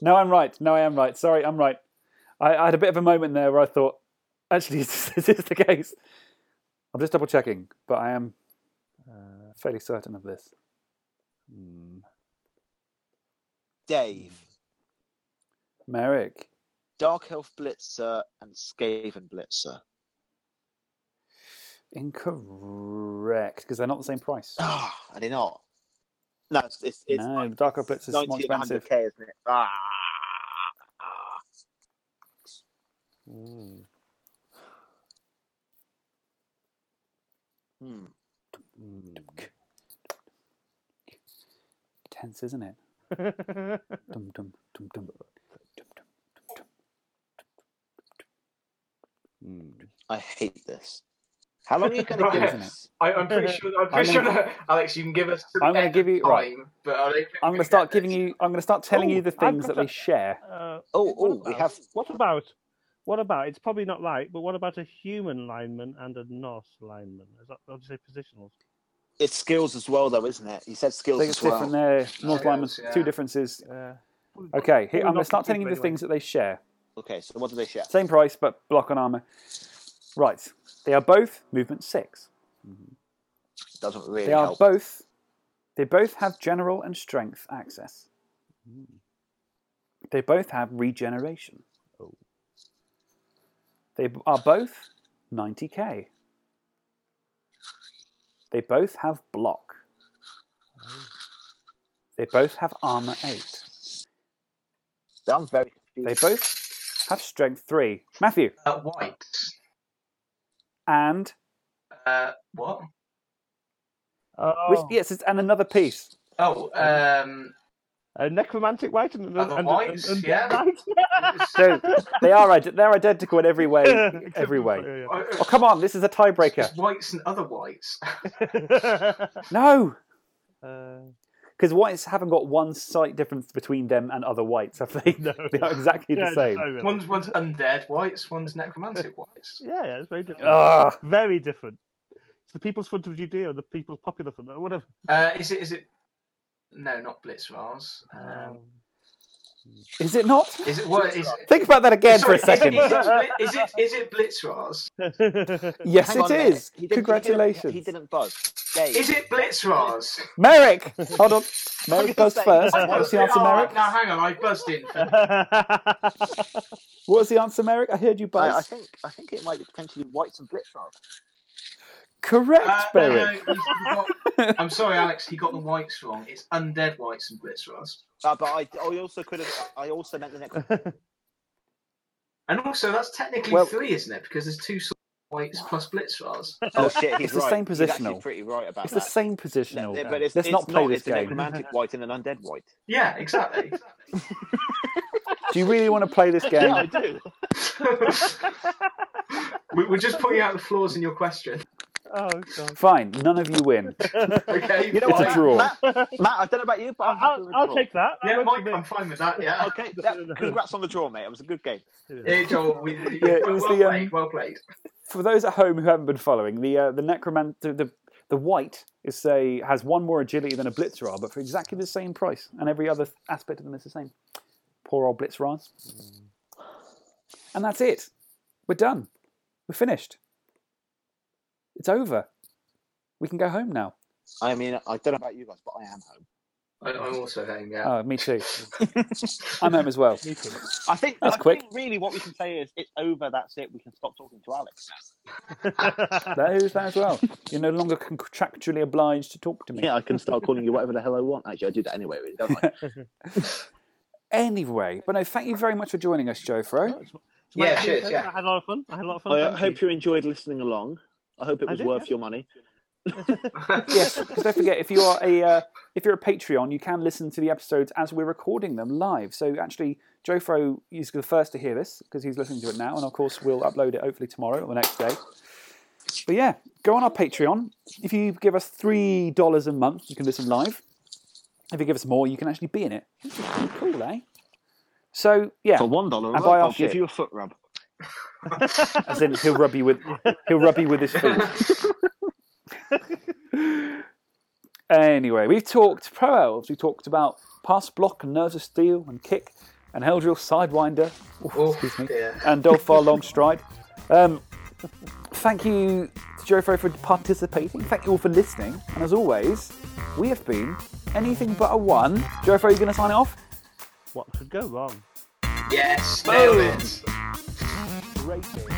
Speaker 1: No, I'm right. No, I am right. Sorry, I'm right. I, I had a bit of a moment there where I thought, actually, this, this is the case. I'm just double checking, but I am
Speaker 5: Uh,
Speaker 1: fairly certain of this.
Speaker 5: hmm.
Speaker 4: Dave,
Speaker 1: Merrick.
Speaker 4: Dark Elf Blitzer and Skaven Blitzer.
Speaker 1: Incorrect, because they're not the same price.
Speaker 4: Ah, are they not? No, it's, it's, it's
Speaker 1: No,
Speaker 4: like
Speaker 1: Dark Elf Blitz is more
Speaker 4: 90 and
Speaker 1: expensive.
Speaker 4: 100k, isn't it? Ah.
Speaker 5: Hmm.
Speaker 4: Hmm.
Speaker 5: Hmm.
Speaker 1: Tense, isn't it? Dum dum dum dum. Dum, dum.
Speaker 5: Hmm.
Speaker 4: I hate this. How long are you going to
Speaker 3: Right.
Speaker 4: give us?
Speaker 3: I, I'm pretty sure. I'm pretty
Speaker 1: I'm
Speaker 3: sure, that, Alex. You can give us. to the
Speaker 1: I'm gonna
Speaker 3: end
Speaker 1: give you-
Speaker 3: of time,
Speaker 1: right.
Speaker 3: But I don't
Speaker 1: I'm going to start giving you. I'm going to start telling you
Speaker 5: Oh,
Speaker 1: the
Speaker 5: I've
Speaker 1: things
Speaker 5: got
Speaker 1: that they
Speaker 5: a-
Speaker 1: share.
Speaker 5: Uh,
Speaker 4: Oh,
Speaker 5: what
Speaker 4: oh, we
Speaker 5: about-
Speaker 4: have.
Speaker 5: What about? What about? It's probably not right, but what about a human lineman and a Norse lineman? Is that obviously positionals?
Speaker 4: It's skills as well, though, isn't it? You said skills
Speaker 1: I think
Speaker 4: as
Speaker 1: it's
Speaker 4: well.
Speaker 1: different there. North Lineman,
Speaker 3: yeah.
Speaker 1: two differences.
Speaker 5: Yeah.
Speaker 1: Okay, here, I'm
Speaker 5: Probably
Speaker 1: going
Speaker 5: not
Speaker 1: to start telling you the
Speaker 5: computer anyway.
Speaker 1: things that they share.
Speaker 4: Okay, so what do they share?
Speaker 1: Same price, but block and armor. Right. They are both movement six.
Speaker 4: Doesn't really
Speaker 1: They are
Speaker 4: help.
Speaker 1: both. They both have general and strength access.
Speaker 5: Hmm.
Speaker 1: They both have regeneration.
Speaker 5: Oh.
Speaker 1: They b- are both 90k. They both have block.
Speaker 5: Oh.
Speaker 1: They both have armor 8.
Speaker 4: I'm very
Speaker 1: They
Speaker 4: confused.
Speaker 1: both have strength 3. Matthew.
Speaker 3: Uh, white.
Speaker 1: And
Speaker 3: Uh, what?
Speaker 5: Oh,
Speaker 1: which, yes, it's, and another piece.
Speaker 3: Oh, um,
Speaker 5: a necromantic white and, and,
Speaker 3: Other
Speaker 5: and,
Speaker 3: whites,
Speaker 5: and, and
Speaker 3: yeah.
Speaker 5: knight.
Speaker 3: um,
Speaker 1: So they are ide- they're identical in every way.
Speaker 5: Except
Speaker 1: Every
Speaker 5: for-
Speaker 1: way.
Speaker 5: yeah,
Speaker 3: uh,
Speaker 1: Oh come on, this is a tiebreaker.
Speaker 3: it's whites and other whites.
Speaker 5: yeah.
Speaker 1: No,
Speaker 5: Uh,
Speaker 1: because whites haven't got one slight difference between them and other whites, have they?
Speaker 5: No.
Speaker 1: They are exactly
Speaker 5: yeah,
Speaker 1: the same.
Speaker 5: no, really.
Speaker 3: One's one's undead whites. One's necromantic whites.
Speaker 5: Yeah, yeah, it's very different.
Speaker 1: Ugh.
Speaker 5: very different. It's the people's front of Judea, the people's popular front, or whatever.
Speaker 3: Uh, is it? Is it? No, not Blitzrars. Um,
Speaker 5: Um,
Speaker 1: Is it not?
Speaker 3: is it what? Is it?
Speaker 1: Think about that again for a
Speaker 3: Sorry,
Speaker 1: second.
Speaker 3: Is it, is it, is it Blitzrars?
Speaker 1: Yes,
Speaker 4: Hang
Speaker 1: it
Speaker 4: on a minute.
Speaker 1: is.
Speaker 4: He didn't- he didn't-
Speaker 1: Congratulations,
Speaker 4: He didn't buzz. Dave.
Speaker 3: Is it Blitzrars?
Speaker 1: Merrick. Hold on, Merrick
Speaker 4: gonna
Speaker 1: buzzed
Speaker 4: say-
Speaker 1: first.
Speaker 5: I
Speaker 1: What was the
Speaker 3: Oh,
Speaker 1: answer, Merrick?
Speaker 3: Now hang on, I buzzed in. Uh, For...
Speaker 1: What was the answer, Merrick? I heard you buzz.
Speaker 4: I, I think I think it might be potentially whites and blitzrod.
Speaker 1: Correct,
Speaker 3: Uh, no, no,
Speaker 1: Merrick.
Speaker 3: you- you got- I'm sorry, Alex, he got the whites wrong. It's undead whites and Blitzrars.
Speaker 4: Uh, but I, I also could have. I also meant the next.
Speaker 3: And also, that's technically
Speaker 1: Well-
Speaker 3: three, isn't it? Because there's two sorts of whites plus Blitzrars.
Speaker 4: Oh shit! He's
Speaker 1: It's the
Speaker 4: right.
Speaker 1: same
Speaker 4: He's actually
Speaker 1: positional.
Speaker 4: pretty right about
Speaker 1: It's the
Speaker 4: that.
Speaker 1: same
Speaker 4: No,
Speaker 1: positional.
Speaker 4: no, but it's,
Speaker 1: Let's
Speaker 4: it's
Speaker 1: not play this
Speaker 4: it's a
Speaker 1: game.
Speaker 4: necromantic white and an undead white.
Speaker 3: Yeah, exactly.
Speaker 1: Do you really want to play this game?
Speaker 4: do.
Speaker 3: We- We're just pointing out the flaws in your question.
Speaker 5: oh god.
Speaker 1: Fine, none of you win.
Speaker 3: Okay,
Speaker 4: You know
Speaker 1: It's a
Speaker 4: what,
Speaker 1: draw.
Speaker 4: Matt, Matt, Matt, I don't know about you, but I'm happy
Speaker 5: I'll,
Speaker 4: with the
Speaker 5: I'll
Speaker 4: draw.
Speaker 5: take that. that
Speaker 3: Yeah,
Speaker 5: works for
Speaker 3: Mike,
Speaker 5: me.
Speaker 3: I'm fine with that. Yeah.
Speaker 4: Okay, that, congrats on the draw, mate. It was a good game.
Speaker 3: Yeah, Joel, we,
Speaker 1: Yeah, it
Speaker 3: well,
Speaker 1: was
Speaker 3: well
Speaker 1: the, um,
Speaker 3: played. Well played.
Speaker 1: For those at home who haven't been following, the uh, the necromant the, the The white is say has one more agility than a Blitzrar, but for exactly the same price, and every other aspect of them is the same. Poor old Blitzrars. And that's it. We're done. We're finished. It's over. We can go home now.
Speaker 4: I mean, I don't know about you guys, but I am home.
Speaker 3: I, I'm also home, yeah.
Speaker 1: Oh, me too. I'm home as well.
Speaker 5: Me too.
Speaker 6: I think
Speaker 1: That's
Speaker 6: I
Speaker 1: quick.
Speaker 6: think really what we can say is it's over. That's it. We can stop talking to Alex.
Speaker 1: That is that as well. You're no longer contractually obliged to talk to me.
Speaker 4: Yeah, I can start calling you whatever the hell I want. Actually, I do that anyway, really, don't I?
Speaker 1: Anyway, but no, thank you very much for joining us, Joe Fro.
Speaker 5: It's my
Speaker 3: Yeah,
Speaker 5: idea,
Speaker 3: cheers,
Speaker 5: so
Speaker 3: yeah.
Speaker 5: I had a lot of fun. I had a lot of
Speaker 1: Oh,
Speaker 5: fun.
Speaker 4: I uh,
Speaker 5: thank
Speaker 4: hope you enjoyed listening along. I hope it
Speaker 5: I
Speaker 4: was
Speaker 5: did,
Speaker 4: worth
Speaker 5: yeah.
Speaker 4: your money.
Speaker 1: Yes, because don't forget, if you are a uh, if you're a Patreon, you can listen to the episodes as we're recording them live. So actually, Joe Fro is the first to hear this because he's listening to it now, and of course, we'll upload it hopefully tomorrow or the next day. But yeah, go on our Patreon. If you give us three dollars a month, you can listen live. If you give us more, you can actually be in it. Which is pretty cool, eh? So yeah,
Speaker 4: For one dollar,
Speaker 1: And buy our
Speaker 4: I'll give
Speaker 1: shit.
Speaker 4: you a foot rub.
Speaker 1: As in, he'll rub you with he'll rub you with his feet. anyway, we've talked pro elves. We talked about pass block and nerves of steel and kick and Heldril sidewinder. Oof,
Speaker 3: Oh,
Speaker 1: excuse me.
Speaker 3: dear.
Speaker 1: And Dolphar long stride. Um, thank you to Jofro for participating. Thank you all for listening. And as always, we have been anything but a one. Jofro, are you going to sign it off?
Speaker 5: you. What could go wrong?
Speaker 1: Oh.
Speaker 3: yes, nailed it.
Speaker 1: Rating.